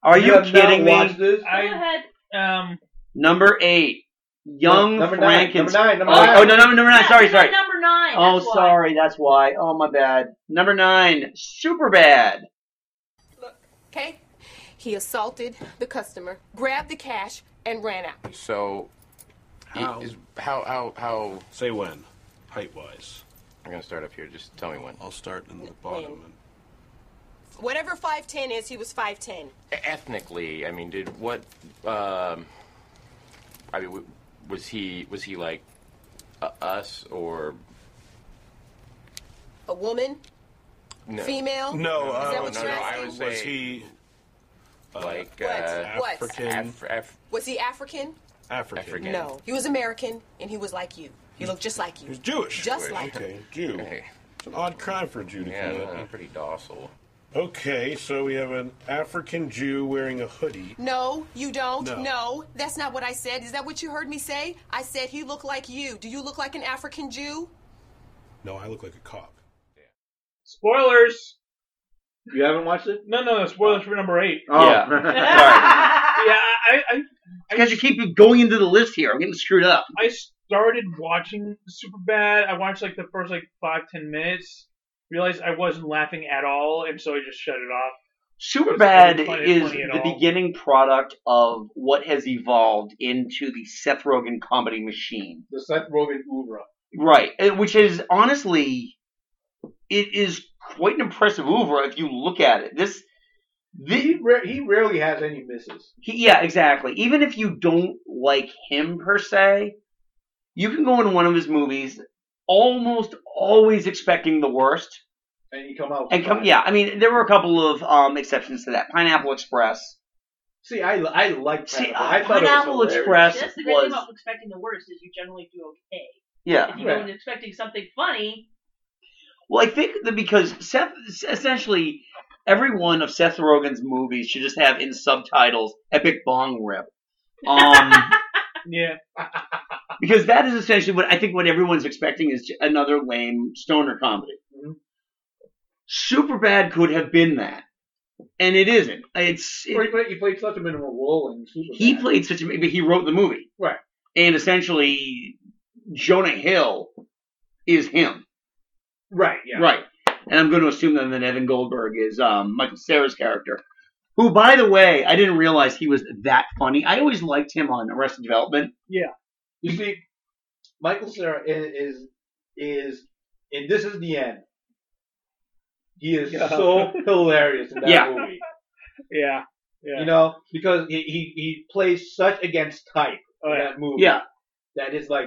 [SPEAKER 5] Are
[SPEAKER 9] You
[SPEAKER 5] you,
[SPEAKER 9] have not
[SPEAKER 5] kidding me?
[SPEAKER 9] watched this?
[SPEAKER 12] Go ahead.
[SPEAKER 8] Um,
[SPEAKER 5] Number eight, Young
[SPEAKER 9] No, number nine, number nine,
[SPEAKER 5] Frankenstein.
[SPEAKER 9] number
[SPEAKER 5] oh,
[SPEAKER 9] nine.
[SPEAKER 5] oh, no, number, number nine. Sorry, sorry.
[SPEAKER 12] Number nine.
[SPEAKER 5] oh,
[SPEAKER 12] that's why.
[SPEAKER 5] sorry. That's why. Oh, my bad. Number nine, super bad.
[SPEAKER 2] Okay? He assaulted the customer, grabbed the cash, and ran out.
[SPEAKER 7] So, how? how how how? Say when, height wise. I'm gonna start up here. Just tell me when. I'll start in the bottom.
[SPEAKER 2] Whatever 5'10 is, he was 5'10.
[SPEAKER 7] E, Ethnically, I mean, did what? Um, I mean, w- was he was he like uh, us or
[SPEAKER 2] A woman?
[SPEAKER 7] no?
[SPEAKER 2] Female?
[SPEAKER 7] No,
[SPEAKER 2] Is
[SPEAKER 7] uh,
[SPEAKER 2] that what
[SPEAKER 7] no,
[SPEAKER 2] you're
[SPEAKER 7] no. I
[SPEAKER 2] asking?
[SPEAKER 7] would say
[SPEAKER 2] Was
[SPEAKER 7] he like uh,
[SPEAKER 2] What? African?
[SPEAKER 7] Af- Af-
[SPEAKER 2] Was he African?
[SPEAKER 7] African.
[SPEAKER 2] No. He was American, and he was like you. He looked just like you.
[SPEAKER 7] He was Jewish.
[SPEAKER 2] Just
[SPEAKER 7] Jewish,
[SPEAKER 2] like
[SPEAKER 7] okay.
[SPEAKER 2] you.
[SPEAKER 7] Jew.
[SPEAKER 10] It's an odd crime for a Jew to
[SPEAKER 7] Yeah,
[SPEAKER 10] commit.
[SPEAKER 7] no, I'm pretty docile.
[SPEAKER 10] Okay, so we have an African Jew wearing a hoodie.
[SPEAKER 2] No, you don't.
[SPEAKER 10] No.
[SPEAKER 2] that's not what I said. Is that what you heard me say? I said he looked like you. Do you look like an African Jew?
[SPEAKER 10] No, I look like a cop.
[SPEAKER 8] spoilers.
[SPEAKER 9] You haven't watched it?
[SPEAKER 8] No, no, no. Spoilers for number eight.
[SPEAKER 5] Oh. Yeah.
[SPEAKER 8] yeah, I, I,
[SPEAKER 5] Because you keep going into the list here. I'm getting screwed up.
[SPEAKER 8] I started watching Superbad. I watched like the first like five ten minutes. Realized I wasn't laughing at all, and so I just shut it off.
[SPEAKER 5] Superbad
[SPEAKER 8] It's not funny
[SPEAKER 5] is the
[SPEAKER 8] at all.
[SPEAKER 5] beginning product of what has evolved into the Seth Rogen comedy machine.
[SPEAKER 9] The Seth Rogen oeuvre.
[SPEAKER 5] Right, eh, which is honestly it is quite an impressive oeuvre if you look at it. This, this he,
[SPEAKER 9] he rarely has any misses.
[SPEAKER 5] yeah, exactly. Even if you don't like him per se, you can go in one of his movies almost always expecting the worst.
[SPEAKER 9] And you come out.
[SPEAKER 5] And come, yeah, I mean, there were a couple of um, exceptions to that. Pineapple Express.
[SPEAKER 9] See, I, I like
[SPEAKER 5] See,
[SPEAKER 9] Pineapple.
[SPEAKER 5] uh,
[SPEAKER 9] I thought it was
[SPEAKER 5] Pineapple
[SPEAKER 9] hilarious.
[SPEAKER 5] Express
[SPEAKER 12] That's the great thing
[SPEAKER 5] was
[SPEAKER 12] about expecting the worst is you generally do okay.
[SPEAKER 5] Yeah.
[SPEAKER 12] If you go in expecting something funny,
[SPEAKER 5] Well, I think that because Seth, essentially, every one of Seth Rogen's movies should just have in subtitles "Epic Bong Rip," um,
[SPEAKER 8] Yeah.
[SPEAKER 5] because that is essentially what I think what everyone's expecting is another lame stoner comedy. Super Superbad could have been that, and it isn't. It's
[SPEAKER 9] Or he played, he played such a minimal role in Superman.
[SPEAKER 5] he played such a but he wrote the movie,
[SPEAKER 9] Right.
[SPEAKER 5] and essentially Jonah Hill is him.
[SPEAKER 9] Right. Yeah.
[SPEAKER 5] Right. And I'm going to assume then that Evan Goldberg is um, Michael Sarah's character, who, by the way, I didn't realize he was that funny. I always liked him on Arrested Development.
[SPEAKER 8] Yeah.
[SPEAKER 9] You see, Michael Sarah is is and this is the end. He is
[SPEAKER 8] Yeah.
[SPEAKER 9] so hilarious in that
[SPEAKER 8] Yeah.
[SPEAKER 9] movie.
[SPEAKER 8] Yeah. Yeah.
[SPEAKER 9] You know, because he, he he plays such against type in that movie.
[SPEAKER 8] Oh, Yeah.
[SPEAKER 9] That is like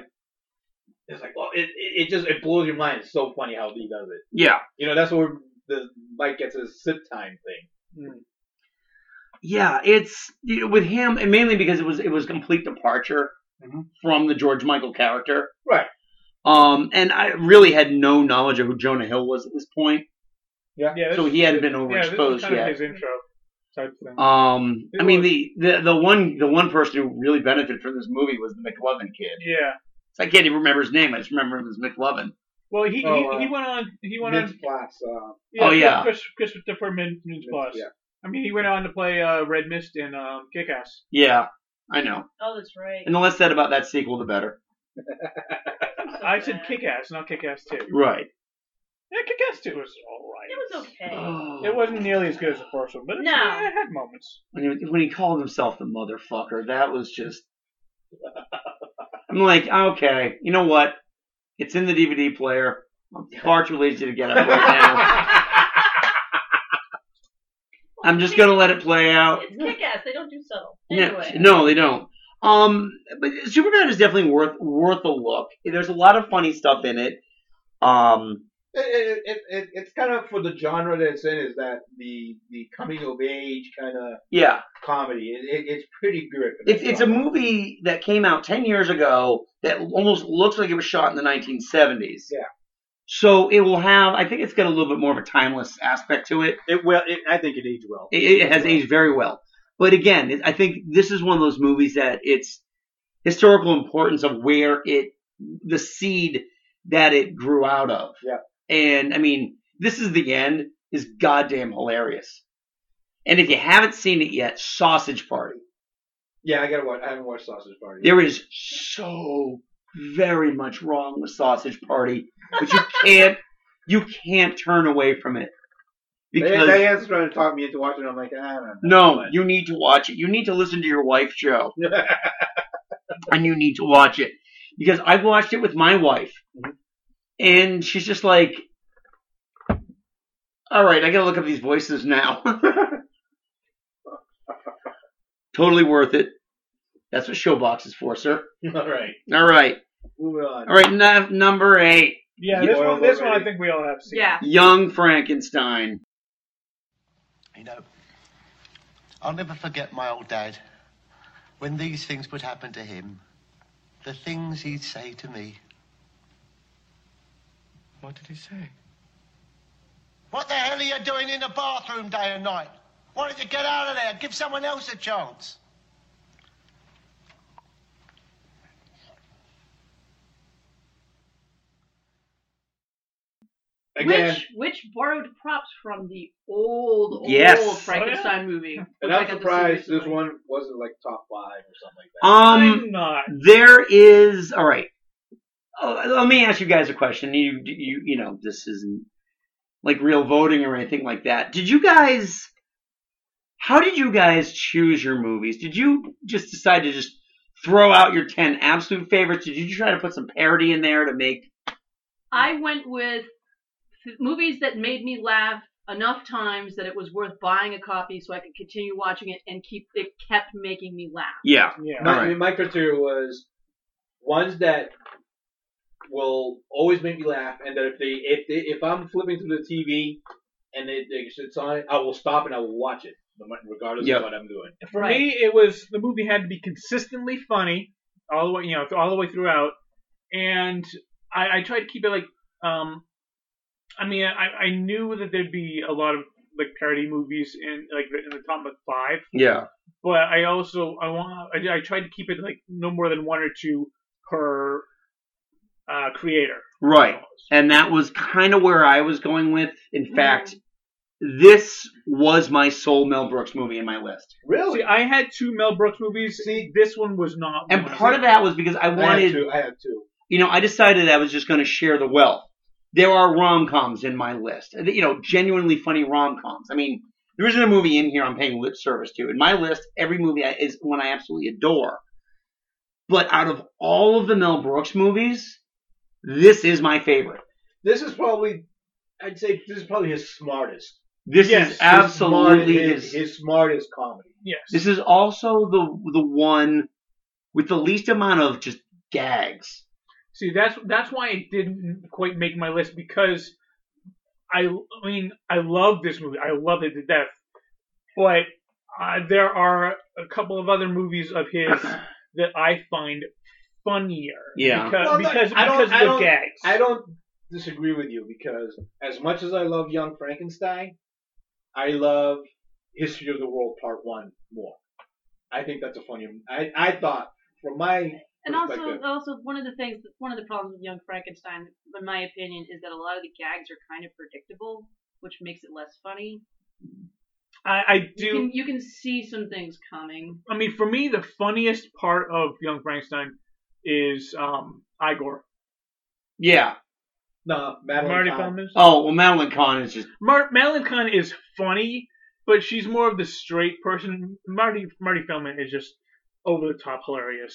[SPEAKER 9] it's like well, it, it it just it blows your mind. It's so funny how he does it.
[SPEAKER 5] Yeah.
[SPEAKER 9] You know, that's where the Mike gets his sit time thing.
[SPEAKER 5] Yeah, it's you know, with him, and mainly because it was it was complete departure from the George Michael character.
[SPEAKER 9] Mm-hmm. Right.
[SPEAKER 5] Um, and I really had no knowledge of who Jonah Hill was at this point.
[SPEAKER 9] Yeah.
[SPEAKER 8] yeah
[SPEAKER 5] So
[SPEAKER 8] this-
[SPEAKER 5] he hadn't been
[SPEAKER 8] yeah, this
[SPEAKER 5] overexposed
[SPEAKER 8] is kind
[SPEAKER 5] yet.
[SPEAKER 8] Of his intro type thing.
[SPEAKER 5] Um,
[SPEAKER 8] It
[SPEAKER 5] I mean the, the the one the one person who really benefited from this movie was the McLovin kid.
[SPEAKER 8] yeah.
[SPEAKER 5] I can't even remember his name. I just remember him as McLovin.
[SPEAKER 8] Well, he
[SPEAKER 5] Oh,
[SPEAKER 8] he,
[SPEAKER 5] uh,
[SPEAKER 8] he went on. He went
[SPEAKER 9] Vince
[SPEAKER 8] on.
[SPEAKER 9] Plass, uh,
[SPEAKER 5] Oh, yeah.
[SPEAKER 8] Chris, Chris Christopher Min, Mintz Plasse.
[SPEAKER 9] yeah.
[SPEAKER 8] I mean, he went on to play uh, Red Mist in um, Kick Ass.
[SPEAKER 5] Yeah, I know.
[SPEAKER 12] oh, that's right.
[SPEAKER 5] And the less said about that sequel, the better.
[SPEAKER 8] I said Kick Ass, not Kick Ass Two.
[SPEAKER 5] Right.
[SPEAKER 8] Yeah, Kick Ass Two was all right.
[SPEAKER 12] It was okay.
[SPEAKER 8] It wasn't nearly as good as the first one, but it,
[SPEAKER 12] No.
[SPEAKER 8] yeah, it had moments.
[SPEAKER 5] When he, when he called himself the motherfucker, that was just. I'm like, okay, you know what? It's in the DVD player. I'm far too lazy to get up right now. I'm just gonna let it play out.
[SPEAKER 12] It's kick ass. They don't do subtle.
[SPEAKER 5] Yeah,
[SPEAKER 12] Anyway.
[SPEAKER 5] no, they don't. Um, but Superman is definitely worth worth a look. There's a lot of funny stuff in it. Um,
[SPEAKER 9] It, it, it, it, it's kind of for the genre that it's in is that the the coming of age kind of
[SPEAKER 5] yeah,
[SPEAKER 9] comedy. It, it, it's pretty good. for that
[SPEAKER 5] it's it's a
[SPEAKER 9] genre.
[SPEAKER 5] movie that came out ten years ago that almost looks like it was shot in the 1970s.
[SPEAKER 9] Yeah.
[SPEAKER 5] So it will have. I think it's got a little bit more of a timeless aspect to it.
[SPEAKER 9] It well, it, I think it aged well.
[SPEAKER 5] It, it has aged very well. But again, it, I think this is one of those movies that its historical importance of where it, the seed that it grew out of.
[SPEAKER 9] Yeah.
[SPEAKER 5] And I mean, this is the end is goddamn hilarious. And if you haven't seen it yet, Sausage Party.
[SPEAKER 9] Yeah, I gotta watch. I haven't watched Sausage Party.
[SPEAKER 5] There is so very much wrong with Sausage Party, but you can't you can't turn away from it.
[SPEAKER 9] They-
[SPEAKER 5] Because
[SPEAKER 9] they was trying to talk me into watching. it. I'm like, ah, I don't know.
[SPEAKER 5] no, you need to watch it. You need to listen to your wife's show. and you need to watch it. Because I've watched it with my wife.
[SPEAKER 9] Mm-hmm.
[SPEAKER 5] And she's just like, all right, I got to look up these voices now. totally worth it. That's what Showbox is for, sir.
[SPEAKER 9] All right,
[SPEAKER 5] All right.
[SPEAKER 9] moving on.
[SPEAKER 5] All right, nu- number eight.
[SPEAKER 8] Yeah,
[SPEAKER 5] You-
[SPEAKER 8] this one, this one I think we all have seen.
[SPEAKER 12] Yeah.
[SPEAKER 5] Young Frankenstein.
[SPEAKER 11] You know, I'll never forget my old dad. When these things would happen to him, the things he'd say to me. What did he say? What the hell are you doing in the bathroom day and night? Why don't you get out of there? Give someone else a chance.
[SPEAKER 9] Again.
[SPEAKER 12] Which which borrowed props from the old
[SPEAKER 5] Yes. Oh,
[SPEAKER 12] old Frankenstein movie. which
[SPEAKER 9] And
[SPEAKER 12] I
[SPEAKER 9] I'm
[SPEAKER 12] got to see
[SPEAKER 9] surprised this
[SPEAKER 12] recently.
[SPEAKER 9] one wasn't like top five or something like that.
[SPEAKER 5] Um, there is. All right. Uh, let me ask you guys a question. You, you, you know, this isn't like real voting or anything like that. Did you guys? How did you guys choose your movies? Did you just decide to just throw out your ten absolute favorites? Did you try to put some parody in there to make?
[SPEAKER 12] I went with movies that made me laugh enough times that it was worth buying a copy so I could continue watching it and keep it kept making me laugh.
[SPEAKER 5] Yeah.
[SPEAKER 9] Yeah.
[SPEAKER 5] All
[SPEAKER 9] My,
[SPEAKER 5] right.
[SPEAKER 9] I mean, my criteria was ones that will always make me laugh, and that if they if they, if I'm flipping through the TV and it, it's on, I will stop and I will watch it, no matter- regardless
[SPEAKER 8] Yeah.
[SPEAKER 9] of what I'm doing.
[SPEAKER 8] For me, it was the movie had to be consistently funny all the way, you know, all the way throughout, and I, I tried to keep it like, um, I mean, I, I knew that there'd be a lot of like parody movies in like in the top like, five,
[SPEAKER 5] Yeah.
[SPEAKER 8] but I also I want I, I tried to keep it like no more than one or two per uh, creator.
[SPEAKER 5] Right. And that was kind of where I was going with.
[SPEAKER 9] Mm-hmm.
[SPEAKER 5] In fact, this was my sole Mel Brooks movie in my list.
[SPEAKER 8] Really, I had two Mel Brooks movies. See, this one was not.
[SPEAKER 5] And
[SPEAKER 8] one.
[SPEAKER 5] part of that was because I wanted,
[SPEAKER 9] I have two.
[SPEAKER 5] you know, I decided I was just going to share the wealth. There are rom coms in my list, Uh, you know, genuinely funny rom coms. I mean, there isn't a movie in here I'm paying lip service to. In my list, every movie I- is one I absolutely adore. But out of all of the Mel Brooks movies, this is my favorite.
[SPEAKER 9] This is probably, I'd say, this is probably his smartest.
[SPEAKER 5] This is absolutely
[SPEAKER 9] his,
[SPEAKER 5] his-
[SPEAKER 9] his smartest comedy.
[SPEAKER 8] Yes.
[SPEAKER 5] This is also the the one with the least amount of just gags.
[SPEAKER 8] See, that's that's why it didn't quite make my list because I, I mean I love this movie. I love it to death. But uh, there are a couple of other movies of his that I find funnier. Because
[SPEAKER 9] Well, no,
[SPEAKER 8] because,
[SPEAKER 9] I don't,
[SPEAKER 8] because
[SPEAKER 9] I
[SPEAKER 8] of the
[SPEAKER 9] don't-
[SPEAKER 8] gags.
[SPEAKER 9] I don't disagree with you because as much as I love Young Frankenstein, I love History of the World Part One more. I think that's a funny. I I thought from my
[SPEAKER 12] And also,
[SPEAKER 9] perspective.
[SPEAKER 12] also one of the things, one of the problems with Young Frankenstein, in my opinion, is that a lot of the gags are kind of predictable, which makes it less funny.
[SPEAKER 8] I, I do.
[SPEAKER 12] You can, you can see some things coming.
[SPEAKER 8] I mean, for me, the funniest part of Young Frankenstein is um, Igor.
[SPEAKER 5] Yeah.
[SPEAKER 9] No, Madeline
[SPEAKER 8] Marty
[SPEAKER 9] Kahn.
[SPEAKER 8] Feldman.
[SPEAKER 5] Oh well, Madeline Kahn is just
[SPEAKER 8] Mar- Madeline Kahn is funny, but she's more of the straight person. Marty Marty Feldman is just over the top hilarious.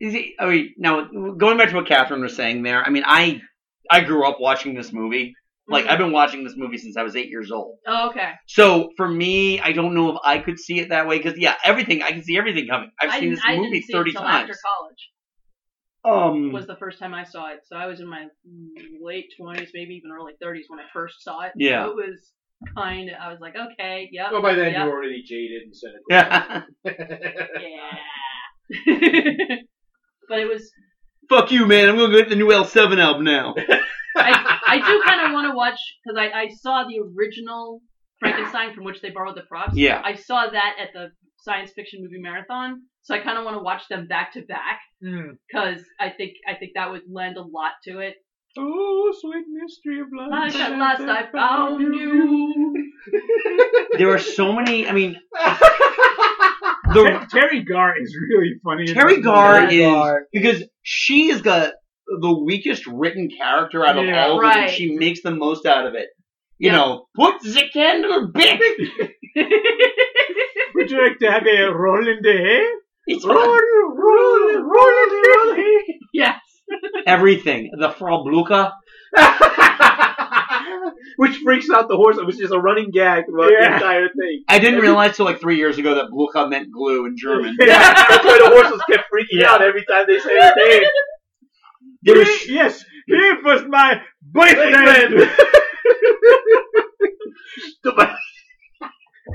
[SPEAKER 5] Is it, I mean, now going back to what Catherine was saying there. I mean, I I grew up watching this movie. Like I've been watching this movie since I was eight years old.
[SPEAKER 12] Oh, okay.
[SPEAKER 5] So for me, I don't know if I could see it that way because yeah, everything I can see everything coming. I've
[SPEAKER 12] I
[SPEAKER 5] seen
[SPEAKER 12] didn't-
[SPEAKER 5] this
[SPEAKER 12] I
[SPEAKER 5] movie
[SPEAKER 12] didn't see
[SPEAKER 5] thirty
[SPEAKER 12] it till
[SPEAKER 5] times.
[SPEAKER 12] After college
[SPEAKER 5] Um,
[SPEAKER 12] was the first time I saw it, so I was in my late twenties, maybe even early thirties when I first saw it.
[SPEAKER 5] Yeah.
[SPEAKER 12] So it was kind of. I was like, okay, yeah.
[SPEAKER 9] Well, by then
[SPEAKER 12] yep.
[SPEAKER 9] you were already jaded and cynical.
[SPEAKER 5] Yeah.
[SPEAKER 12] yeah. but it was.
[SPEAKER 5] Fuck you, man! I'm gonna go get the new L7 album now.
[SPEAKER 12] I, I do kind of want to watch because I, I saw the original Frankenstein from which they borrowed the props.
[SPEAKER 5] Yeah.
[SPEAKER 12] I saw that at the science fiction movie marathon, so I kind of want to watch them back to back
[SPEAKER 9] Hmm.
[SPEAKER 12] because I think I think that would lend a lot to it.
[SPEAKER 8] Oh, sweet mystery of love.
[SPEAKER 12] Like at last I found you.
[SPEAKER 5] there are so many. I mean,
[SPEAKER 8] the, Terry Gar is really funny. in
[SPEAKER 5] Terry
[SPEAKER 8] this
[SPEAKER 5] Gar
[SPEAKER 8] movie.
[SPEAKER 5] is because she is the the weakest written character out of
[SPEAKER 8] Yeah.
[SPEAKER 5] all of them.
[SPEAKER 8] Right.
[SPEAKER 5] She makes the most out of it. You
[SPEAKER 8] Yeah.
[SPEAKER 5] know, put the candle back.
[SPEAKER 8] Would you like to have a roll in the hay?
[SPEAKER 5] It's
[SPEAKER 8] roll, roll, roll, roll, roll.
[SPEAKER 12] Yes.
[SPEAKER 5] Everything. The Frau Blucher.
[SPEAKER 9] Which freaks out the horse. It was just a running gag throughout the
[SPEAKER 5] Yeah.
[SPEAKER 9] entire thing.
[SPEAKER 5] I didn't realize till like three years ago that Blucher meant glue in German.
[SPEAKER 9] That's why the horses kept freaking out every time they say the name.
[SPEAKER 5] There was-
[SPEAKER 8] Yes, he was my boyfriend.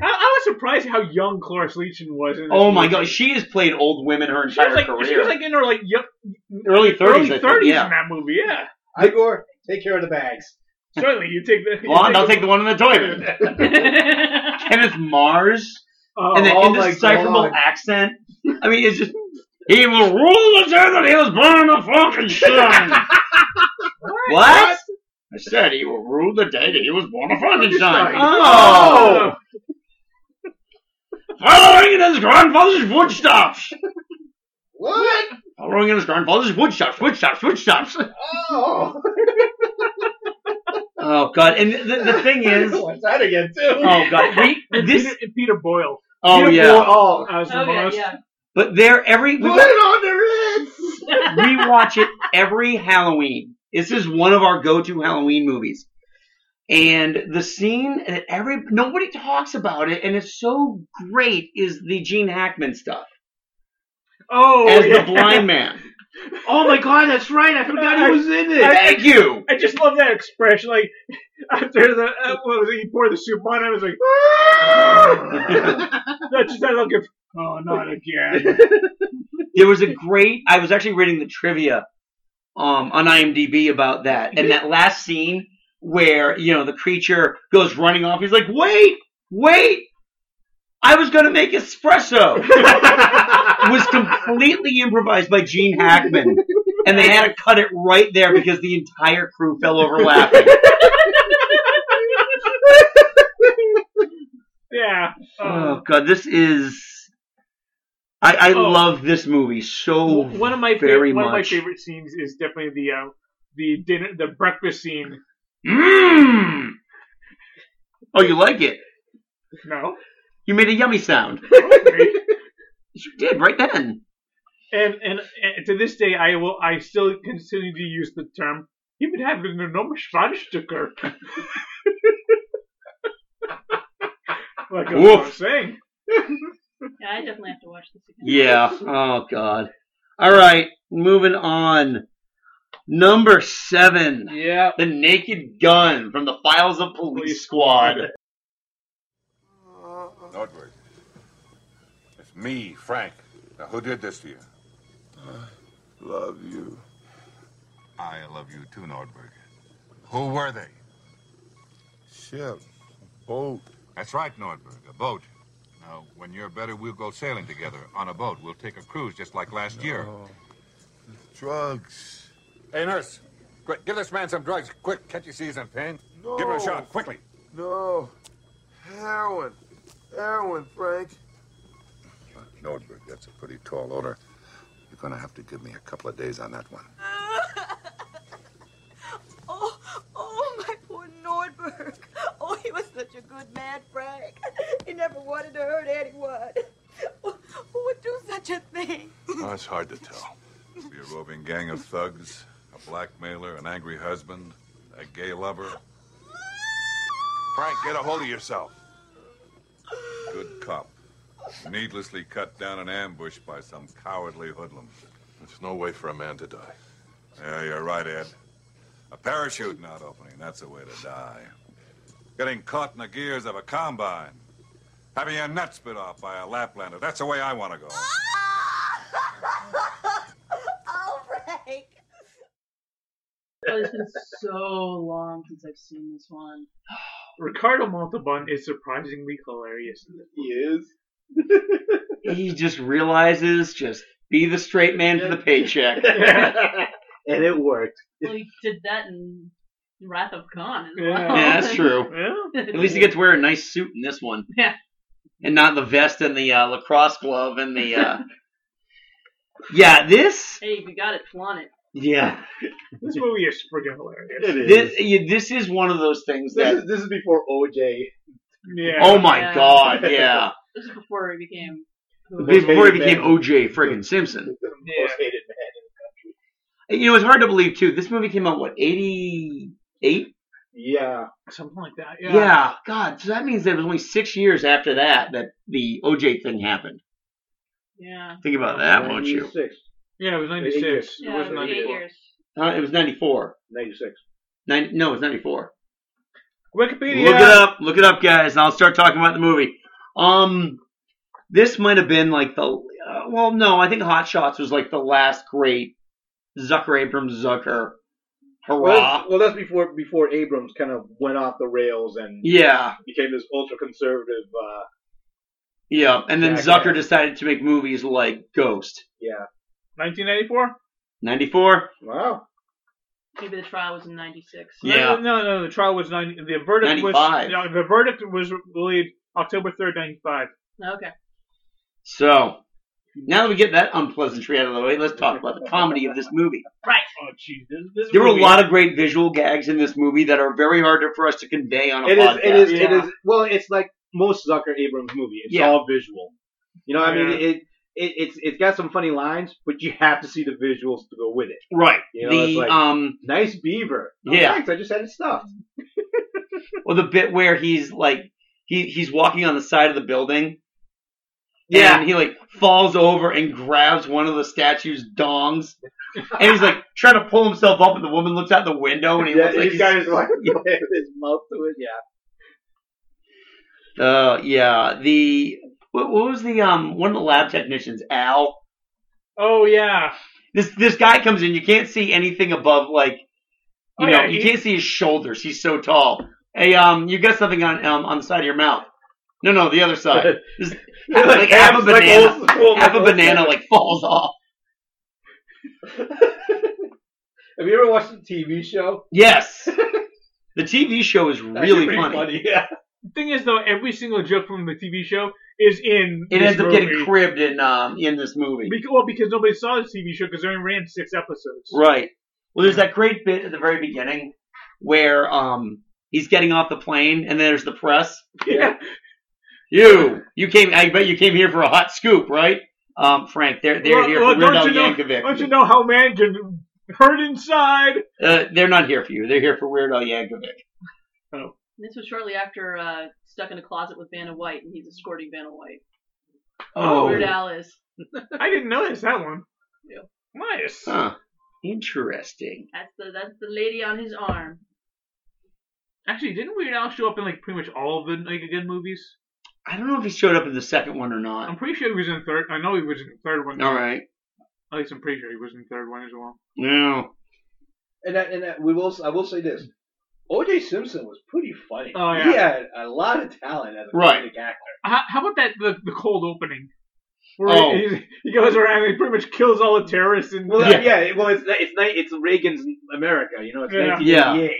[SPEAKER 8] I, I was surprised how young Cloris Leachman was. In this
[SPEAKER 5] oh my
[SPEAKER 8] movie.
[SPEAKER 5] god, she has played old women her
[SPEAKER 8] She was
[SPEAKER 5] entire
[SPEAKER 8] like
[SPEAKER 5] career.
[SPEAKER 8] she was like in her like young,
[SPEAKER 5] Early 30s, I
[SPEAKER 8] early
[SPEAKER 5] think,
[SPEAKER 8] thirties
[SPEAKER 5] yeah.
[SPEAKER 8] in that movie. Yeah,
[SPEAKER 9] Igor, take care of the bags.
[SPEAKER 8] certainly you take the. you
[SPEAKER 5] Blonde, I'll take the one in the toilet. Kenneth Mars and the
[SPEAKER 9] oh my
[SPEAKER 5] indecipherable
[SPEAKER 9] God.
[SPEAKER 5] accent. I mean, it's just he will rule eternity. He was born a fucking son. what? I said he will rule the day that he was born a fucking son. Oh. Following in his grandfather's footsteps.
[SPEAKER 9] What?
[SPEAKER 5] Following in his grandfather's footsteps, footsteps, footsteps.
[SPEAKER 9] Oh.
[SPEAKER 5] Oh god! And the, the thing is,
[SPEAKER 9] What's that again too?
[SPEAKER 5] oh god, we,
[SPEAKER 8] And
[SPEAKER 5] this.
[SPEAKER 8] Peter, and Peter Boyle.
[SPEAKER 5] Oh,
[SPEAKER 8] Peter
[SPEAKER 5] yeah.
[SPEAKER 8] Boyle, oh, as the
[SPEAKER 12] Oh, yeah,
[SPEAKER 8] most.
[SPEAKER 12] yeah.
[SPEAKER 5] But there, every we,
[SPEAKER 9] Put it on the Ritz.
[SPEAKER 5] we watch it every Halloween. This is one of our go-to Halloween movies. And the scene that every nobody talks about it, and it's so great, is the Gene Hackman stuff.
[SPEAKER 8] Oh,
[SPEAKER 5] as
[SPEAKER 8] yeah.
[SPEAKER 5] the blind man.
[SPEAKER 8] Oh my god, that's right. I forgot he was in it.
[SPEAKER 5] Thank you.
[SPEAKER 8] I just love that expression. Like after the uh, what was it, he poured the soup on, I was like, that's just that look of oh, not again.
[SPEAKER 5] There was a great. I was actually reading the trivia um, on IMDb about that, and that last scene where you know the creature goes running off. He's like, "Wait, wait! I was going to make espresso." was completely improvised by Gene Hackman, and they had to cut it right there because the entire crew fell over laughing.
[SPEAKER 8] yeah.
[SPEAKER 5] Oh god, this is. I, I
[SPEAKER 8] Oh.
[SPEAKER 5] love this movie so
[SPEAKER 8] one of my fav-
[SPEAKER 5] very
[SPEAKER 8] one
[SPEAKER 5] much.
[SPEAKER 8] of my favorite scenes is definitely the uh, the dinner the breakfast scene.
[SPEAKER 5] Mmm. Oh, you like it?
[SPEAKER 8] No.
[SPEAKER 5] You made a yummy sound. you did right then.
[SPEAKER 8] And, and and to this day, I will I still continue to use the term. He would have an enormous Schwanzstücker. like I
[SPEAKER 5] Woof.
[SPEAKER 8] was saying.
[SPEAKER 12] Yeah, I definitely have to watch this again.
[SPEAKER 5] Yeah. Oh god. All right, moving on. Number seven.
[SPEAKER 8] Yeah.
[SPEAKER 5] The Naked Gun from the Files of Police Squad.
[SPEAKER 4] Nordberg. Uh-uh. It's me, Frank. Now, who did this to you?
[SPEAKER 13] Uh,
[SPEAKER 4] love you. I love you too, Nordberg. Who were they? Ship. Boat. That's right, Nordberg. A boat. Now, when you're better, we'll go sailing together on a boat. We'll take a cruise just like last year. Drugs. Hey, nurse. Quick, give this man some drugs. Quick, can't you see he's in pain? Give him a shot, quickly.
[SPEAKER 13] No. Heroin. Heroin, Frank.
[SPEAKER 4] Nordberg, that's a pretty tall order. You're going to have to give me a couple of days on that one.
[SPEAKER 15] Oh, oh, my poor Nordberg. Oh, he was such a good man, Frank. He never wanted to hurt anyone. Who would do such a thing?
[SPEAKER 4] Oh, it's hard to tell. Be a roving gang of thugs, a blackmailer, an angry husband, a gay lover. Frank, get a hold of yourself. Good cop. Needlessly cut down and ambushed by some cowardly hoodlum. There's no way for a man to die. Yeah, you're right, Ed. A parachute not opening, that's a way to die. Getting caught in the gears of a combine. Having your nuts spit off by a Laplander, that's the way I want to go.
[SPEAKER 15] Oh, Frank.
[SPEAKER 12] Oh, it's been so long since I've seen this one.
[SPEAKER 8] Ricardo Montalban is surprisingly hilarious. In this he is.
[SPEAKER 5] he just realizes just be the straight man for the paycheck.
[SPEAKER 9] and it worked.
[SPEAKER 12] Well, he did that in Wrath of Khan as well.
[SPEAKER 5] Yeah, that's true. At least he gets to wear a nice suit in this one.
[SPEAKER 12] Yeah.
[SPEAKER 5] And not the vest and the uh, lacrosse glove and the. Uh... yeah, this.
[SPEAKER 12] Hey, if you got it, flaunt it.
[SPEAKER 5] Yeah.
[SPEAKER 8] This movie is freaking hilarious.
[SPEAKER 5] This, yeah, this is one of those things that.
[SPEAKER 9] This is, this is before OJ.
[SPEAKER 8] Yeah.
[SPEAKER 5] Oh my god, yeah.
[SPEAKER 12] This is before he became.
[SPEAKER 5] Before he became OJ friggin' Simpson.
[SPEAKER 9] Most hated man.
[SPEAKER 5] You know, it's hard to believe, too. This movie came out, what, 88?
[SPEAKER 9] Yeah.
[SPEAKER 8] Something like that.
[SPEAKER 5] Yeah. God, so that means that it was only six years after that that the OJ thing happened.
[SPEAKER 12] Yeah.
[SPEAKER 5] Think about that, won't you?
[SPEAKER 8] Yeah, it was 96.
[SPEAKER 12] Yeah, it was eight years.
[SPEAKER 5] Uh, it was 94.
[SPEAKER 9] 96.
[SPEAKER 5] Nin no, it was 94.
[SPEAKER 8] Wikipedia.
[SPEAKER 5] Look it up. Look it up, guys, and I'll start talking about the movie. Um, this might have been like the uh, well, no, I think Hot Shots was like the last great Zucker Abrams Zucker.
[SPEAKER 9] Well,
[SPEAKER 5] Hurrah!
[SPEAKER 9] that's- well, that's before before Abrams kind of went off the rails and
[SPEAKER 5] Yeah.
[SPEAKER 9] became this ultra conservative. Uh,
[SPEAKER 5] yeah, and then
[SPEAKER 9] Jackass.
[SPEAKER 5] Zucker decided to make movies like Ghost.
[SPEAKER 9] yeah.
[SPEAKER 8] 1994?
[SPEAKER 5] Ninety-four.
[SPEAKER 9] Wow.
[SPEAKER 12] Maybe the trial was in 96.
[SPEAKER 8] No, no, no. The trial was 90. The verdict was.
[SPEAKER 5] 95.
[SPEAKER 8] No, the verdict was released October 3rd, 95.
[SPEAKER 12] Okay.
[SPEAKER 5] So now that we get that unpleasantry out of the way, let's talk about the comedy of this movie.
[SPEAKER 12] Right.
[SPEAKER 8] Oh, jeez. This, this
[SPEAKER 5] There were a
[SPEAKER 8] movie-
[SPEAKER 5] lot of great visual gags in this movie that are very hard for us to convey on a
[SPEAKER 9] It is.
[SPEAKER 5] podcast.
[SPEAKER 9] It is. It is. Well, it's like most Zucker Abrams movie. It's
[SPEAKER 5] Yeah.
[SPEAKER 9] all visual. You know, I mean,
[SPEAKER 5] Yeah.
[SPEAKER 9] it, it it's it's got some funny lines, but you have to see the visuals to go with it.
[SPEAKER 5] Right.
[SPEAKER 9] You know,
[SPEAKER 5] the
[SPEAKER 9] it's like,
[SPEAKER 5] um
[SPEAKER 9] nice beaver. Oh,
[SPEAKER 5] yeah.
[SPEAKER 9] thanks, I just had it stuffed.
[SPEAKER 5] or the bit where he's like he he's walking on the side of the building.
[SPEAKER 9] Yeah.
[SPEAKER 5] And he like falls over and grabs one of the statue's dongs. And he's like trying to pull himself up and the woman looks out the window and he
[SPEAKER 9] Yeah,
[SPEAKER 5] looks like
[SPEAKER 9] he's got his, like,
[SPEAKER 5] his mouth to it, yeah. Uh, yeah. The what, what was the um one of the lab technicians, Al?
[SPEAKER 8] Oh yeah.
[SPEAKER 5] This this guy comes in. You can't see anything above like you
[SPEAKER 8] Oh,
[SPEAKER 5] know
[SPEAKER 8] yeah,
[SPEAKER 5] you
[SPEAKER 8] he-
[SPEAKER 5] can't see his shoulders. He's so tall. Hey, um, you got something on um on the side of your mouth? No, no, the other side. Just,
[SPEAKER 9] Like,
[SPEAKER 5] like, half a
[SPEAKER 9] half- like
[SPEAKER 5] banana,
[SPEAKER 9] old school-
[SPEAKER 5] half a banana like falls off.
[SPEAKER 9] Have you ever watched the TV show?
[SPEAKER 5] Yes. The TV show is
[SPEAKER 9] That's
[SPEAKER 5] really
[SPEAKER 9] pretty
[SPEAKER 5] funny.
[SPEAKER 9] Yeah.
[SPEAKER 8] The thing is though, every single joke from the TV show is in.
[SPEAKER 5] It
[SPEAKER 8] this
[SPEAKER 5] ends up
[SPEAKER 8] movie.
[SPEAKER 5] getting cribbed in um in this movie.
[SPEAKER 8] Because, well, because nobody saw the TV show because they only ran six episodes.
[SPEAKER 5] Right. Well, there's that great bit at the very beginning where um he's getting off the plane, and there's the press.
[SPEAKER 8] Yeah.
[SPEAKER 5] You, you came. I bet you came here for a hot scoop, right? Um, Frank, they're they're
[SPEAKER 8] Well,
[SPEAKER 5] here
[SPEAKER 8] well,
[SPEAKER 5] for Weird Al
[SPEAKER 8] don't you know-
[SPEAKER 5] Yankovic.
[SPEAKER 8] Don't you know how man can hurt inside?
[SPEAKER 5] Uh, they're not here for you. They're here for Weird Al Yankovic. Oh.
[SPEAKER 12] This was shortly after uh, Stuck in a Closet with Vanna White, and he's escorting Vanna White.
[SPEAKER 5] Oh.
[SPEAKER 12] Weird Al is.
[SPEAKER 8] I didn't notice that one.
[SPEAKER 12] Yeah.
[SPEAKER 8] Nice.
[SPEAKER 5] Huh. Interesting.
[SPEAKER 12] That's the that's the lady on his arm.
[SPEAKER 8] Actually, didn't Weird Al show up in like pretty much all of the Naked Gun movies?
[SPEAKER 5] I don't know if he showed up in the second one or not.
[SPEAKER 8] I'm pretty sure he was in third. I know he was in the third one.
[SPEAKER 5] All right.
[SPEAKER 8] At least I'm pretty sure he was in the third one as well.
[SPEAKER 5] No.
[SPEAKER 9] And that, and that, we will. I will say this: O.J. Simpson was pretty funny.
[SPEAKER 8] Oh,
[SPEAKER 9] He
[SPEAKER 8] yeah.
[SPEAKER 9] had a lot of talent as a
[SPEAKER 8] Right.
[SPEAKER 9] comedic actor.
[SPEAKER 8] How, how about that the, the cold opening? Where
[SPEAKER 9] Oh.
[SPEAKER 8] he, he goes around and he pretty much kills all the terrorists. And
[SPEAKER 9] Well, yeah. yeah well, it's it's ni- it's Reagan's America. You know, it's
[SPEAKER 8] Yeah.
[SPEAKER 9] 1988.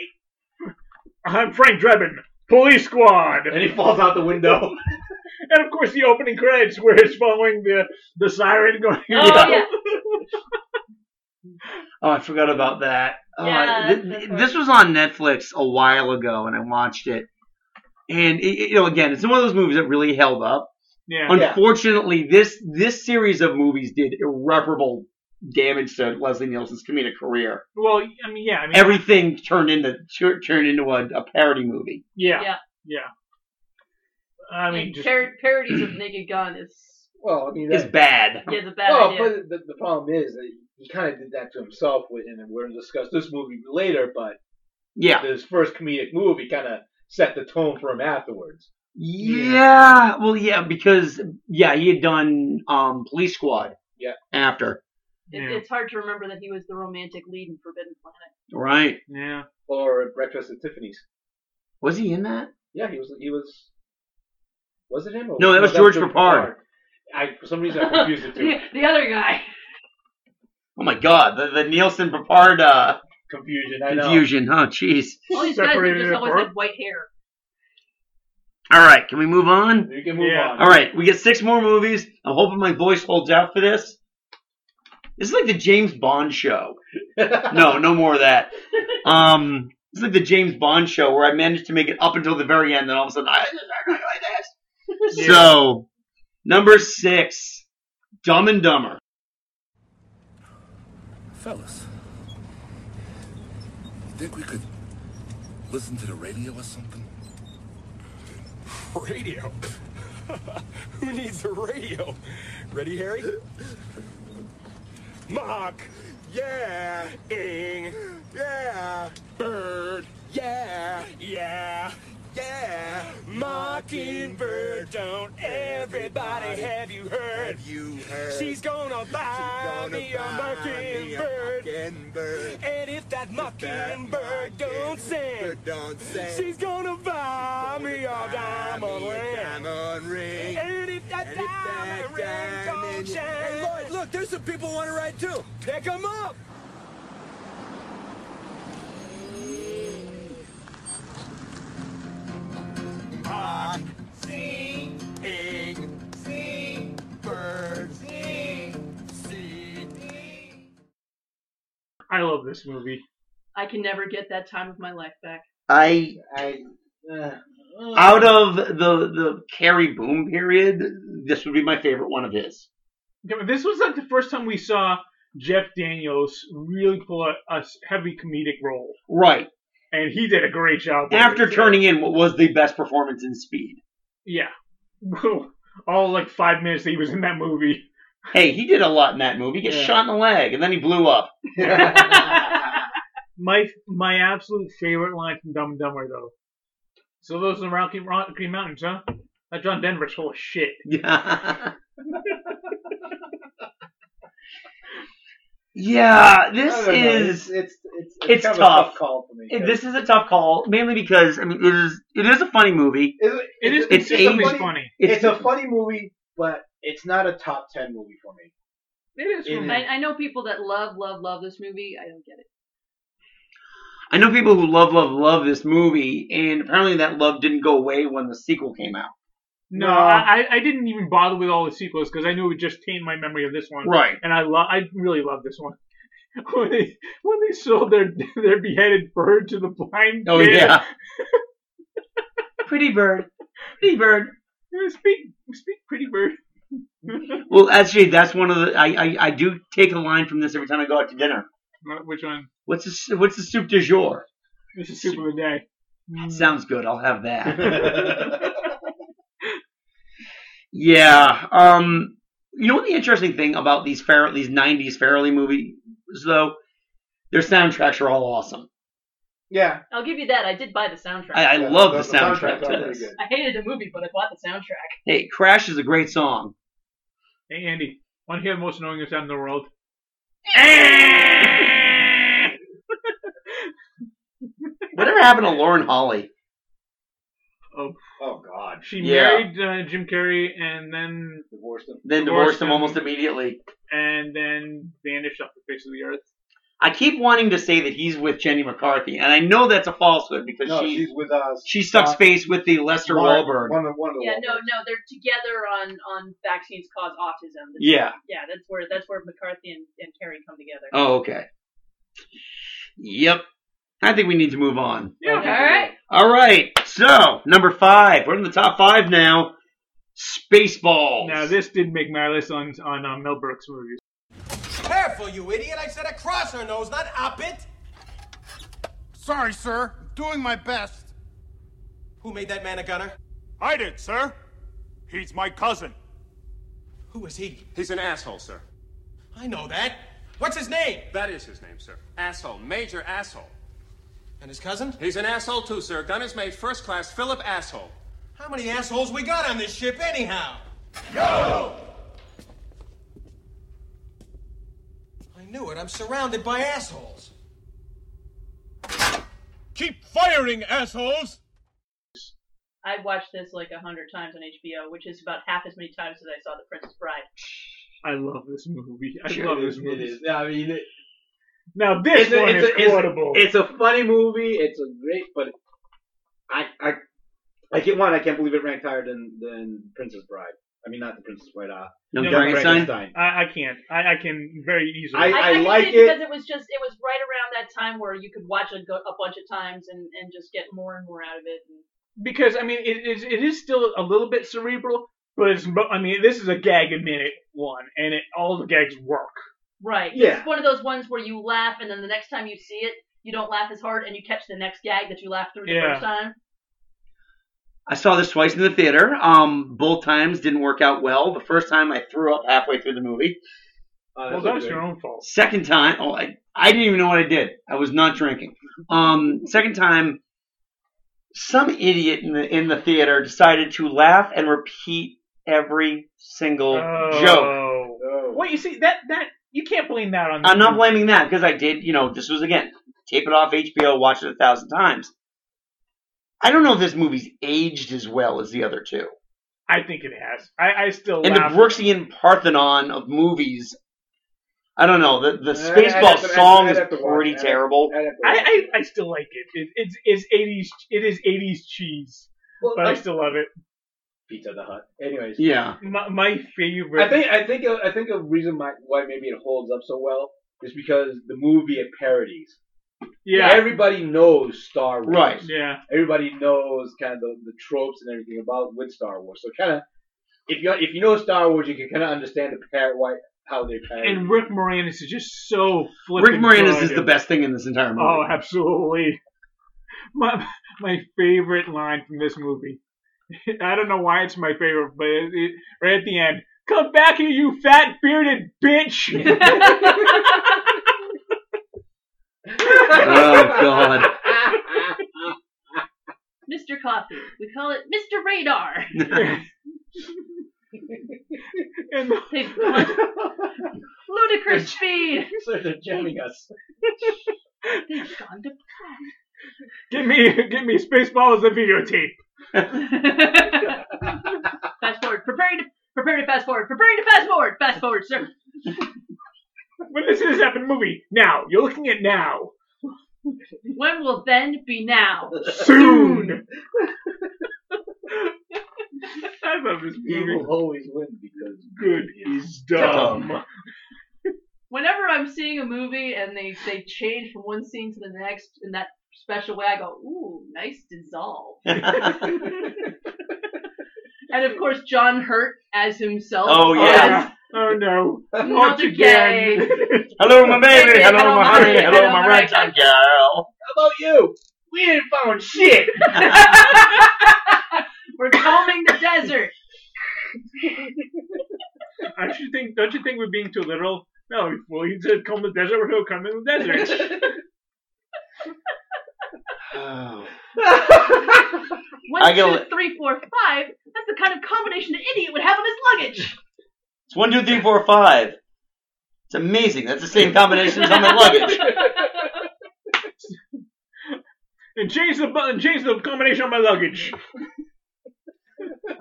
[SPEAKER 8] I'm Frank Drebin, police squad.
[SPEAKER 9] And he falls out the window.
[SPEAKER 8] and of course, the opening credits where it's following the the siren going.
[SPEAKER 5] Oh, yeah. Oh, I forgot about that. Oh, I-
[SPEAKER 8] Yeah,
[SPEAKER 5] th-
[SPEAKER 8] that's
[SPEAKER 5] this was on Netflix a while ago, and I watched it. And it, it- you know, again, it's one of those movies that really held up.
[SPEAKER 8] Yeah.
[SPEAKER 5] Unfortunately, this this series of movies did irreparable damage to Leslie Nielsen's comedic career.
[SPEAKER 8] Well, I mean, yeah, I mean,
[SPEAKER 5] Everything turned into tur- turned into a, a parody movie.
[SPEAKER 8] Yeah,
[SPEAKER 12] Yeah.
[SPEAKER 8] yeah. I mean, just
[SPEAKER 12] Par- parodies of Naked Gun is
[SPEAKER 9] Well, I mean,
[SPEAKER 5] It's bad.
[SPEAKER 12] Yeah, it's a bad
[SPEAKER 9] well,
[SPEAKER 12] idea.
[SPEAKER 9] but the, the problem is that he kind of did that to himself, with, and we're going to discuss this movie later. But
[SPEAKER 5] yeah,
[SPEAKER 9] his first comedic movie kind of set the tone for him afterwards.
[SPEAKER 5] Yeah. well, yeah, because yeah, he had done um, Police Squad
[SPEAKER 9] Yeah.
[SPEAKER 5] after,
[SPEAKER 12] it, it's hard to remember that he was the romantic lead in Forbidden Planet.
[SPEAKER 5] right?
[SPEAKER 8] Yeah.
[SPEAKER 9] Or Breakfast at Tiffany's.
[SPEAKER 5] Was he in that?
[SPEAKER 9] Yeah, he was. He was. Was it him? Or
[SPEAKER 5] No, that was George Papard.
[SPEAKER 9] I for some reason I confused the two.
[SPEAKER 12] the, the other guy.
[SPEAKER 5] Oh my God, the, the Nielsen Papard uh,
[SPEAKER 9] confusion. I know.
[SPEAKER 5] confusion. Oh, jeez.
[SPEAKER 12] All these guys have
[SPEAKER 9] Separated
[SPEAKER 12] just
[SPEAKER 9] at
[SPEAKER 12] always
[SPEAKER 9] birth?
[SPEAKER 12] had white hair.
[SPEAKER 5] All right, can we move on?
[SPEAKER 9] You can move Yeah. on.
[SPEAKER 5] All right, we get six more movies. I'm hoping my voice holds out for this. This is like the James Bond show. no, no more of that. Um, it's like the James Bond show where I managed to make it up until the very end, then all of a sudden, I, so number six, Dumb and Dumber.
[SPEAKER 4] Fellas, you think we could listen to the radio or something?
[SPEAKER 6] Radio? Who needs a radio? Ready, Harry? Mock! Yeah! Ing! Yeah! Bird! Yeah! Yeah! Yeah! Mockingbird, don't everybody have you heard? Have you heard? She's gonna buy me a mockingbird. And if that mockingbird don't sing, she's gonna buy me a diamond ring. And if that diamond ring don't shine, hey Lloyd, look, there's some people want to ride too. Pick 'em up. Mock, sing, sing, sing, bird, sing, sing.
[SPEAKER 8] I love this movie.
[SPEAKER 12] I can never get that time of my life back.
[SPEAKER 5] I
[SPEAKER 9] I Eh.
[SPEAKER 5] out of the the Carrie Boom period, this would be my favorite one of his.
[SPEAKER 8] Yeah, but This was like the first time we saw Jeff Daniels really pull a, a heavy comedic role.
[SPEAKER 5] Right.
[SPEAKER 8] and he did a great job. with
[SPEAKER 5] After
[SPEAKER 8] it.
[SPEAKER 5] turning in what was the best performance in Speed.
[SPEAKER 8] yeah, all like five minutes that he was in that movie.
[SPEAKER 5] Hey, he did a lot in that movie. He gets
[SPEAKER 8] Yeah.
[SPEAKER 5] shot in the leg, and then he blew up.
[SPEAKER 8] My my absolute favorite line from Dumb and Dumber though. So those in the Rocky, Rocky Mountains, huh? That John Denver's full of shit.
[SPEAKER 5] Yeah. Yeah, this
[SPEAKER 9] I don't know.
[SPEAKER 5] is
[SPEAKER 9] it's it's, it's,
[SPEAKER 5] it's
[SPEAKER 9] kind of
[SPEAKER 5] tough.
[SPEAKER 9] a tough call for me.
[SPEAKER 5] It- This is a tough call, mainly because I mean it is it is a funny movie.
[SPEAKER 8] It is
[SPEAKER 5] It's
[SPEAKER 8] consistently
[SPEAKER 5] aged-
[SPEAKER 8] funny.
[SPEAKER 5] It's,
[SPEAKER 9] It's a funny movie, but it's not a top ten movie for me.
[SPEAKER 8] It is.
[SPEAKER 9] for me.
[SPEAKER 12] I, I know people that love, love, love this movie. I don't get it.
[SPEAKER 5] I know people who love love love this movie, and apparently that love didn't go away when the sequel came out.
[SPEAKER 8] No,
[SPEAKER 5] No.
[SPEAKER 8] I, I- I didn't even bother with all the sequels because I knew it would just taint my memory of this one.
[SPEAKER 5] Right.
[SPEAKER 8] And I love, I really love this one. When they when they sold their their beheaded bird to the blind
[SPEAKER 5] Oh,
[SPEAKER 8] kid.
[SPEAKER 5] yeah. pretty bird, pretty bird.
[SPEAKER 8] Speak speak pretty bird.
[SPEAKER 5] Well, actually, that's one of the I, I I do take a line from this every time I go out to dinner.
[SPEAKER 8] Which one?
[SPEAKER 5] What's the s- what's the soup du jour?
[SPEAKER 8] This is soup of the day.
[SPEAKER 5] Sounds good. I'll have that. yeah. Um. You know what the interesting thing about these Far- these '90s Farrelly movies though, their soundtracks are all awesome.
[SPEAKER 9] Yeah.
[SPEAKER 12] I'll give you that. I did buy the soundtrack.
[SPEAKER 5] I, I love the, soundtrack
[SPEAKER 9] soundtracks are
[SPEAKER 5] to
[SPEAKER 9] pretty
[SPEAKER 5] this.
[SPEAKER 12] I hated the movie, but I bought the soundtrack.
[SPEAKER 5] Hey, Crash is a great song.
[SPEAKER 8] Hey Andy, want to hear the most annoying sound in the world?
[SPEAKER 5] Whatever happened to Lauren Holly?
[SPEAKER 8] Oh,
[SPEAKER 9] oh God.
[SPEAKER 8] She
[SPEAKER 5] Yeah.
[SPEAKER 8] married uh, Jim Carrey and then
[SPEAKER 9] divorced him.
[SPEAKER 5] Then divorced him almost immediately.
[SPEAKER 8] and then vanished off the face of the earth.
[SPEAKER 5] I keep wanting to say that he's with Jenny McCarthy, and I know that's a falsehood because
[SPEAKER 9] No,
[SPEAKER 5] she
[SPEAKER 9] she's with us.
[SPEAKER 5] she sucks
[SPEAKER 9] Uh,
[SPEAKER 5] face with the Lester
[SPEAKER 9] Lauren-
[SPEAKER 5] Wahlberg.
[SPEAKER 9] One of one of the
[SPEAKER 12] Yeah,
[SPEAKER 9] Wahlbergs.
[SPEAKER 12] no, no, they're together on on vaccines cause autism.
[SPEAKER 5] Yeah.
[SPEAKER 12] yeah, that's where that's where McCarthy and, and Carey come together.
[SPEAKER 5] Oh, okay. Yep. I think we need to move on.
[SPEAKER 12] All right.
[SPEAKER 5] All right. So, number five. We're in the top five now. Spaceballs.
[SPEAKER 8] Now this did make my list on on uh, Mel Brooks movies.
[SPEAKER 6] Careful, you idiot! I said across her nose, not up it! Sorry, sir. I'm doing my best. Who made that man a gunner? I did, sir. He's my cousin. Who is he?
[SPEAKER 20] He's an asshole, sir.
[SPEAKER 6] I know that. What's his name?
[SPEAKER 20] That is his name, sir. Asshole. Major asshole.
[SPEAKER 6] And his cousin?
[SPEAKER 20] He's an asshole, too, sir. Gunner's mate, first class, Philip Asshole.
[SPEAKER 6] How many assholes we got on this ship, anyhow? I knew it. I'm surrounded by assholes.
[SPEAKER 14] Keep firing, assholes!
[SPEAKER 12] I've watched this like a hundred times on HBO, which is about half as many times as I saw The Princess Bride.
[SPEAKER 8] I love this movie. I
[SPEAKER 9] Sure,
[SPEAKER 8] love
[SPEAKER 9] it
[SPEAKER 8] this
[SPEAKER 9] is-
[SPEAKER 8] movie.
[SPEAKER 9] It is. I mean, it,
[SPEAKER 8] Now this
[SPEAKER 9] it's a-
[SPEAKER 8] one
[SPEAKER 9] it's
[SPEAKER 8] is
[SPEAKER 9] a- it's a-
[SPEAKER 8] quotable.
[SPEAKER 9] It's a funny movie. It's a great, but I I I can't one. I can't believe it ranked higher than than Princess Bride. I mean, not the Princess Bride. Uh,
[SPEAKER 8] I, I can't. I, I can very easily.
[SPEAKER 12] I, can see because it was just it was right around that time where you could watch it go- a bunch of times and and just get more and more out of it. And
[SPEAKER 8] because I mean it is it is still a little bit cerebral, but it's mo- I mean this is a gag a minute one, and it all the gags work.
[SPEAKER 12] Right.
[SPEAKER 8] Yeah.
[SPEAKER 12] It's one of those ones where you laugh, and then the next time you see it, you don't laugh as hard, and you catch the next gag that you laughed through the
[SPEAKER 5] Yeah.
[SPEAKER 12] first time.
[SPEAKER 5] I saw this twice in the theater. Um, both times didn't work out well. The first time I threw up halfway through the movie.
[SPEAKER 8] well, that was your own fault.
[SPEAKER 5] Second time, oh, I, I didn't even know what I did. I was not drinking. Um, second time, some idiot in the in the theater decided to laugh and repeat every single
[SPEAKER 8] Oh.
[SPEAKER 5] joke.
[SPEAKER 8] Wait, you see that that you can't blame that on.
[SPEAKER 5] I'm not blaming that because I did, you know, this was again, tape it off HBO, watch it a thousand times. I don't know if this movie's aged as well as the other two.
[SPEAKER 8] I think it has. I, I still
[SPEAKER 5] And the
[SPEAKER 8] laugh.
[SPEAKER 5] Brooksian Parthenon of movies, I don't know, the, the
[SPEAKER 8] I'd- I'd have
[SPEAKER 5] Spaceball
[SPEAKER 8] to- I'd-
[SPEAKER 5] song
[SPEAKER 8] I'd
[SPEAKER 5] is
[SPEAKER 8] have to watch
[SPEAKER 5] pretty
[SPEAKER 8] that.
[SPEAKER 5] terrible.
[SPEAKER 8] I, I, I still like it. it it's it's eighties. It is eighties cheese,
[SPEAKER 9] Well,
[SPEAKER 8] but I
[SPEAKER 9] I-
[SPEAKER 8] still love it.
[SPEAKER 9] Pizza the Hut. Anyways.
[SPEAKER 5] Yeah.
[SPEAKER 8] My, my favorite.
[SPEAKER 9] I think I think uh, I think a reason my, why maybe it holds up so well is because the movie it parodies.
[SPEAKER 8] Yeah.
[SPEAKER 9] Everybody knows Star Wars.
[SPEAKER 5] Right.
[SPEAKER 8] Yeah.
[SPEAKER 9] Everybody knows kind of the, the tropes and everything about with Star Wars. So kind of if you if you know Star Wars, you can kind of understand the par- why how they parody.
[SPEAKER 8] and Rick Moranis is just so
[SPEAKER 5] Rick
[SPEAKER 8] flipping.
[SPEAKER 5] Moranis
[SPEAKER 8] good.
[SPEAKER 5] is the best thing in this entire movie.
[SPEAKER 8] Oh, absolutely. my, my favorite line from this movie. I don't know why it's my favorite, but it, it, right at the end, come back here, you fat bearded bitch.
[SPEAKER 5] Oh God.
[SPEAKER 12] Mr. Coffee. We call it Mr. Radar. They've got ludicrous speed.
[SPEAKER 5] So they're jamming us.
[SPEAKER 12] They've gone to
[SPEAKER 8] Give me, give me Spaceballs and videotape.
[SPEAKER 12] fast forward. Preparing to preparing to fast forward. Preparing to fast forward. Fast forward, sir.
[SPEAKER 8] When this is happening movie now, you're looking at now.
[SPEAKER 12] When will then be now?
[SPEAKER 8] Soon. I love this movie.
[SPEAKER 5] will always win because
[SPEAKER 8] good is dumb.
[SPEAKER 12] Whenever I'm seeing a movie and they they change from one scene to the next in that special way, I go, ooh, nice dissolve. and of course, John Hurt as himself.
[SPEAKER 5] Oh, yeah.
[SPEAKER 8] Oh no.
[SPEAKER 12] Not again.
[SPEAKER 5] Hello, my baby. Hello,
[SPEAKER 12] Hello,
[SPEAKER 5] my
[SPEAKER 12] my
[SPEAKER 5] honey.
[SPEAKER 12] honey.
[SPEAKER 5] Hello,
[SPEAKER 12] Hello,
[SPEAKER 5] my
[SPEAKER 12] my
[SPEAKER 5] ragtime girl. How about you? We ain't found shit.
[SPEAKER 12] We're combing the desert.
[SPEAKER 8] Don't you think? Don't you think we're being too literal? No, well, he said come to the desert. We're gonna come in the desert.
[SPEAKER 12] One,
[SPEAKER 5] I go-
[SPEAKER 12] two, three, four, five. That's the kind of combination an idiot would have on his luggage.
[SPEAKER 5] It's one, two, three, four, five. It's amazing. That's the same combination as on my luggage.
[SPEAKER 8] and change the button. Change the combination on my luggage.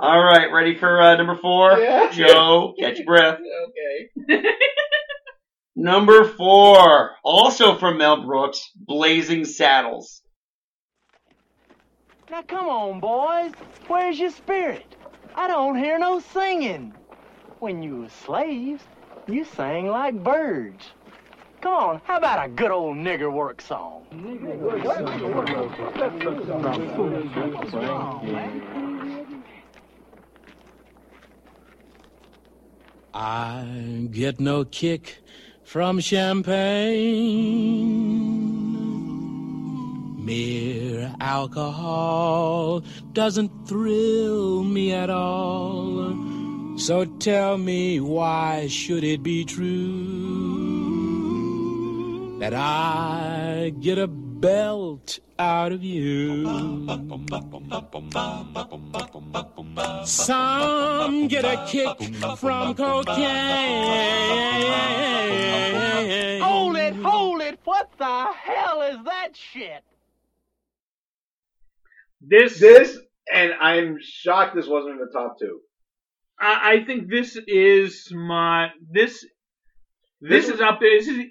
[SPEAKER 5] All right, ready for uh, number four?
[SPEAKER 8] Yeah.
[SPEAKER 5] Joe, catch your breath.
[SPEAKER 9] Okay.
[SPEAKER 5] Number four, also from Mel Brooks, Blazing Saddles.
[SPEAKER 16] Now come on, boys. Where's your spirit? I don't hear no singing. When you were slaves, you sang like birds. Come on, how about a good old nigger work song?
[SPEAKER 18] I get no kick from champagne. Mere alcohol doesn't thrill me at all. So tell me, why should it be true that I get a belt out of you? Some get a kick from cocaine.
[SPEAKER 16] Hold it, hold it. What the hell is that shit?
[SPEAKER 8] This,
[SPEAKER 9] this, and I'm shocked this wasn't in the top two.
[SPEAKER 8] I, I think this is my this. This, is up there. This, is, it
[SPEAKER 9] This
[SPEAKER 8] is-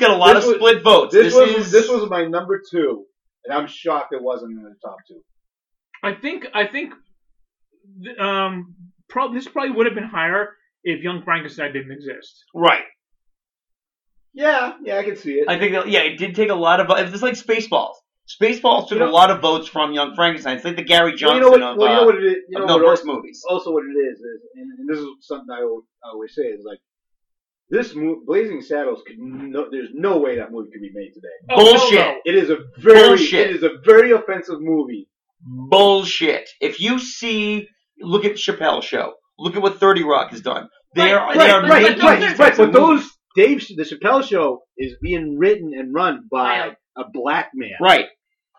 [SPEAKER 9] was- This, was this was my number two, and I'm shocked it wasn't in the top two.
[SPEAKER 8] I think I think th- um prob- this probably would have been higher if Young Frankenstein didn't exist.
[SPEAKER 5] Right.
[SPEAKER 9] Yeah, yeah, I can see it.
[SPEAKER 5] I think, that, yeah, it did take a lot of. It's like Spaceballs. Spaceballs took
[SPEAKER 9] You know-
[SPEAKER 5] a lot of votes from Young Frankenstein. It's like the Gary
[SPEAKER 9] Well, you
[SPEAKER 5] Johnson
[SPEAKER 9] know what?
[SPEAKER 5] of,
[SPEAKER 9] well, you know
[SPEAKER 5] uh,
[SPEAKER 9] what it is. You
[SPEAKER 5] of
[SPEAKER 9] know
[SPEAKER 5] Mel
[SPEAKER 9] what
[SPEAKER 5] Brooks
[SPEAKER 9] al-
[SPEAKER 5] movies.
[SPEAKER 9] Also, what it is is, and, and this is something I always, I always say is like this movie, Blazing Saddles, could no, there's no way that movie could be made today.
[SPEAKER 5] Oh, Bullshit. no, no.
[SPEAKER 9] It is a very,
[SPEAKER 5] Bullshit.
[SPEAKER 9] it is a very offensive movie.
[SPEAKER 5] Bullshit. If you see, look at Chappelle Show. Look at what Thirty Rock has done. They are they are
[SPEAKER 9] right, right,
[SPEAKER 5] making
[SPEAKER 9] right,
[SPEAKER 5] these
[SPEAKER 9] right.
[SPEAKER 5] types
[SPEAKER 9] But
[SPEAKER 5] of movies.
[SPEAKER 9] those Dave, the Chappelle Show is being written and run by a black man.
[SPEAKER 5] Right.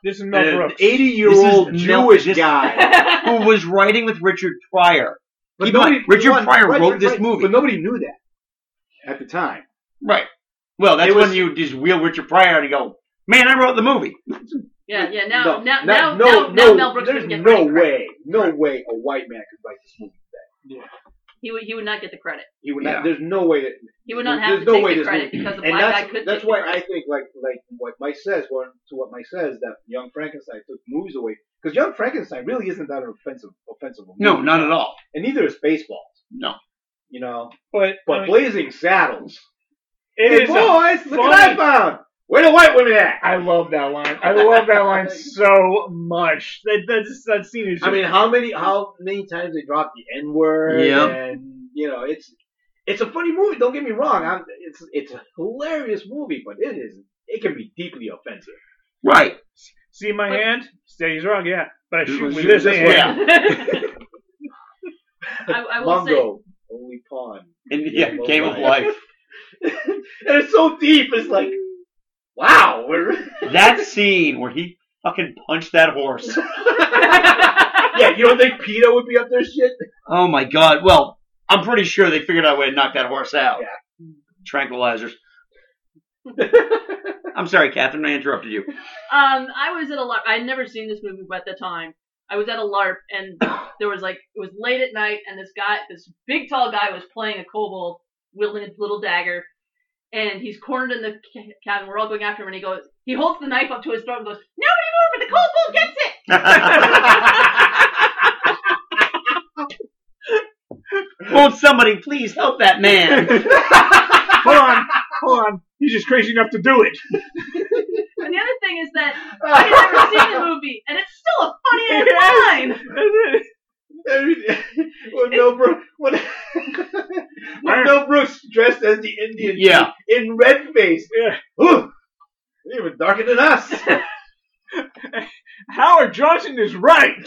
[SPEAKER 8] This is
[SPEAKER 5] Mel Brooks.
[SPEAKER 9] eighty-year-old
[SPEAKER 5] This is Mel-
[SPEAKER 9] Jewish
[SPEAKER 5] this-
[SPEAKER 9] guy.
[SPEAKER 5] who was writing with Richard Pryor.
[SPEAKER 9] But
[SPEAKER 5] Keep in
[SPEAKER 9] nobody-
[SPEAKER 5] mind, Richard
[SPEAKER 9] one-
[SPEAKER 5] Pryor
[SPEAKER 9] right,
[SPEAKER 5] wrote
[SPEAKER 9] right,
[SPEAKER 5] this
[SPEAKER 9] right.
[SPEAKER 5] movie.
[SPEAKER 9] But nobody knew that at the time.
[SPEAKER 5] Right. Well, that's
[SPEAKER 9] It was-
[SPEAKER 5] when you just wheel Richard Pryor and you go, "Man, I wrote the movie."
[SPEAKER 12] Yeah, yeah. Now,
[SPEAKER 9] No,
[SPEAKER 12] now, now,
[SPEAKER 9] no,
[SPEAKER 12] now,
[SPEAKER 9] no,
[SPEAKER 12] now,
[SPEAKER 9] no,
[SPEAKER 12] Mel Brooks
[SPEAKER 9] there's
[SPEAKER 12] would get
[SPEAKER 9] no
[SPEAKER 12] credit.
[SPEAKER 9] way, no way, a white man could write this movie today.
[SPEAKER 12] He would, he would not get the credit.
[SPEAKER 9] He would not. There's no way that
[SPEAKER 12] He would not
[SPEAKER 9] there's
[SPEAKER 12] have to
[SPEAKER 9] no
[SPEAKER 12] take
[SPEAKER 9] way
[SPEAKER 12] the
[SPEAKER 9] this
[SPEAKER 12] credit
[SPEAKER 9] movie-
[SPEAKER 12] because the
[SPEAKER 9] and
[SPEAKER 12] black
[SPEAKER 9] that's,
[SPEAKER 12] guy could
[SPEAKER 9] That's
[SPEAKER 12] take the
[SPEAKER 9] why I
[SPEAKER 12] credit.
[SPEAKER 9] think like like what Mike says, well, to what Mike says that Young Frankenstein took movies away because Young Frankenstein really isn't that offensive, offensive. Movie.
[SPEAKER 5] No, not at all.
[SPEAKER 9] And neither is Baseballs.
[SPEAKER 5] No.
[SPEAKER 9] You know,
[SPEAKER 8] but
[SPEAKER 9] but
[SPEAKER 8] I mean-
[SPEAKER 9] Blazing Saddles.
[SPEAKER 8] It
[SPEAKER 9] hey
[SPEAKER 8] is a
[SPEAKER 9] boys, look what
[SPEAKER 8] funny-
[SPEAKER 9] I found. Where the white women at?
[SPEAKER 8] I love that line. I love that line so much. That that's, that scene is.
[SPEAKER 9] I mean,
[SPEAKER 8] just-
[SPEAKER 9] how many how many times they drop the N word?
[SPEAKER 8] Yeah.
[SPEAKER 9] and you know it's it's a funny movie. Don't get me wrong. I'm, it's it's a hilarious movie, but it is it can be deeply offensive.
[SPEAKER 5] Right.
[SPEAKER 8] See my hand? Steady's wrong, yeah. But I
[SPEAKER 9] Dude,
[SPEAKER 8] shoot with
[SPEAKER 9] shoot
[SPEAKER 8] this
[SPEAKER 9] this
[SPEAKER 8] hand.
[SPEAKER 12] I, I will say
[SPEAKER 9] Mongo, only pawn.
[SPEAKER 5] In yeah, Game of Life.
[SPEAKER 9] and it's so deep. It's like, wow. We're...
[SPEAKER 5] That scene where he fucking punched that horse.
[SPEAKER 9] yeah, you don't think PETA would be up there shit?
[SPEAKER 5] Oh my god. Well, I'm pretty sure they figured out a way to knock that horse out. Tranquilizers. I'm sorry, Catherine, I interrupted you.
[SPEAKER 12] Um, I was at a LARP. I had never seen this movie but at the time. I was at a LARP and there was like it was late at night and this guy, this big tall guy, was playing a kobold wielding a little dagger, and he's cornered in the ca- cabin. We're all going after him, and he goes, he holds the knife up to his throat and goes, "Nobody move, but the kobold gets it."
[SPEAKER 5] Won't somebody please help that man?
[SPEAKER 8] hold on, hold on. He's just crazy enough to do it.
[SPEAKER 12] And the other thing is that I had never seen the movie, and it's still a funny ass line.
[SPEAKER 9] when Mel Brooks, when, when Mel Brooks dressed as the Indian,
[SPEAKER 5] Yeah.
[SPEAKER 9] chief in red face, Ooh, they were darker than us.
[SPEAKER 8] Howard Johnson is right.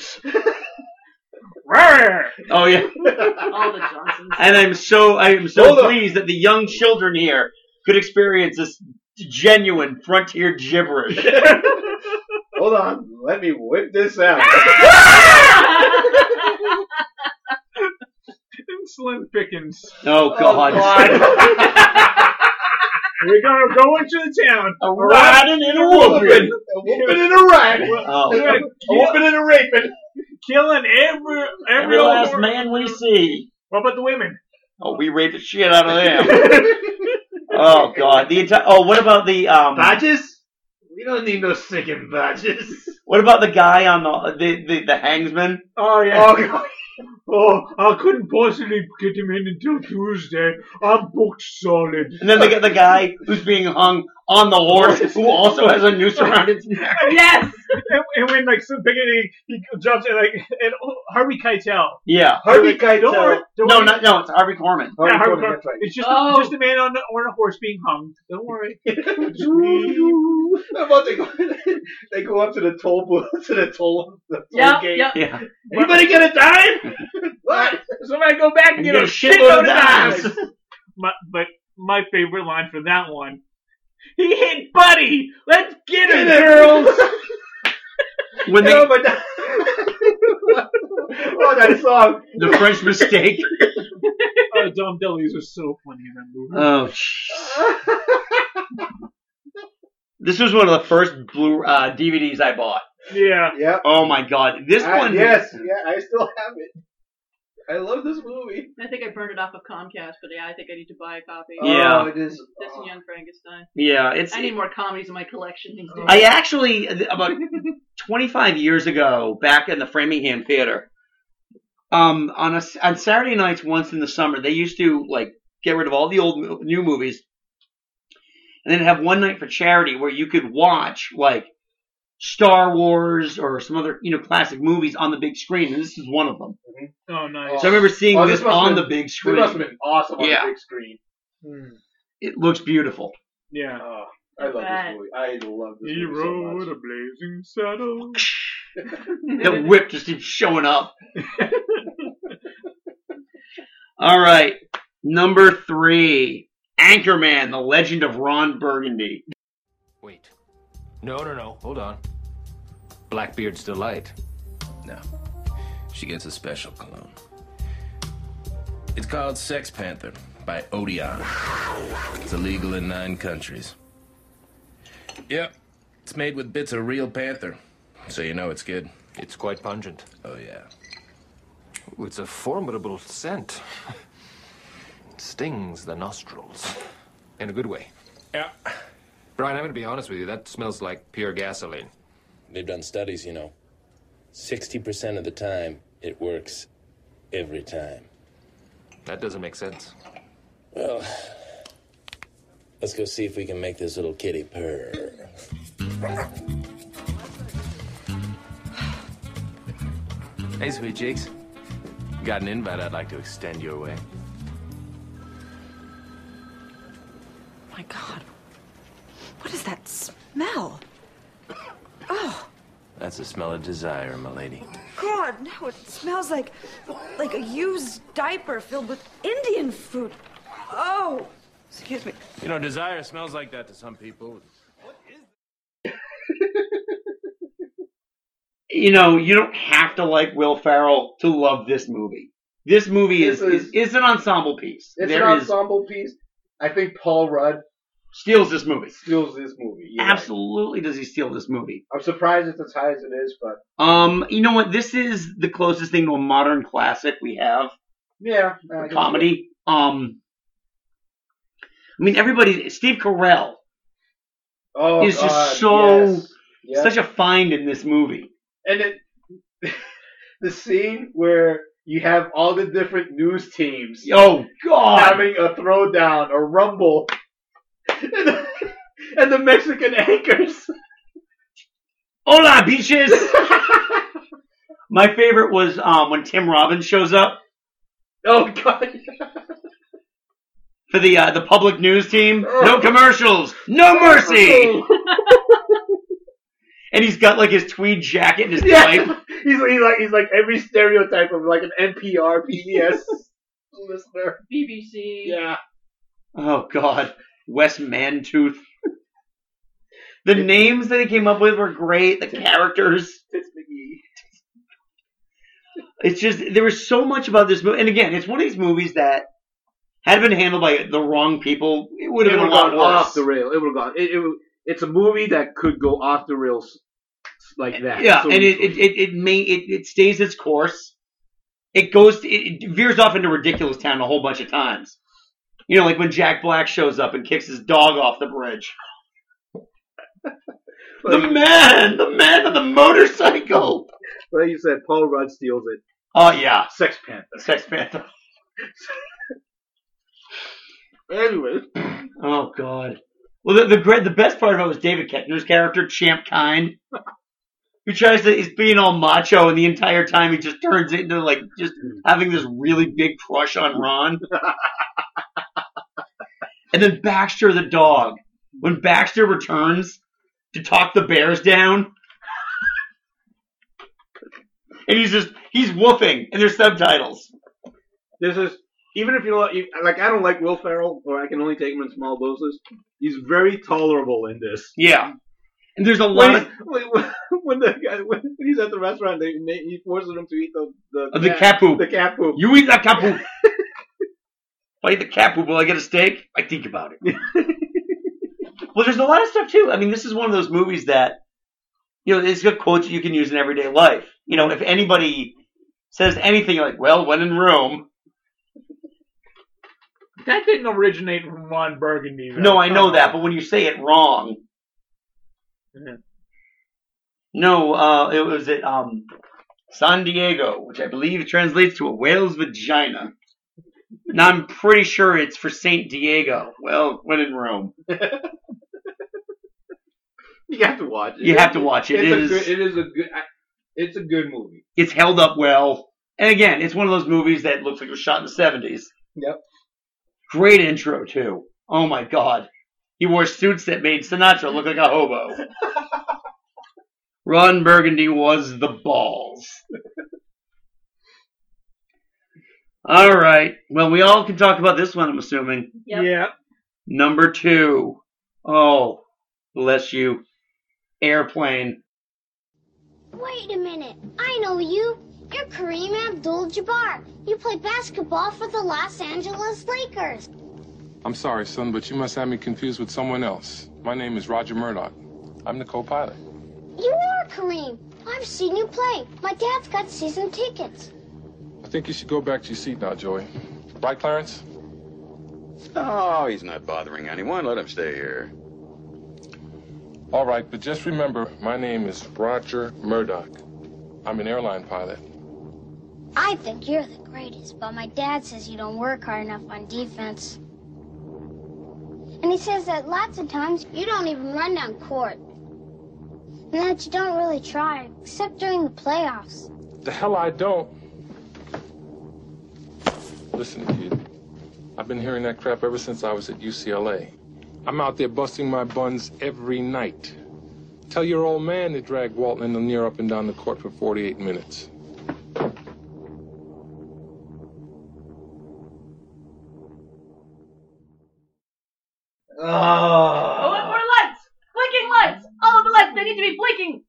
[SPEAKER 8] Rawr.
[SPEAKER 5] Oh yeah.
[SPEAKER 12] All the Johnsons.
[SPEAKER 5] And I'm so I am so
[SPEAKER 12] Hold on.
[SPEAKER 5] pleased that the young children here could experience this genuine frontier gibberish.
[SPEAKER 9] Hold on, let me whip this out.
[SPEAKER 8] Slim Pickens.
[SPEAKER 5] Oh, God.
[SPEAKER 8] We're gonna go into the town. A
[SPEAKER 5] riding and a whooping.
[SPEAKER 9] A whooping and a riding.
[SPEAKER 5] Oh.
[SPEAKER 8] We're
[SPEAKER 5] A
[SPEAKER 8] gonna
[SPEAKER 5] whooping
[SPEAKER 9] and a raping.
[SPEAKER 8] Killing every every,
[SPEAKER 5] Every
[SPEAKER 8] old
[SPEAKER 5] last
[SPEAKER 8] whore.
[SPEAKER 5] man we see.
[SPEAKER 8] What about the women?
[SPEAKER 5] Oh, we raped the shit out of them. oh God, the entire. Oh, what about the um
[SPEAKER 9] badges? We don't need no sicking badges.
[SPEAKER 5] What about the guy on the the the, the hangsman?
[SPEAKER 8] Oh yeah. Oh, I couldn't possibly get him in until Tuesday. I'm booked solid.
[SPEAKER 5] And then they get the guy who's being hung on the horse, who also has a noose around his neck.
[SPEAKER 12] Yes.
[SPEAKER 8] and, and when like some beginning, he jumps in like and oh, Harvey Keitel.
[SPEAKER 5] Yeah,
[SPEAKER 8] Harvey Keitel. Don't worry, don't
[SPEAKER 5] no,
[SPEAKER 8] worry.
[SPEAKER 5] not, no, it's Harvey Corman.
[SPEAKER 8] Yeah, Harvey Keitel. It's just
[SPEAKER 5] Oh.
[SPEAKER 8] just a man on the, on a horse being hung. Don't worry.
[SPEAKER 9] How about they go, they go up to the toll booth, to the toll, the toll
[SPEAKER 8] Yep,
[SPEAKER 9] gate.
[SPEAKER 8] yep.
[SPEAKER 5] Yeah.
[SPEAKER 9] Anybody get a dime? what?
[SPEAKER 8] Somebody go back and
[SPEAKER 9] And
[SPEAKER 8] get,
[SPEAKER 9] get
[SPEAKER 8] a
[SPEAKER 9] a shitload
[SPEAKER 8] shitload
[SPEAKER 9] of
[SPEAKER 8] of
[SPEAKER 9] dimes.
[SPEAKER 8] dimes. my, but my favorite line from that one. He hit Buddy. Let's get him,
[SPEAKER 9] Get him.
[SPEAKER 8] girls.
[SPEAKER 5] When they,
[SPEAKER 9] oh, but that, oh, that song.
[SPEAKER 5] the French mistake.
[SPEAKER 8] oh, Dom Dillies was so funny in that movie.
[SPEAKER 5] Oh, sh- this was one of the first blue uh, DVDs I bought.
[SPEAKER 8] Yeah.
[SPEAKER 9] Yeah.
[SPEAKER 5] Oh my God, this
[SPEAKER 8] Ah,
[SPEAKER 9] I-
[SPEAKER 5] one.
[SPEAKER 9] Yes, yeah, I still have it. I love this movie.
[SPEAKER 12] I think I burned it off of Comcast, but yeah, I think I need to buy a copy.
[SPEAKER 5] Yeah. Oh, it
[SPEAKER 9] is-
[SPEAKER 12] This and Young Frankenstein.
[SPEAKER 5] Yeah, it's-
[SPEAKER 12] I need more comedies in my collection these
[SPEAKER 9] Oh.
[SPEAKER 12] days.
[SPEAKER 5] I actually about 25 years ago, back in the Framingham Theater, um, on a on Saturday nights once in the summer, they used to like get rid of all the old mo- new movies, and then have one night for charity where you could watch like Star Wars or some other you know classic movies on the big screen, and this is one of them.
[SPEAKER 8] Oh, nice.
[SPEAKER 5] So I remember seeing
[SPEAKER 9] Oh,
[SPEAKER 5] this,
[SPEAKER 9] must
[SPEAKER 5] on
[SPEAKER 9] have
[SPEAKER 5] the
[SPEAKER 9] been-
[SPEAKER 5] big screen.
[SPEAKER 9] This must have been awesome on
[SPEAKER 5] Yeah.
[SPEAKER 9] the big screen.
[SPEAKER 5] It looks beautiful.
[SPEAKER 8] Yeah.
[SPEAKER 9] Oh, I love this movie. I love this
[SPEAKER 8] He
[SPEAKER 9] movie so much.
[SPEAKER 8] rode a blazing saddle.
[SPEAKER 5] The whip just keeps showing up. All right, number three, Anchorman: The Legend of Ron Burgundy.
[SPEAKER 1] Wait. No, no, no. Hold on. Blackbeard's Delight. No. She gets a special cologne. It's called Sex Panther by Odeon. It's illegal in nine countries. Yep. It's made with bits of real panther. So you know it's good. It's quite pungent. Oh, yeah. Ooh, it's a formidable scent. it stings the nostrils. In a good way. Yeah. Brian, I'm going to be honest with you. That smells like pure gasoline. They've done studies, you know. 60% of the time, it works every time. That doesn't make sense. Well, let's go see if we can make this little kitty purr. hey, sweet cheeks. Got an invite I'd like to extend your way.
[SPEAKER 15] My God. What is that smell? Oh.
[SPEAKER 1] That's the smell of desire, my lady.
[SPEAKER 15] God, no, it smells like like a used diaper filled with Indian food. Oh, excuse me.
[SPEAKER 1] You know, desire smells like that to some people.
[SPEAKER 5] you know, you don't have to like Will Ferrell to love this movie. This movie is,
[SPEAKER 9] This
[SPEAKER 5] is,
[SPEAKER 9] is-
[SPEAKER 5] is an ensemble piece.
[SPEAKER 9] It's
[SPEAKER 5] There
[SPEAKER 9] an
[SPEAKER 5] is-
[SPEAKER 9] ensemble piece. I think Paul Rudd
[SPEAKER 5] steals this movie.
[SPEAKER 9] Steals this movie. you're right.
[SPEAKER 5] Absolutely does he steal this movie.
[SPEAKER 9] I'm surprised it's as high as it is, but
[SPEAKER 5] Um, you know what? This is the closest thing to a modern classic we have.
[SPEAKER 9] yeah, I guess-
[SPEAKER 5] comedy. Um, I mean, everybody. Steve Carell
[SPEAKER 9] Oh,
[SPEAKER 5] is
[SPEAKER 9] God,
[SPEAKER 5] just so
[SPEAKER 9] yes. Yes.
[SPEAKER 5] such a find in this movie.
[SPEAKER 9] And it, the scene where you have all the different news teams.
[SPEAKER 5] Oh, God.
[SPEAKER 9] Having a throwdown, a rumble, and the, and the Mexican anchors.
[SPEAKER 5] Hola, beaches. My favorite was um, when Tim Robbins shows up
[SPEAKER 9] Oh God!
[SPEAKER 5] for the uh, the public news team. No commercials, no mercy. and he's got like his tweed jacket and his
[SPEAKER 9] Yeah.
[SPEAKER 5] pipe.
[SPEAKER 9] He's, he's like he's like every stereotype of like an NPR, PBS listener,
[SPEAKER 12] BBC.
[SPEAKER 9] Yeah.
[SPEAKER 5] Oh God, Wes Mantooth. the names that he came up with were great. The characters.
[SPEAKER 9] Fitz McGee.
[SPEAKER 5] It's just there was so much about this movie, and again, it's one of these movies that had it been handled by the wrong people, it would have been a lot
[SPEAKER 9] gone
[SPEAKER 5] worse.
[SPEAKER 9] off the rail. It would have gone. It, it, would- it's a movie that could go off the rails like that.
[SPEAKER 5] Yeah,
[SPEAKER 9] so
[SPEAKER 5] and it,
[SPEAKER 9] easily.
[SPEAKER 5] it, it, it may it, it stays its course. It goes it, it veers off into ridiculous town a whole bunch of times. You know, like when Jack Black shows up and kicks his dog off the bridge. the man, the man of the motorcycle.
[SPEAKER 9] Like you said, Paul Rudd steals it.
[SPEAKER 5] Oh yeah,
[SPEAKER 9] Sex Panther.
[SPEAKER 5] Sex Panther.
[SPEAKER 9] anyway,
[SPEAKER 5] Oh god. Well, the the, great, the best part about it was David Kettner's character, Champ Kine, who tries to he's being all macho, and the entire time he just turns into like just having this really big crush on Ron. and then Baxter the dog, when Baxter returns to talk the Bears down, and he's just he's woofing, and there's subtitles.
[SPEAKER 9] this is even if you don't you- like. I don't like Will Ferrell, or I can only take him in small doses. He's very tolerable in this.
[SPEAKER 5] Yeah, and there's a
[SPEAKER 9] When,
[SPEAKER 5] lot of
[SPEAKER 9] when, when the guy when, when he's at the restaurant, they they- he forces him to eat the the,
[SPEAKER 5] Of Oh, the cat poop.
[SPEAKER 9] The cat poop.
[SPEAKER 5] You eat that cat poop. if I eat the cat poop, will I get a steak? I think about it. well, there's a lot of stuff too. I mean, this is one of those movies that, you know, it's got quotes you can use in everyday life. You know, if anybody says anything like, "Well, when in Rome,"
[SPEAKER 8] That didn't originate from Ron Burgundy. though.
[SPEAKER 5] no, I know
[SPEAKER 8] Oh.
[SPEAKER 5] that, but when you say it wrong,
[SPEAKER 8] Mhm.
[SPEAKER 5] no, uh, it was at um, San Diego, which I believe translates to a whale's vagina. Now I'm pretty sure it's for Saint Diego. Well, when in Rome.
[SPEAKER 9] You have to watch it.
[SPEAKER 5] You have to watch it. It
[SPEAKER 9] It's a
[SPEAKER 5] is-
[SPEAKER 9] good, it is a good. I- It's a good movie.
[SPEAKER 5] It's held up well. And again, it's one of those movies that looks like it was shot in the 70s.
[SPEAKER 9] Yep.
[SPEAKER 5] Great intro, too. Oh my God. He wore suits that made Sinatra look like a hobo. Ron Burgundy was the balls. All right. Well, we all can talk about this one, I'm assuming.
[SPEAKER 12] Yep.
[SPEAKER 8] Yeah.
[SPEAKER 5] Number two. Oh, bless you. Airplane.
[SPEAKER 19] Wait a minute. I know you. You're Kareem Abdul Jabbar. You play basketball for the Los Angeles Lakers.
[SPEAKER 21] I'm sorry, son, but you must have me confused with someone else. My name is Roger Murdoch. I'm the co-pilot.
[SPEAKER 19] You are Kareem. I've seen you play. My dad's got season tickets.
[SPEAKER 21] I think you should go back to your seat now, Joey. Right, Clarence?
[SPEAKER 22] Oh, he's not bothering anyone. Let him stay here.
[SPEAKER 21] All right, but just remember, my name is Roger Murdoch. I'm an airline pilot.
[SPEAKER 19] I think you're the greatest, but my dad says you don't work hard enough on defense. And he says that lots of times you don't even run down court. And that you don't really try, except during the playoffs.
[SPEAKER 21] The hell I don't. Listen, kid. I've been hearing that crap ever since I was at UCLA. I'm out there busting my buns every night. Tell your old man to drag Walton and Lanier up and down the court for 48 minutes.
[SPEAKER 12] I want more lights! Blinking lights! All of the lights, they need to be blinking!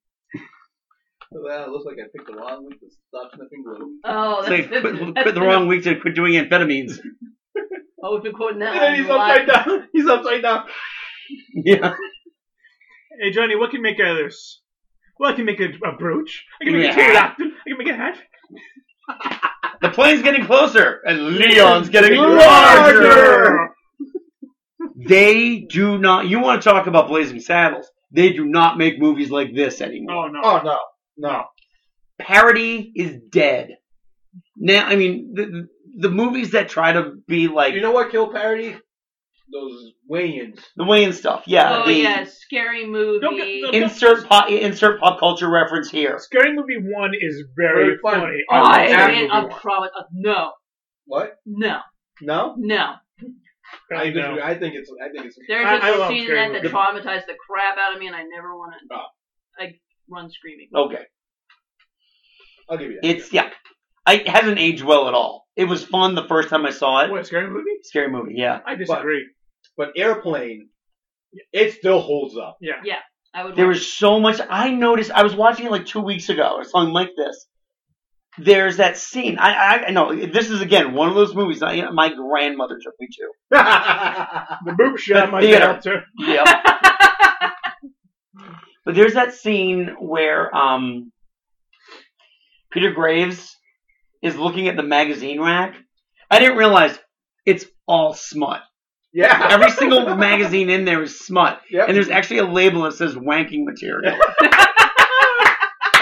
[SPEAKER 9] Well, it looks like I picked the wrong week to stop sniffing glue.
[SPEAKER 12] Oh,
[SPEAKER 5] So
[SPEAKER 12] that's,
[SPEAKER 5] you
[SPEAKER 12] that's,
[SPEAKER 5] quit,
[SPEAKER 12] that's
[SPEAKER 5] quit the
[SPEAKER 12] been
[SPEAKER 5] wrong week to quit doing amphetamines.
[SPEAKER 12] a- Oh, we've been quoting that.
[SPEAKER 8] And then he's
[SPEAKER 12] a lot.
[SPEAKER 8] upside down.
[SPEAKER 9] He's upside down.
[SPEAKER 5] Yeah.
[SPEAKER 8] Hey, Johnny, what can make out of this? Well, I can make a, a brooch. I can make
[SPEAKER 5] Yeah.
[SPEAKER 8] a pterodactyl. I can make a hat.
[SPEAKER 5] The plane's getting closer, and Leon's getting
[SPEAKER 8] Larger!
[SPEAKER 5] larger. they do not. You want to talk about Blazing Saddles? They do not make movies like this anymore.
[SPEAKER 8] no!
[SPEAKER 9] Oh no! No.
[SPEAKER 5] Parody is dead. Now, I mean, the, the movies that try to be like
[SPEAKER 9] You know what killed parody? Those Wayans.
[SPEAKER 5] the Wayne stuff, yeah.
[SPEAKER 12] oh,
[SPEAKER 5] the
[SPEAKER 12] yeah, scary movie.
[SPEAKER 5] Insert pop, insert pop culture reference here.
[SPEAKER 8] Scary Movie 1 is very,
[SPEAKER 5] Very funny.
[SPEAKER 8] funny.
[SPEAKER 5] Oh,
[SPEAKER 8] love
[SPEAKER 5] I
[SPEAKER 8] Scary
[SPEAKER 5] hate
[SPEAKER 8] Movie
[SPEAKER 5] it.
[SPEAKER 12] I'm
[SPEAKER 8] 1.
[SPEAKER 12] proud of. uh, No.
[SPEAKER 9] What?
[SPEAKER 12] No.
[SPEAKER 9] No?
[SPEAKER 12] No.
[SPEAKER 9] I,
[SPEAKER 8] I know.
[SPEAKER 9] disagree. I think it's. I think it's.
[SPEAKER 12] There's
[SPEAKER 5] I-
[SPEAKER 12] just
[SPEAKER 5] I
[SPEAKER 12] a
[SPEAKER 5] love
[SPEAKER 12] scene in
[SPEAKER 5] Scary
[SPEAKER 12] that that
[SPEAKER 5] Movie.
[SPEAKER 12] traumatized the crap out of me, and I never want to.
[SPEAKER 9] Oh.
[SPEAKER 12] I run screaming.
[SPEAKER 5] Okay,
[SPEAKER 9] I'll give you that.
[SPEAKER 5] it's yeah. I, it hasn't aged well at all. It was fun the first time I saw it.
[SPEAKER 8] What, Scary Movie?
[SPEAKER 5] Scary movie, yeah.
[SPEAKER 8] I disagree.
[SPEAKER 9] But Airplane, it still holds up.
[SPEAKER 8] Yeah.
[SPEAKER 12] Yeah. I would.
[SPEAKER 5] There
[SPEAKER 12] watch-
[SPEAKER 5] was so much. I noticed. I was watching it like two weeks ago or something like this. There's that scene. I I I know this is again one of those movies. I, my grandmother took me to.
[SPEAKER 8] the boob shot my
[SPEAKER 5] theater.
[SPEAKER 8] dad, too.
[SPEAKER 5] Yep. but there's that scene where um, Peter Graves is looking at the magazine rack. I didn't realize it's all smut.
[SPEAKER 9] Yeah.
[SPEAKER 5] Every single magazine in there is smut.
[SPEAKER 9] Yep.
[SPEAKER 5] And there's actually a label that says wanking material.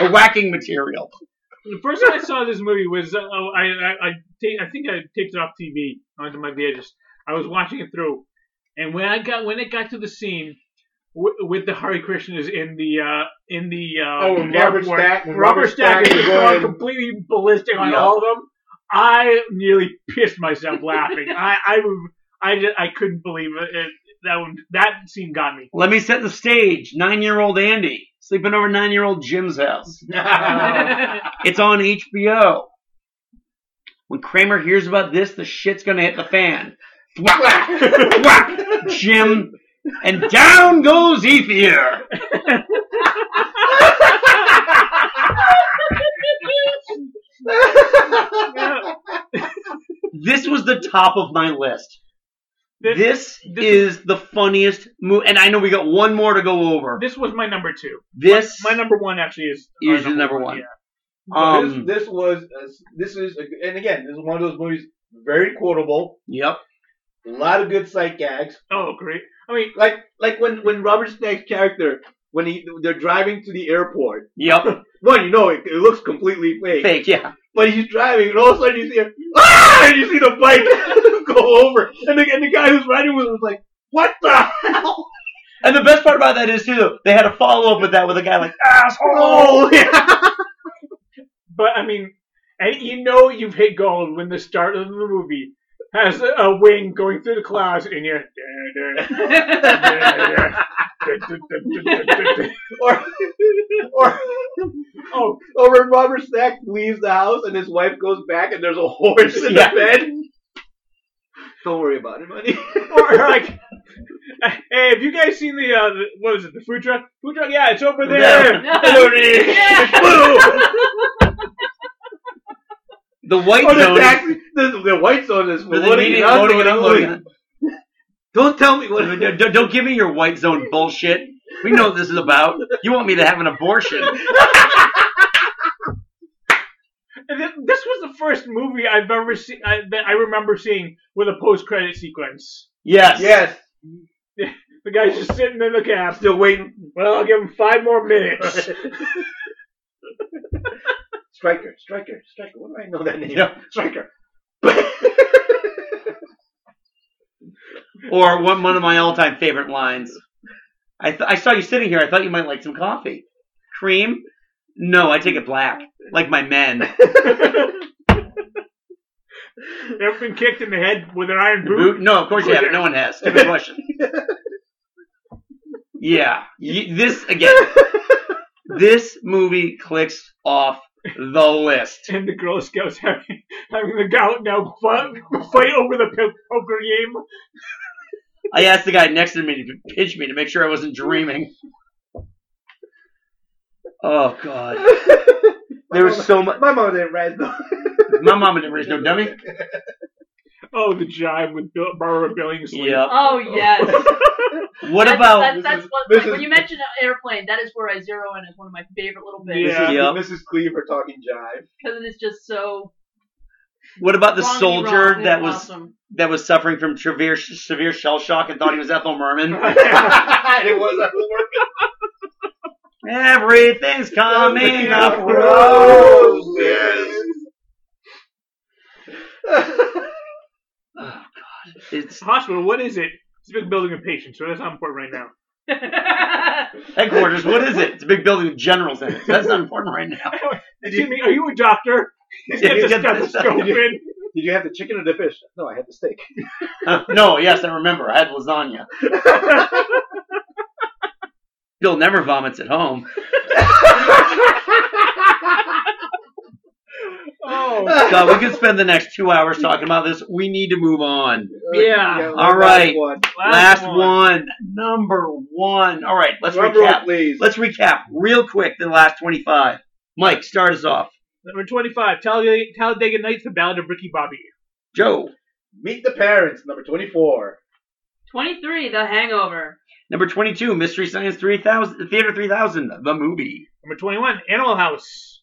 [SPEAKER 5] or whacking material.
[SPEAKER 8] The first time I saw this movie was uh, oh, I I I, take, I think I taped it off TV onto my VHS. I was watching it through, and when I got when it got to the scene w- with the Hare Krishnas in the uh, in the uh,
[SPEAKER 9] Oh, and Robert
[SPEAKER 8] airport,
[SPEAKER 9] Stack- and
[SPEAKER 8] Robert
[SPEAKER 9] Robert
[SPEAKER 8] Stack
[SPEAKER 9] Stack
[SPEAKER 8] is
[SPEAKER 9] is
[SPEAKER 8] going
[SPEAKER 9] going-
[SPEAKER 8] completely ballistic on
[SPEAKER 9] Yeah.
[SPEAKER 8] all of them. I nearly pissed myself laughing. I I was- I just, I couldn't believe it. it that one, that scene got me.
[SPEAKER 5] Let me set the stage. Nine year old Andy sleeping over nine year old Jim's house. It's on HBO. When Kramer hears about this, the shit's gonna hit the fan. Thwack, thwack, Jim, and down goes Ethier. This was the top of my list. This, is the funniest movie, and I know we got one more to go over.
[SPEAKER 8] This was my number two.
[SPEAKER 5] This
[SPEAKER 8] my, my number one actually is
[SPEAKER 5] is the number one. Um,
[SPEAKER 9] this, this was. a s this is. a- And again, this is one of those movies. Very quotable.
[SPEAKER 5] Yep.
[SPEAKER 9] A lot of good sight gags.
[SPEAKER 8] Oh, great! I mean,
[SPEAKER 9] like like when when Robert Stack's character when he they're driving to the airport.
[SPEAKER 5] Yep.
[SPEAKER 9] Well, you know it, it looks completely fake.
[SPEAKER 5] Fake, yeah.
[SPEAKER 9] But he's driving, and all of a sudden you see him, ah! And you see the bike go over, and the, and the guy who's riding with him was like, "What the hell?"
[SPEAKER 5] And the best part about that is too, they had a follow up with that with a guy like asshole.
[SPEAKER 8] But I mean, and you know you've hit gold when the start of the movie has a, a wing going through the clouds, and you're.
[SPEAKER 9] or or oh, or when Robert Stack leaves the house and his wife goes back, and there's a horse in
[SPEAKER 8] Yeah.
[SPEAKER 9] the bed. Don't worry about it, buddy.
[SPEAKER 8] or like, hey, have you guys seen the uh, the- what was it? The food truck? Food truck? Yeah, it's over there.
[SPEAKER 5] Yeah. The
[SPEAKER 9] white oh, the, taxi, the, the white zone is
[SPEAKER 5] But they
[SPEAKER 9] loading
[SPEAKER 5] need
[SPEAKER 9] and
[SPEAKER 5] it loading and
[SPEAKER 9] unloading.
[SPEAKER 5] unloading.
[SPEAKER 9] Don't tell me what.
[SPEAKER 5] Don't, don't give me your white zone bullshit. We know what this is about. You want me to have an abortion?
[SPEAKER 8] And thi- this was the first movie I've ever seen I, that I remember seeing with a post credit sequence.
[SPEAKER 5] Yes.
[SPEAKER 9] Yes.
[SPEAKER 8] The guy's just sitting in the cab,
[SPEAKER 9] still waiting.
[SPEAKER 8] Well, I'll give him five more minutes.
[SPEAKER 9] Striker, striker, striker. What do I know that name? Striker.
[SPEAKER 5] Or one one of my all time favorite lines. I th- I saw you sitting here. I thought you might like some coffee. Cream? No, I take it black, like my men.
[SPEAKER 8] Ever been kicked in the head with an iron boot?
[SPEAKER 5] Boot? No, of course you haven't. No one has. Stupid question. Yeah, y- this again. this movie clicks off the list.
[SPEAKER 8] And the Girl Scouts having, having the Gallup now fight, fight over the po- poker game.
[SPEAKER 5] I asked the guy next to me to pinch me to make sure I wasn't dreaming. Oh God, there was so much.
[SPEAKER 9] My mom didn't write though.
[SPEAKER 5] My mama didn't raise no dummy.
[SPEAKER 8] Oh, the jive with Bill, Barbara Billingsley.
[SPEAKER 5] Yeah.
[SPEAKER 12] Oh yes.
[SPEAKER 5] What
[SPEAKER 12] That's-
[SPEAKER 5] about
[SPEAKER 12] that's, that's one,
[SPEAKER 9] this
[SPEAKER 12] like, when
[SPEAKER 9] is-
[SPEAKER 12] you mention an airplane? That is where I zero in as one of my favorite little bits
[SPEAKER 5] Yeah. Yep.
[SPEAKER 9] This is Mrs. Cleaver talking jive.
[SPEAKER 12] because it is just so.
[SPEAKER 5] What about the
[SPEAKER 12] Wrongly
[SPEAKER 5] soldier
[SPEAKER 12] wrong.
[SPEAKER 5] that was
[SPEAKER 12] Awesome.
[SPEAKER 5] that was suffering from severe severe shell shock and thought he was Ethel Merman?
[SPEAKER 9] it was Ethel
[SPEAKER 5] Everything's coming up
[SPEAKER 9] roses.
[SPEAKER 5] It's
[SPEAKER 8] hospital. What is it? It's a big building of patients, so that's not important right now.
[SPEAKER 5] headquarters. What is it? It's a big building with generals in it. So that's not important right now.
[SPEAKER 8] Excuse me, are you a doctor? He's got the stethoscope
[SPEAKER 5] Did
[SPEAKER 8] in.
[SPEAKER 5] you have the chicken or the fish? No, I had the steak. no, yes, I remember. I had lasagna. Bill never vomits at home.
[SPEAKER 8] Oh.
[SPEAKER 5] So we could spend the next two hours talking about this. We need to move on.
[SPEAKER 8] Yeah.
[SPEAKER 5] All right. Last,
[SPEAKER 8] Last
[SPEAKER 5] one. Number one. All right. Let's
[SPEAKER 8] Number
[SPEAKER 5] recap.
[SPEAKER 8] one,
[SPEAKER 5] please. Let's recap real quick. The last twenty-five. Mike, start us off.
[SPEAKER 8] Number 25, Talladega, Talladega Nights, The Ballad of Ricky Bobby.
[SPEAKER 5] Joe.
[SPEAKER 9] Meet the parents. Number twenty-four.
[SPEAKER 12] Twenty-three, The Hangover.
[SPEAKER 5] Number twenty-two. Mystery Science three thousand. Theater three thousand. The movie.
[SPEAKER 8] Number twenty-one. Animal House.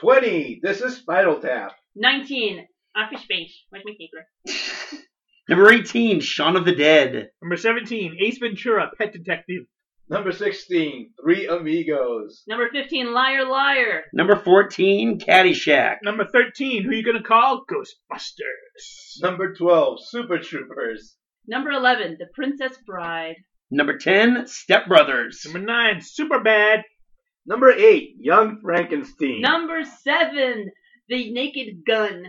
[SPEAKER 9] Twenty. This is Spinal Tap.
[SPEAKER 12] Nineteen, Office Space. Where's my paper?
[SPEAKER 5] Number eighteen. Shaun of the Dead.
[SPEAKER 8] Number 17, Ace Ventura, Pet Detective.
[SPEAKER 9] Number 16, Three Amigos.
[SPEAKER 12] Number fifteen, Liar Liar.
[SPEAKER 5] Number fourteen. Caddyshack.
[SPEAKER 8] Number 13, who you gonna call? Ghostbusters.
[SPEAKER 9] Number 12, Super Troopers.
[SPEAKER 12] Number eleven, The Princess Bride.
[SPEAKER 5] Number ten. Step Brothers.
[SPEAKER 8] Number nine. Super Bad.
[SPEAKER 9] Number eight, Young
[SPEAKER 5] Hmm.
[SPEAKER 9] Frankenstein.
[SPEAKER 12] Number seven, The Naked Gun.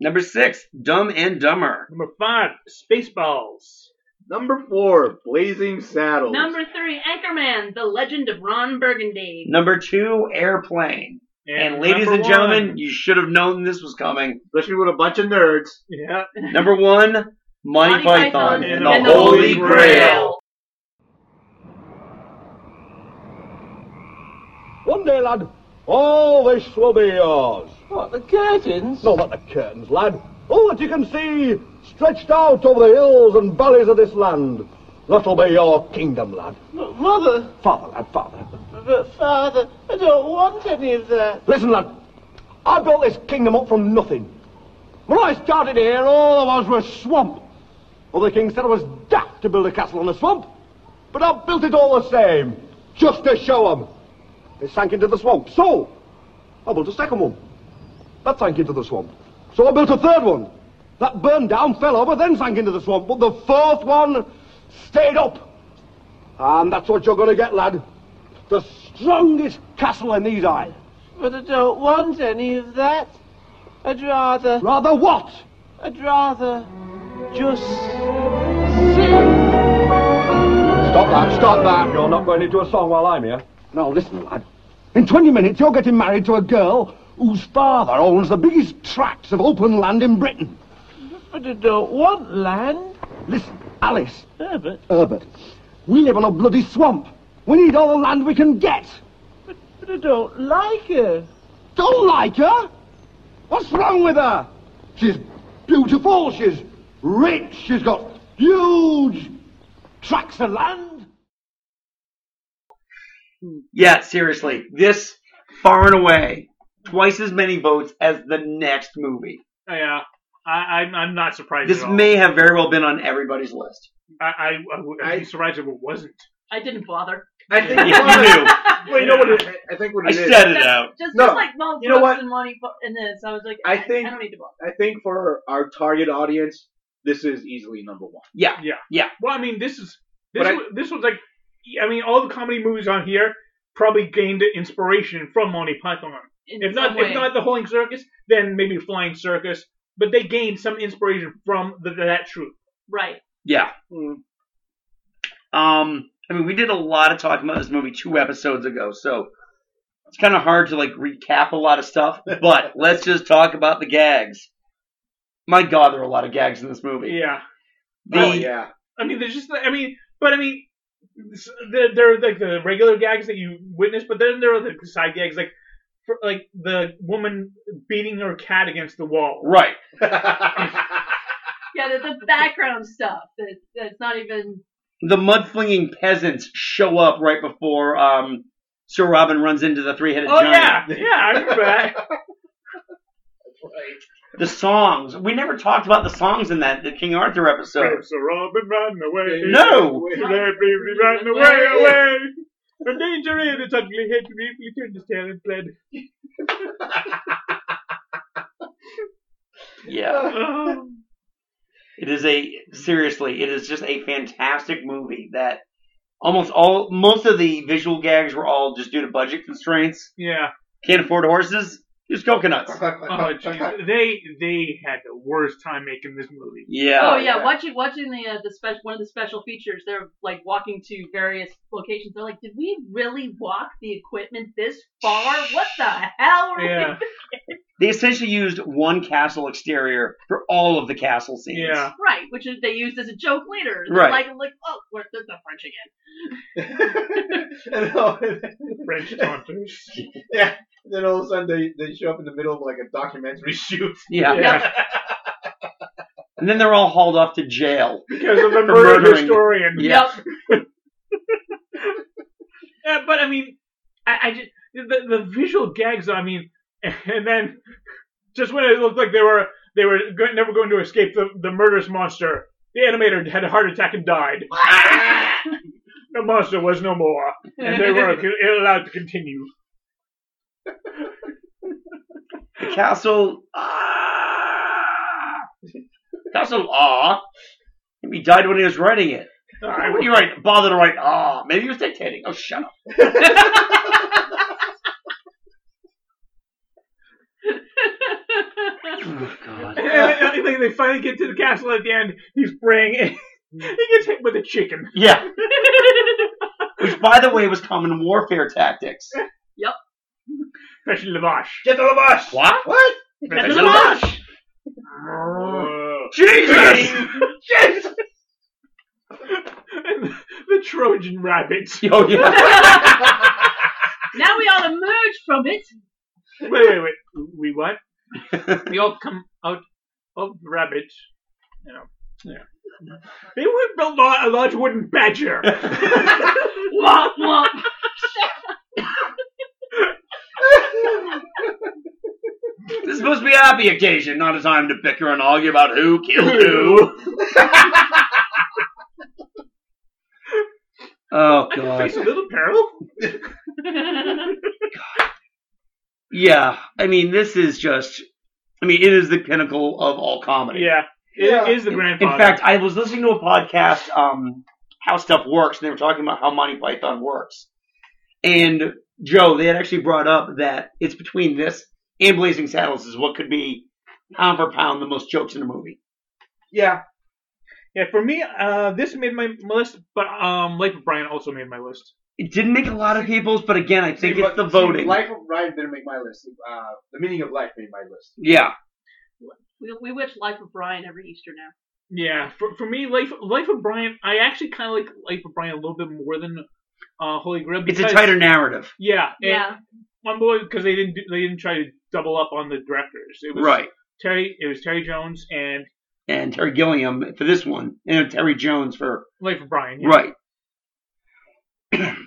[SPEAKER 5] Number six. Dumb and Dumber.
[SPEAKER 8] Number five. Spaceballs.
[SPEAKER 9] Number four, Blazing Saddles.
[SPEAKER 12] Number three, Anchorman, The Legend of Ron Burgundy.
[SPEAKER 5] Number two. Airplane.
[SPEAKER 12] And
[SPEAKER 5] And, ladies
[SPEAKER 12] number
[SPEAKER 5] and gentlemen,
[SPEAKER 12] one.
[SPEAKER 5] you should have known this was coming.
[SPEAKER 9] Especially with a bunch of nerds.
[SPEAKER 8] Yeah.
[SPEAKER 5] Number one.
[SPEAKER 9] Monty
[SPEAKER 5] Monty, Python,
[SPEAKER 9] Python
[SPEAKER 5] and the, Holy Grail.
[SPEAKER 6] One day, lad, all this will be yours. What, the curtains? No, not the curtains, lad. All that you can see stretched out over the hills and valleys of this land. That'll be your kingdom, lad.
[SPEAKER 16] Mother,
[SPEAKER 6] Father, lad, father.
[SPEAKER 16] but father, I don't want any of that.
[SPEAKER 6] Listen, lad. I built this kingdom up from nothing. When I started here, all there was was swamp. Well, the king said I was daft to build a castle on a swamp. But I built it all the same, just to show him. It sank into the swamp. So, I built a second one. That sank into the swamp. So I built a third one. That burned down, fell over, then sank into the swamp. But the fourth one stayed up. And that's what you're going to get, lad. The strongest castle in these isles.
[SPEAKER 16] But I don't want any of that. I'd rather.
[SPEAKER 6] Rather what?
[SPEAKER 16] I'd rather just.
[SPEAKER 6] Stop that, stop that. You're not going into a song while I'm here. Now, listen, lad. In 20 minutes, you're getting married to a girl whose father owns the biggest tracts of open land in Britain.
[SPEAKER 16] But I don't want land.
[SPEAKER 6] Listen, Alice.
[SPEAKER 16] Herbert,
[SPEAKER 6] Herbert, we live on a bloody swamp. We need all the land we can get.
[SPEAKER 16] but I don't like her.
[SPEAKER 6] Don't like her? What's wrong with her? She's beautiful, she's rich, she's got huge tracts of land.
[SPEAKER 5] Yeah, seriously. This far and away twice as many votes as the next movie.
[SPEAKER 8] Oh, yeah. I, I'm, I'm not surprised
[SPEAKER 5] This
[SPEAKER 8] at all.
[SPEAKER 5] may have very well been on everybody's list.
[SPEAKER 8] I, I, I would I'd be surprised if it wasn't.
[SPEAKER 12] I didn't bother.
[SPEAKER 9] I think
[SPEAKER 5] Yeah, you
[SPEAKER 8] Well, you know what it-
[SPEAKER 9] I think what
[SPEAKER 5] I
[SPEAKER 9] it is.
[SPEAKER 5] said it out.
[SPEAKER 12] Just,
[SPEAKER 9] No,
[SPEAKER 12] just like Mel Brooks
[SPEAKER 9] you know what?
[SPEAKER 12] and Monty Bo- and this, I was like, I,
[SPEAKER 9] I think
[SPEAKER 12] I don't need to bother.
[SPEAKER 9] I think for our target audience, this is easily number one.
[SPEAKER 5] Yeah,
[SPEAKER 8] yeah,
[SPEAKER 5] yeah.
[SPEAKER 8] Well, I mean, this is this
[SPEAKER 9] But I-
[SPEAKER 8] was, this was like, I mean, all the comedy movies on here probably gained inspiration from Monty Python.
[SPEAKER 12] In
[SPEAKER 8] if not,
[SPEAKER 12] some way.
[SPEAKER 8] if not the Holding Circus, then maybe Flying Circus. But they gained some
[SPEAKER 9] Hmm.
[SPEAKER 8] inspiration from the, that troupe.
[SPEAKER 12] Right.
[SPEAKER 5] Yeah. Um, I mean, we did a lot of talking about this movie two episodes ago, so it's kind of hard to like recap a lot of stuff. But let's just talk about the gags. My God, there are a lot of gags in this movie.
[SPEAKER 8] Yeah.
[SPEAKER 5] The-
[SPEAKER 8] Oh, yeah. I mean, there's just, I mean, but I mean, s- there, there are like the regular gags that you witness, but then there are the side gags, like for, like the woman beating her cat against the wall.
[SPEAKER 5] Right.
[SPEAKER 12] Yeah, the, the background stuff that that's not even
[SPEAKER 5] the mudflinging peasants show up right before um, Sir Robin runs into the three-headed
[SPEAKER 8] Oh yeah,
[SPEAKER 5] giant.
[SPEAKER 8] yeah, I remember that.
[SPEAKER 12] Oh,
[SPEAKER 5] The songs. We never talked about the songs in that the King Arthur episode.
[SPEAKER 8] So Robin ran away.
[SPEAKER 5] No.
[SPEAKER 8] Let me run away, away. The danger in its ugly head briefly turned his tail and fled.
[SPEAKER 5] Yeah. It is a seriously, it is just a fantastic movie that almost all most of the visual gags were all just due to budget constraints.
[SPEAKER 8] Yeah.
[SPEAKER 5] Can't afford horses, use coconuts.
[SPEAKER 8] Oh, jeez. they they had the worst time making this movie.
[SPEAKER 5] Yeah.
[SPEAKER 12] Oh yeah, watching watching the uh, the special one of the special features. They're like walking to various locations. They're like, did we really walk the equipment this far? What the hell? were we
[SPEAKER 5] Yeah. They essentially used one castle exterior for all of the castle scenes.
[SPEAKER 12] doing?" Right, which is, they used as a joke later. They're
[SPEAKER 5] Right.
[SPEAKER 12] Like, like, oh, we're, that's not French again.
[SPEAKER 8] French taunters.
[SPEAKER 9] yeah. Then all of a sudden they, they show up in the middle of like a documentary shoot.
[SPEAKER 5] Yeah. And then they're all hauled off to jail.
[SPEAKER 8] Because of the
[SPEAKER 5] for
[SPEAKER 8] murder
[SPEAKER 5] murdering-
[SPEAKER 8] historian.
[SPEAKER 5] Yeah.
[SPEAKER 8] Yeah, but I mean, I, I just the the visual gags. I mean, and then just when it looked like they were they were go- never going to escape the the murderous monster, the animator had a heart attack and died. the monster was no more, and they were co- allowed to continue.
[SPEAKER 5] The castle. Castle Ah. Maybe he died when he was writing it.
[SPEAKER 8] I
[SPEAKER 5] What do you write? Bother to write Ah. Maybe he was dictating. Oh, shut up.
[SPEAKER 8] And, and- and they finally get to the castle at the end. He's praying. And he gets hit with a chicken.
[SPEAKER 5] Yeah. Which, by the way, was common warfare tactics.
[SPEAKER 12] Yep.
[SPEAKER 8] Especially Lavash.
[SPEAKER 5] Get the Lavash! What? What? Get the Lavash! Jesus! Jesus!
[SPEAKER 8] the Trojan rabbit.
[SPEAKER 5] Oh
[SPEAKER 8] yeah.
[SPEAKER 12] now we all emerge from it.
[SPEAKER 8] wait, wait, wait. We what? we all come out of the rabbit. You know. Yeah. They would build a a large wooden badger.
[SPEAKER 12] Womp womp.
[SPEAKER 5] This is supposed to be a happy occasion, not a time to bicker and argue about who killed who. oh, God.
[SPEAKER 8] Face a little peril.
[SPEAKER 5] Yeah, I mean, this is just. I mean, it is the pinnacle of all comedy.
[SPEAKER 8] Yeah, it Yeah. is the grandfather.
[SPEAKER 5] In fact, I was listening to a podcast, um, How Stuff Works, and they were talking about how Monty Python works. And Joe, they had actually brought up that it's between this and Blazing Saddles is what could be pound for pound the most jokes in a movie.
[SPEAKER 8] yeah. Yeah, for me, uh, this made my my list, but um, Life of Brian also made my list.
[SPEAKER 5] It didn't make a lot of people's, but again, I think
[SPEAKER 9] See,
[SPEAKER 5] it's
[SPEAKER 9] but-
[SPEAKER 5] the
[SPEAKER 9] see,
[SPEAKER 5] voting.
[SPEAKER 9] Life of Ryan didn't make my list. Uh, the meaning of life made my list.
[SPEAKER 5] yeah.
[SPEAKER 12] We, we watch Life of Brian every Easter now.
[SPEAKER 8] Yeah, for for me, Life Life of Brian, I actually kind of like Life of Brian a little bit more than uh, Holy Grail.
[SPEAKER 5] It's a
[SPEAKER 8] because-
[SPEAKER 5] tighter narrative.
[SPEAKER 8] Yeah,
[SPEAKER 12] Yeah.
[SPEAKER 8] One boy because they didn't do, they didn't try to double up on the directors. It was
[SPEAKER 5] Right.
[SPEAKER 8] Terry. It was Terry Jones and
[SPEAKER 5] And Terry Gilliam for this one, and Terry Jones for
[SPEAKER 8] Life of Brian. yeah.
[SPEAKER 5] right.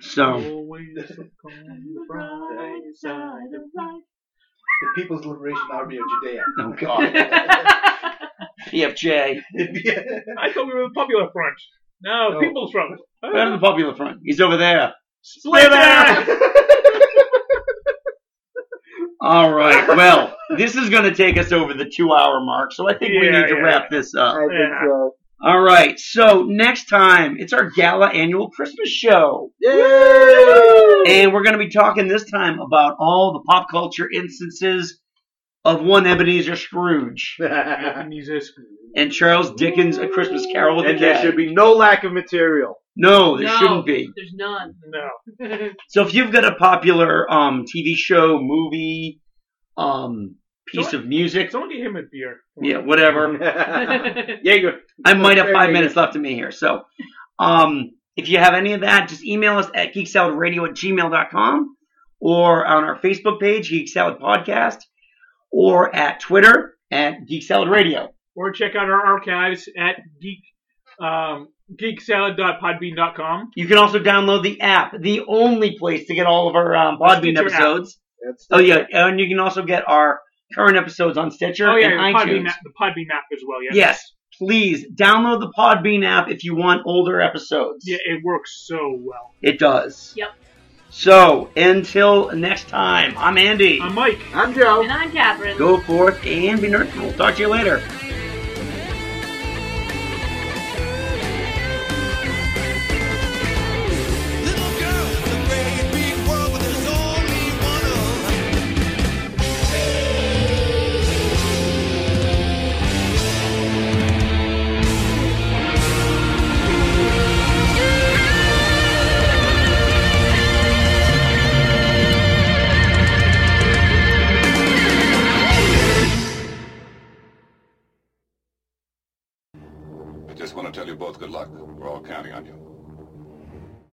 [SPEAKER 5] so
[SPEAKER 8] Always on the bright side of life.
[SPEAKER 9] The People's Liberation Army of Judea.
[SPEAKER 5] Oh God. PFJ.
[SPEAKER 8] I thought we were the Popular Front. No,
[SPEAKER 5] No.
[SPEAKER 8] People's Front.
[SPEAKER 5] Where's the popular front? He's over there.
[SPEAKER 8] Splinter!
[SPEAKER 5] All right. Well, this is going to take us over the two-hour mark, so I think we
[SPEAKER 8] Yeah,
[SPEAKER 5] need to
[SPEAKER 8] yeah.
[SPEAKER 5] wrap this up.
[SPEAKER 8] I think so.
[SPEAKER 5] All right. So next time, it's our gala annual Christmas show. And we're going to be talking this time about all the pop culture instances of one Ebenezer Scrooge
[SPEAKER 8] Ebenezer Scrooge.
[SPEAKER 5] and Charles Dickens' A Christmas Carol with
[SPEAKER 9] And
[SPEAKER 5] a
[SPEAKER 9] there
[SPEAKER 5] K.
[SPEAKER 9] should be no lack of material.
[SPEAKER 5] No, there
[SPEAKER 12] No,
[SPEAKER 5] shouldn't be.
[SPEAKER 12] There's none.
[SPEAKER 8] No.
[SPEAKER 5] So if you've got a popular um, TV show, movie, um, piece of music,
[SPEAKER 8] Someone get him a beer.
[SPEAKER 5] yeah, whatever. yeah, you I might have five minutes left of me here. So um, if you have any of that, just email us at geeksaladradio at gmail.com or on our Facebook page, Geek Salad Podcast, or at Twitter at Geek Salad Radio.
[SPEAKER 8] Or check out our archives at geek um, geeksalad.podbean.com.
[SPEAKER 5] You can also download the app, the only place to get all of our um, Podbean
[SPEAKER 8] Stitcher app.
[SPEAKER 5] episodes.
[SPEAKER 9] That's
[SPEAKER 5] Oh yeah, and you can also get our current episodes on Stitcher
[SPEAKER 8] oh yeah,
[SPEAKER 5] and
[SPEAKER 8] the Podbean,
[SPEAKER 5] iTunes.
[SPEAKER 8] app, the Podbean app as well. Yeah.
[SPEAKER 5] Yes, please download the Podbean app if you want older episodes.
[SPEAKER 8] Yeah, it works so well.
[SPEAKER 5] It does.
[SPEAKER 12] Yep.
[SPEAKER 5] So until next time, I'm Andy. I'm
[SPEAKER 8] Mike.
[SPEAKER 9] I'm Joe.
[SPEAKER 12] And I'm Catherine.
[SPEAKER 5] Go forth and be nerdful. Talk to you later.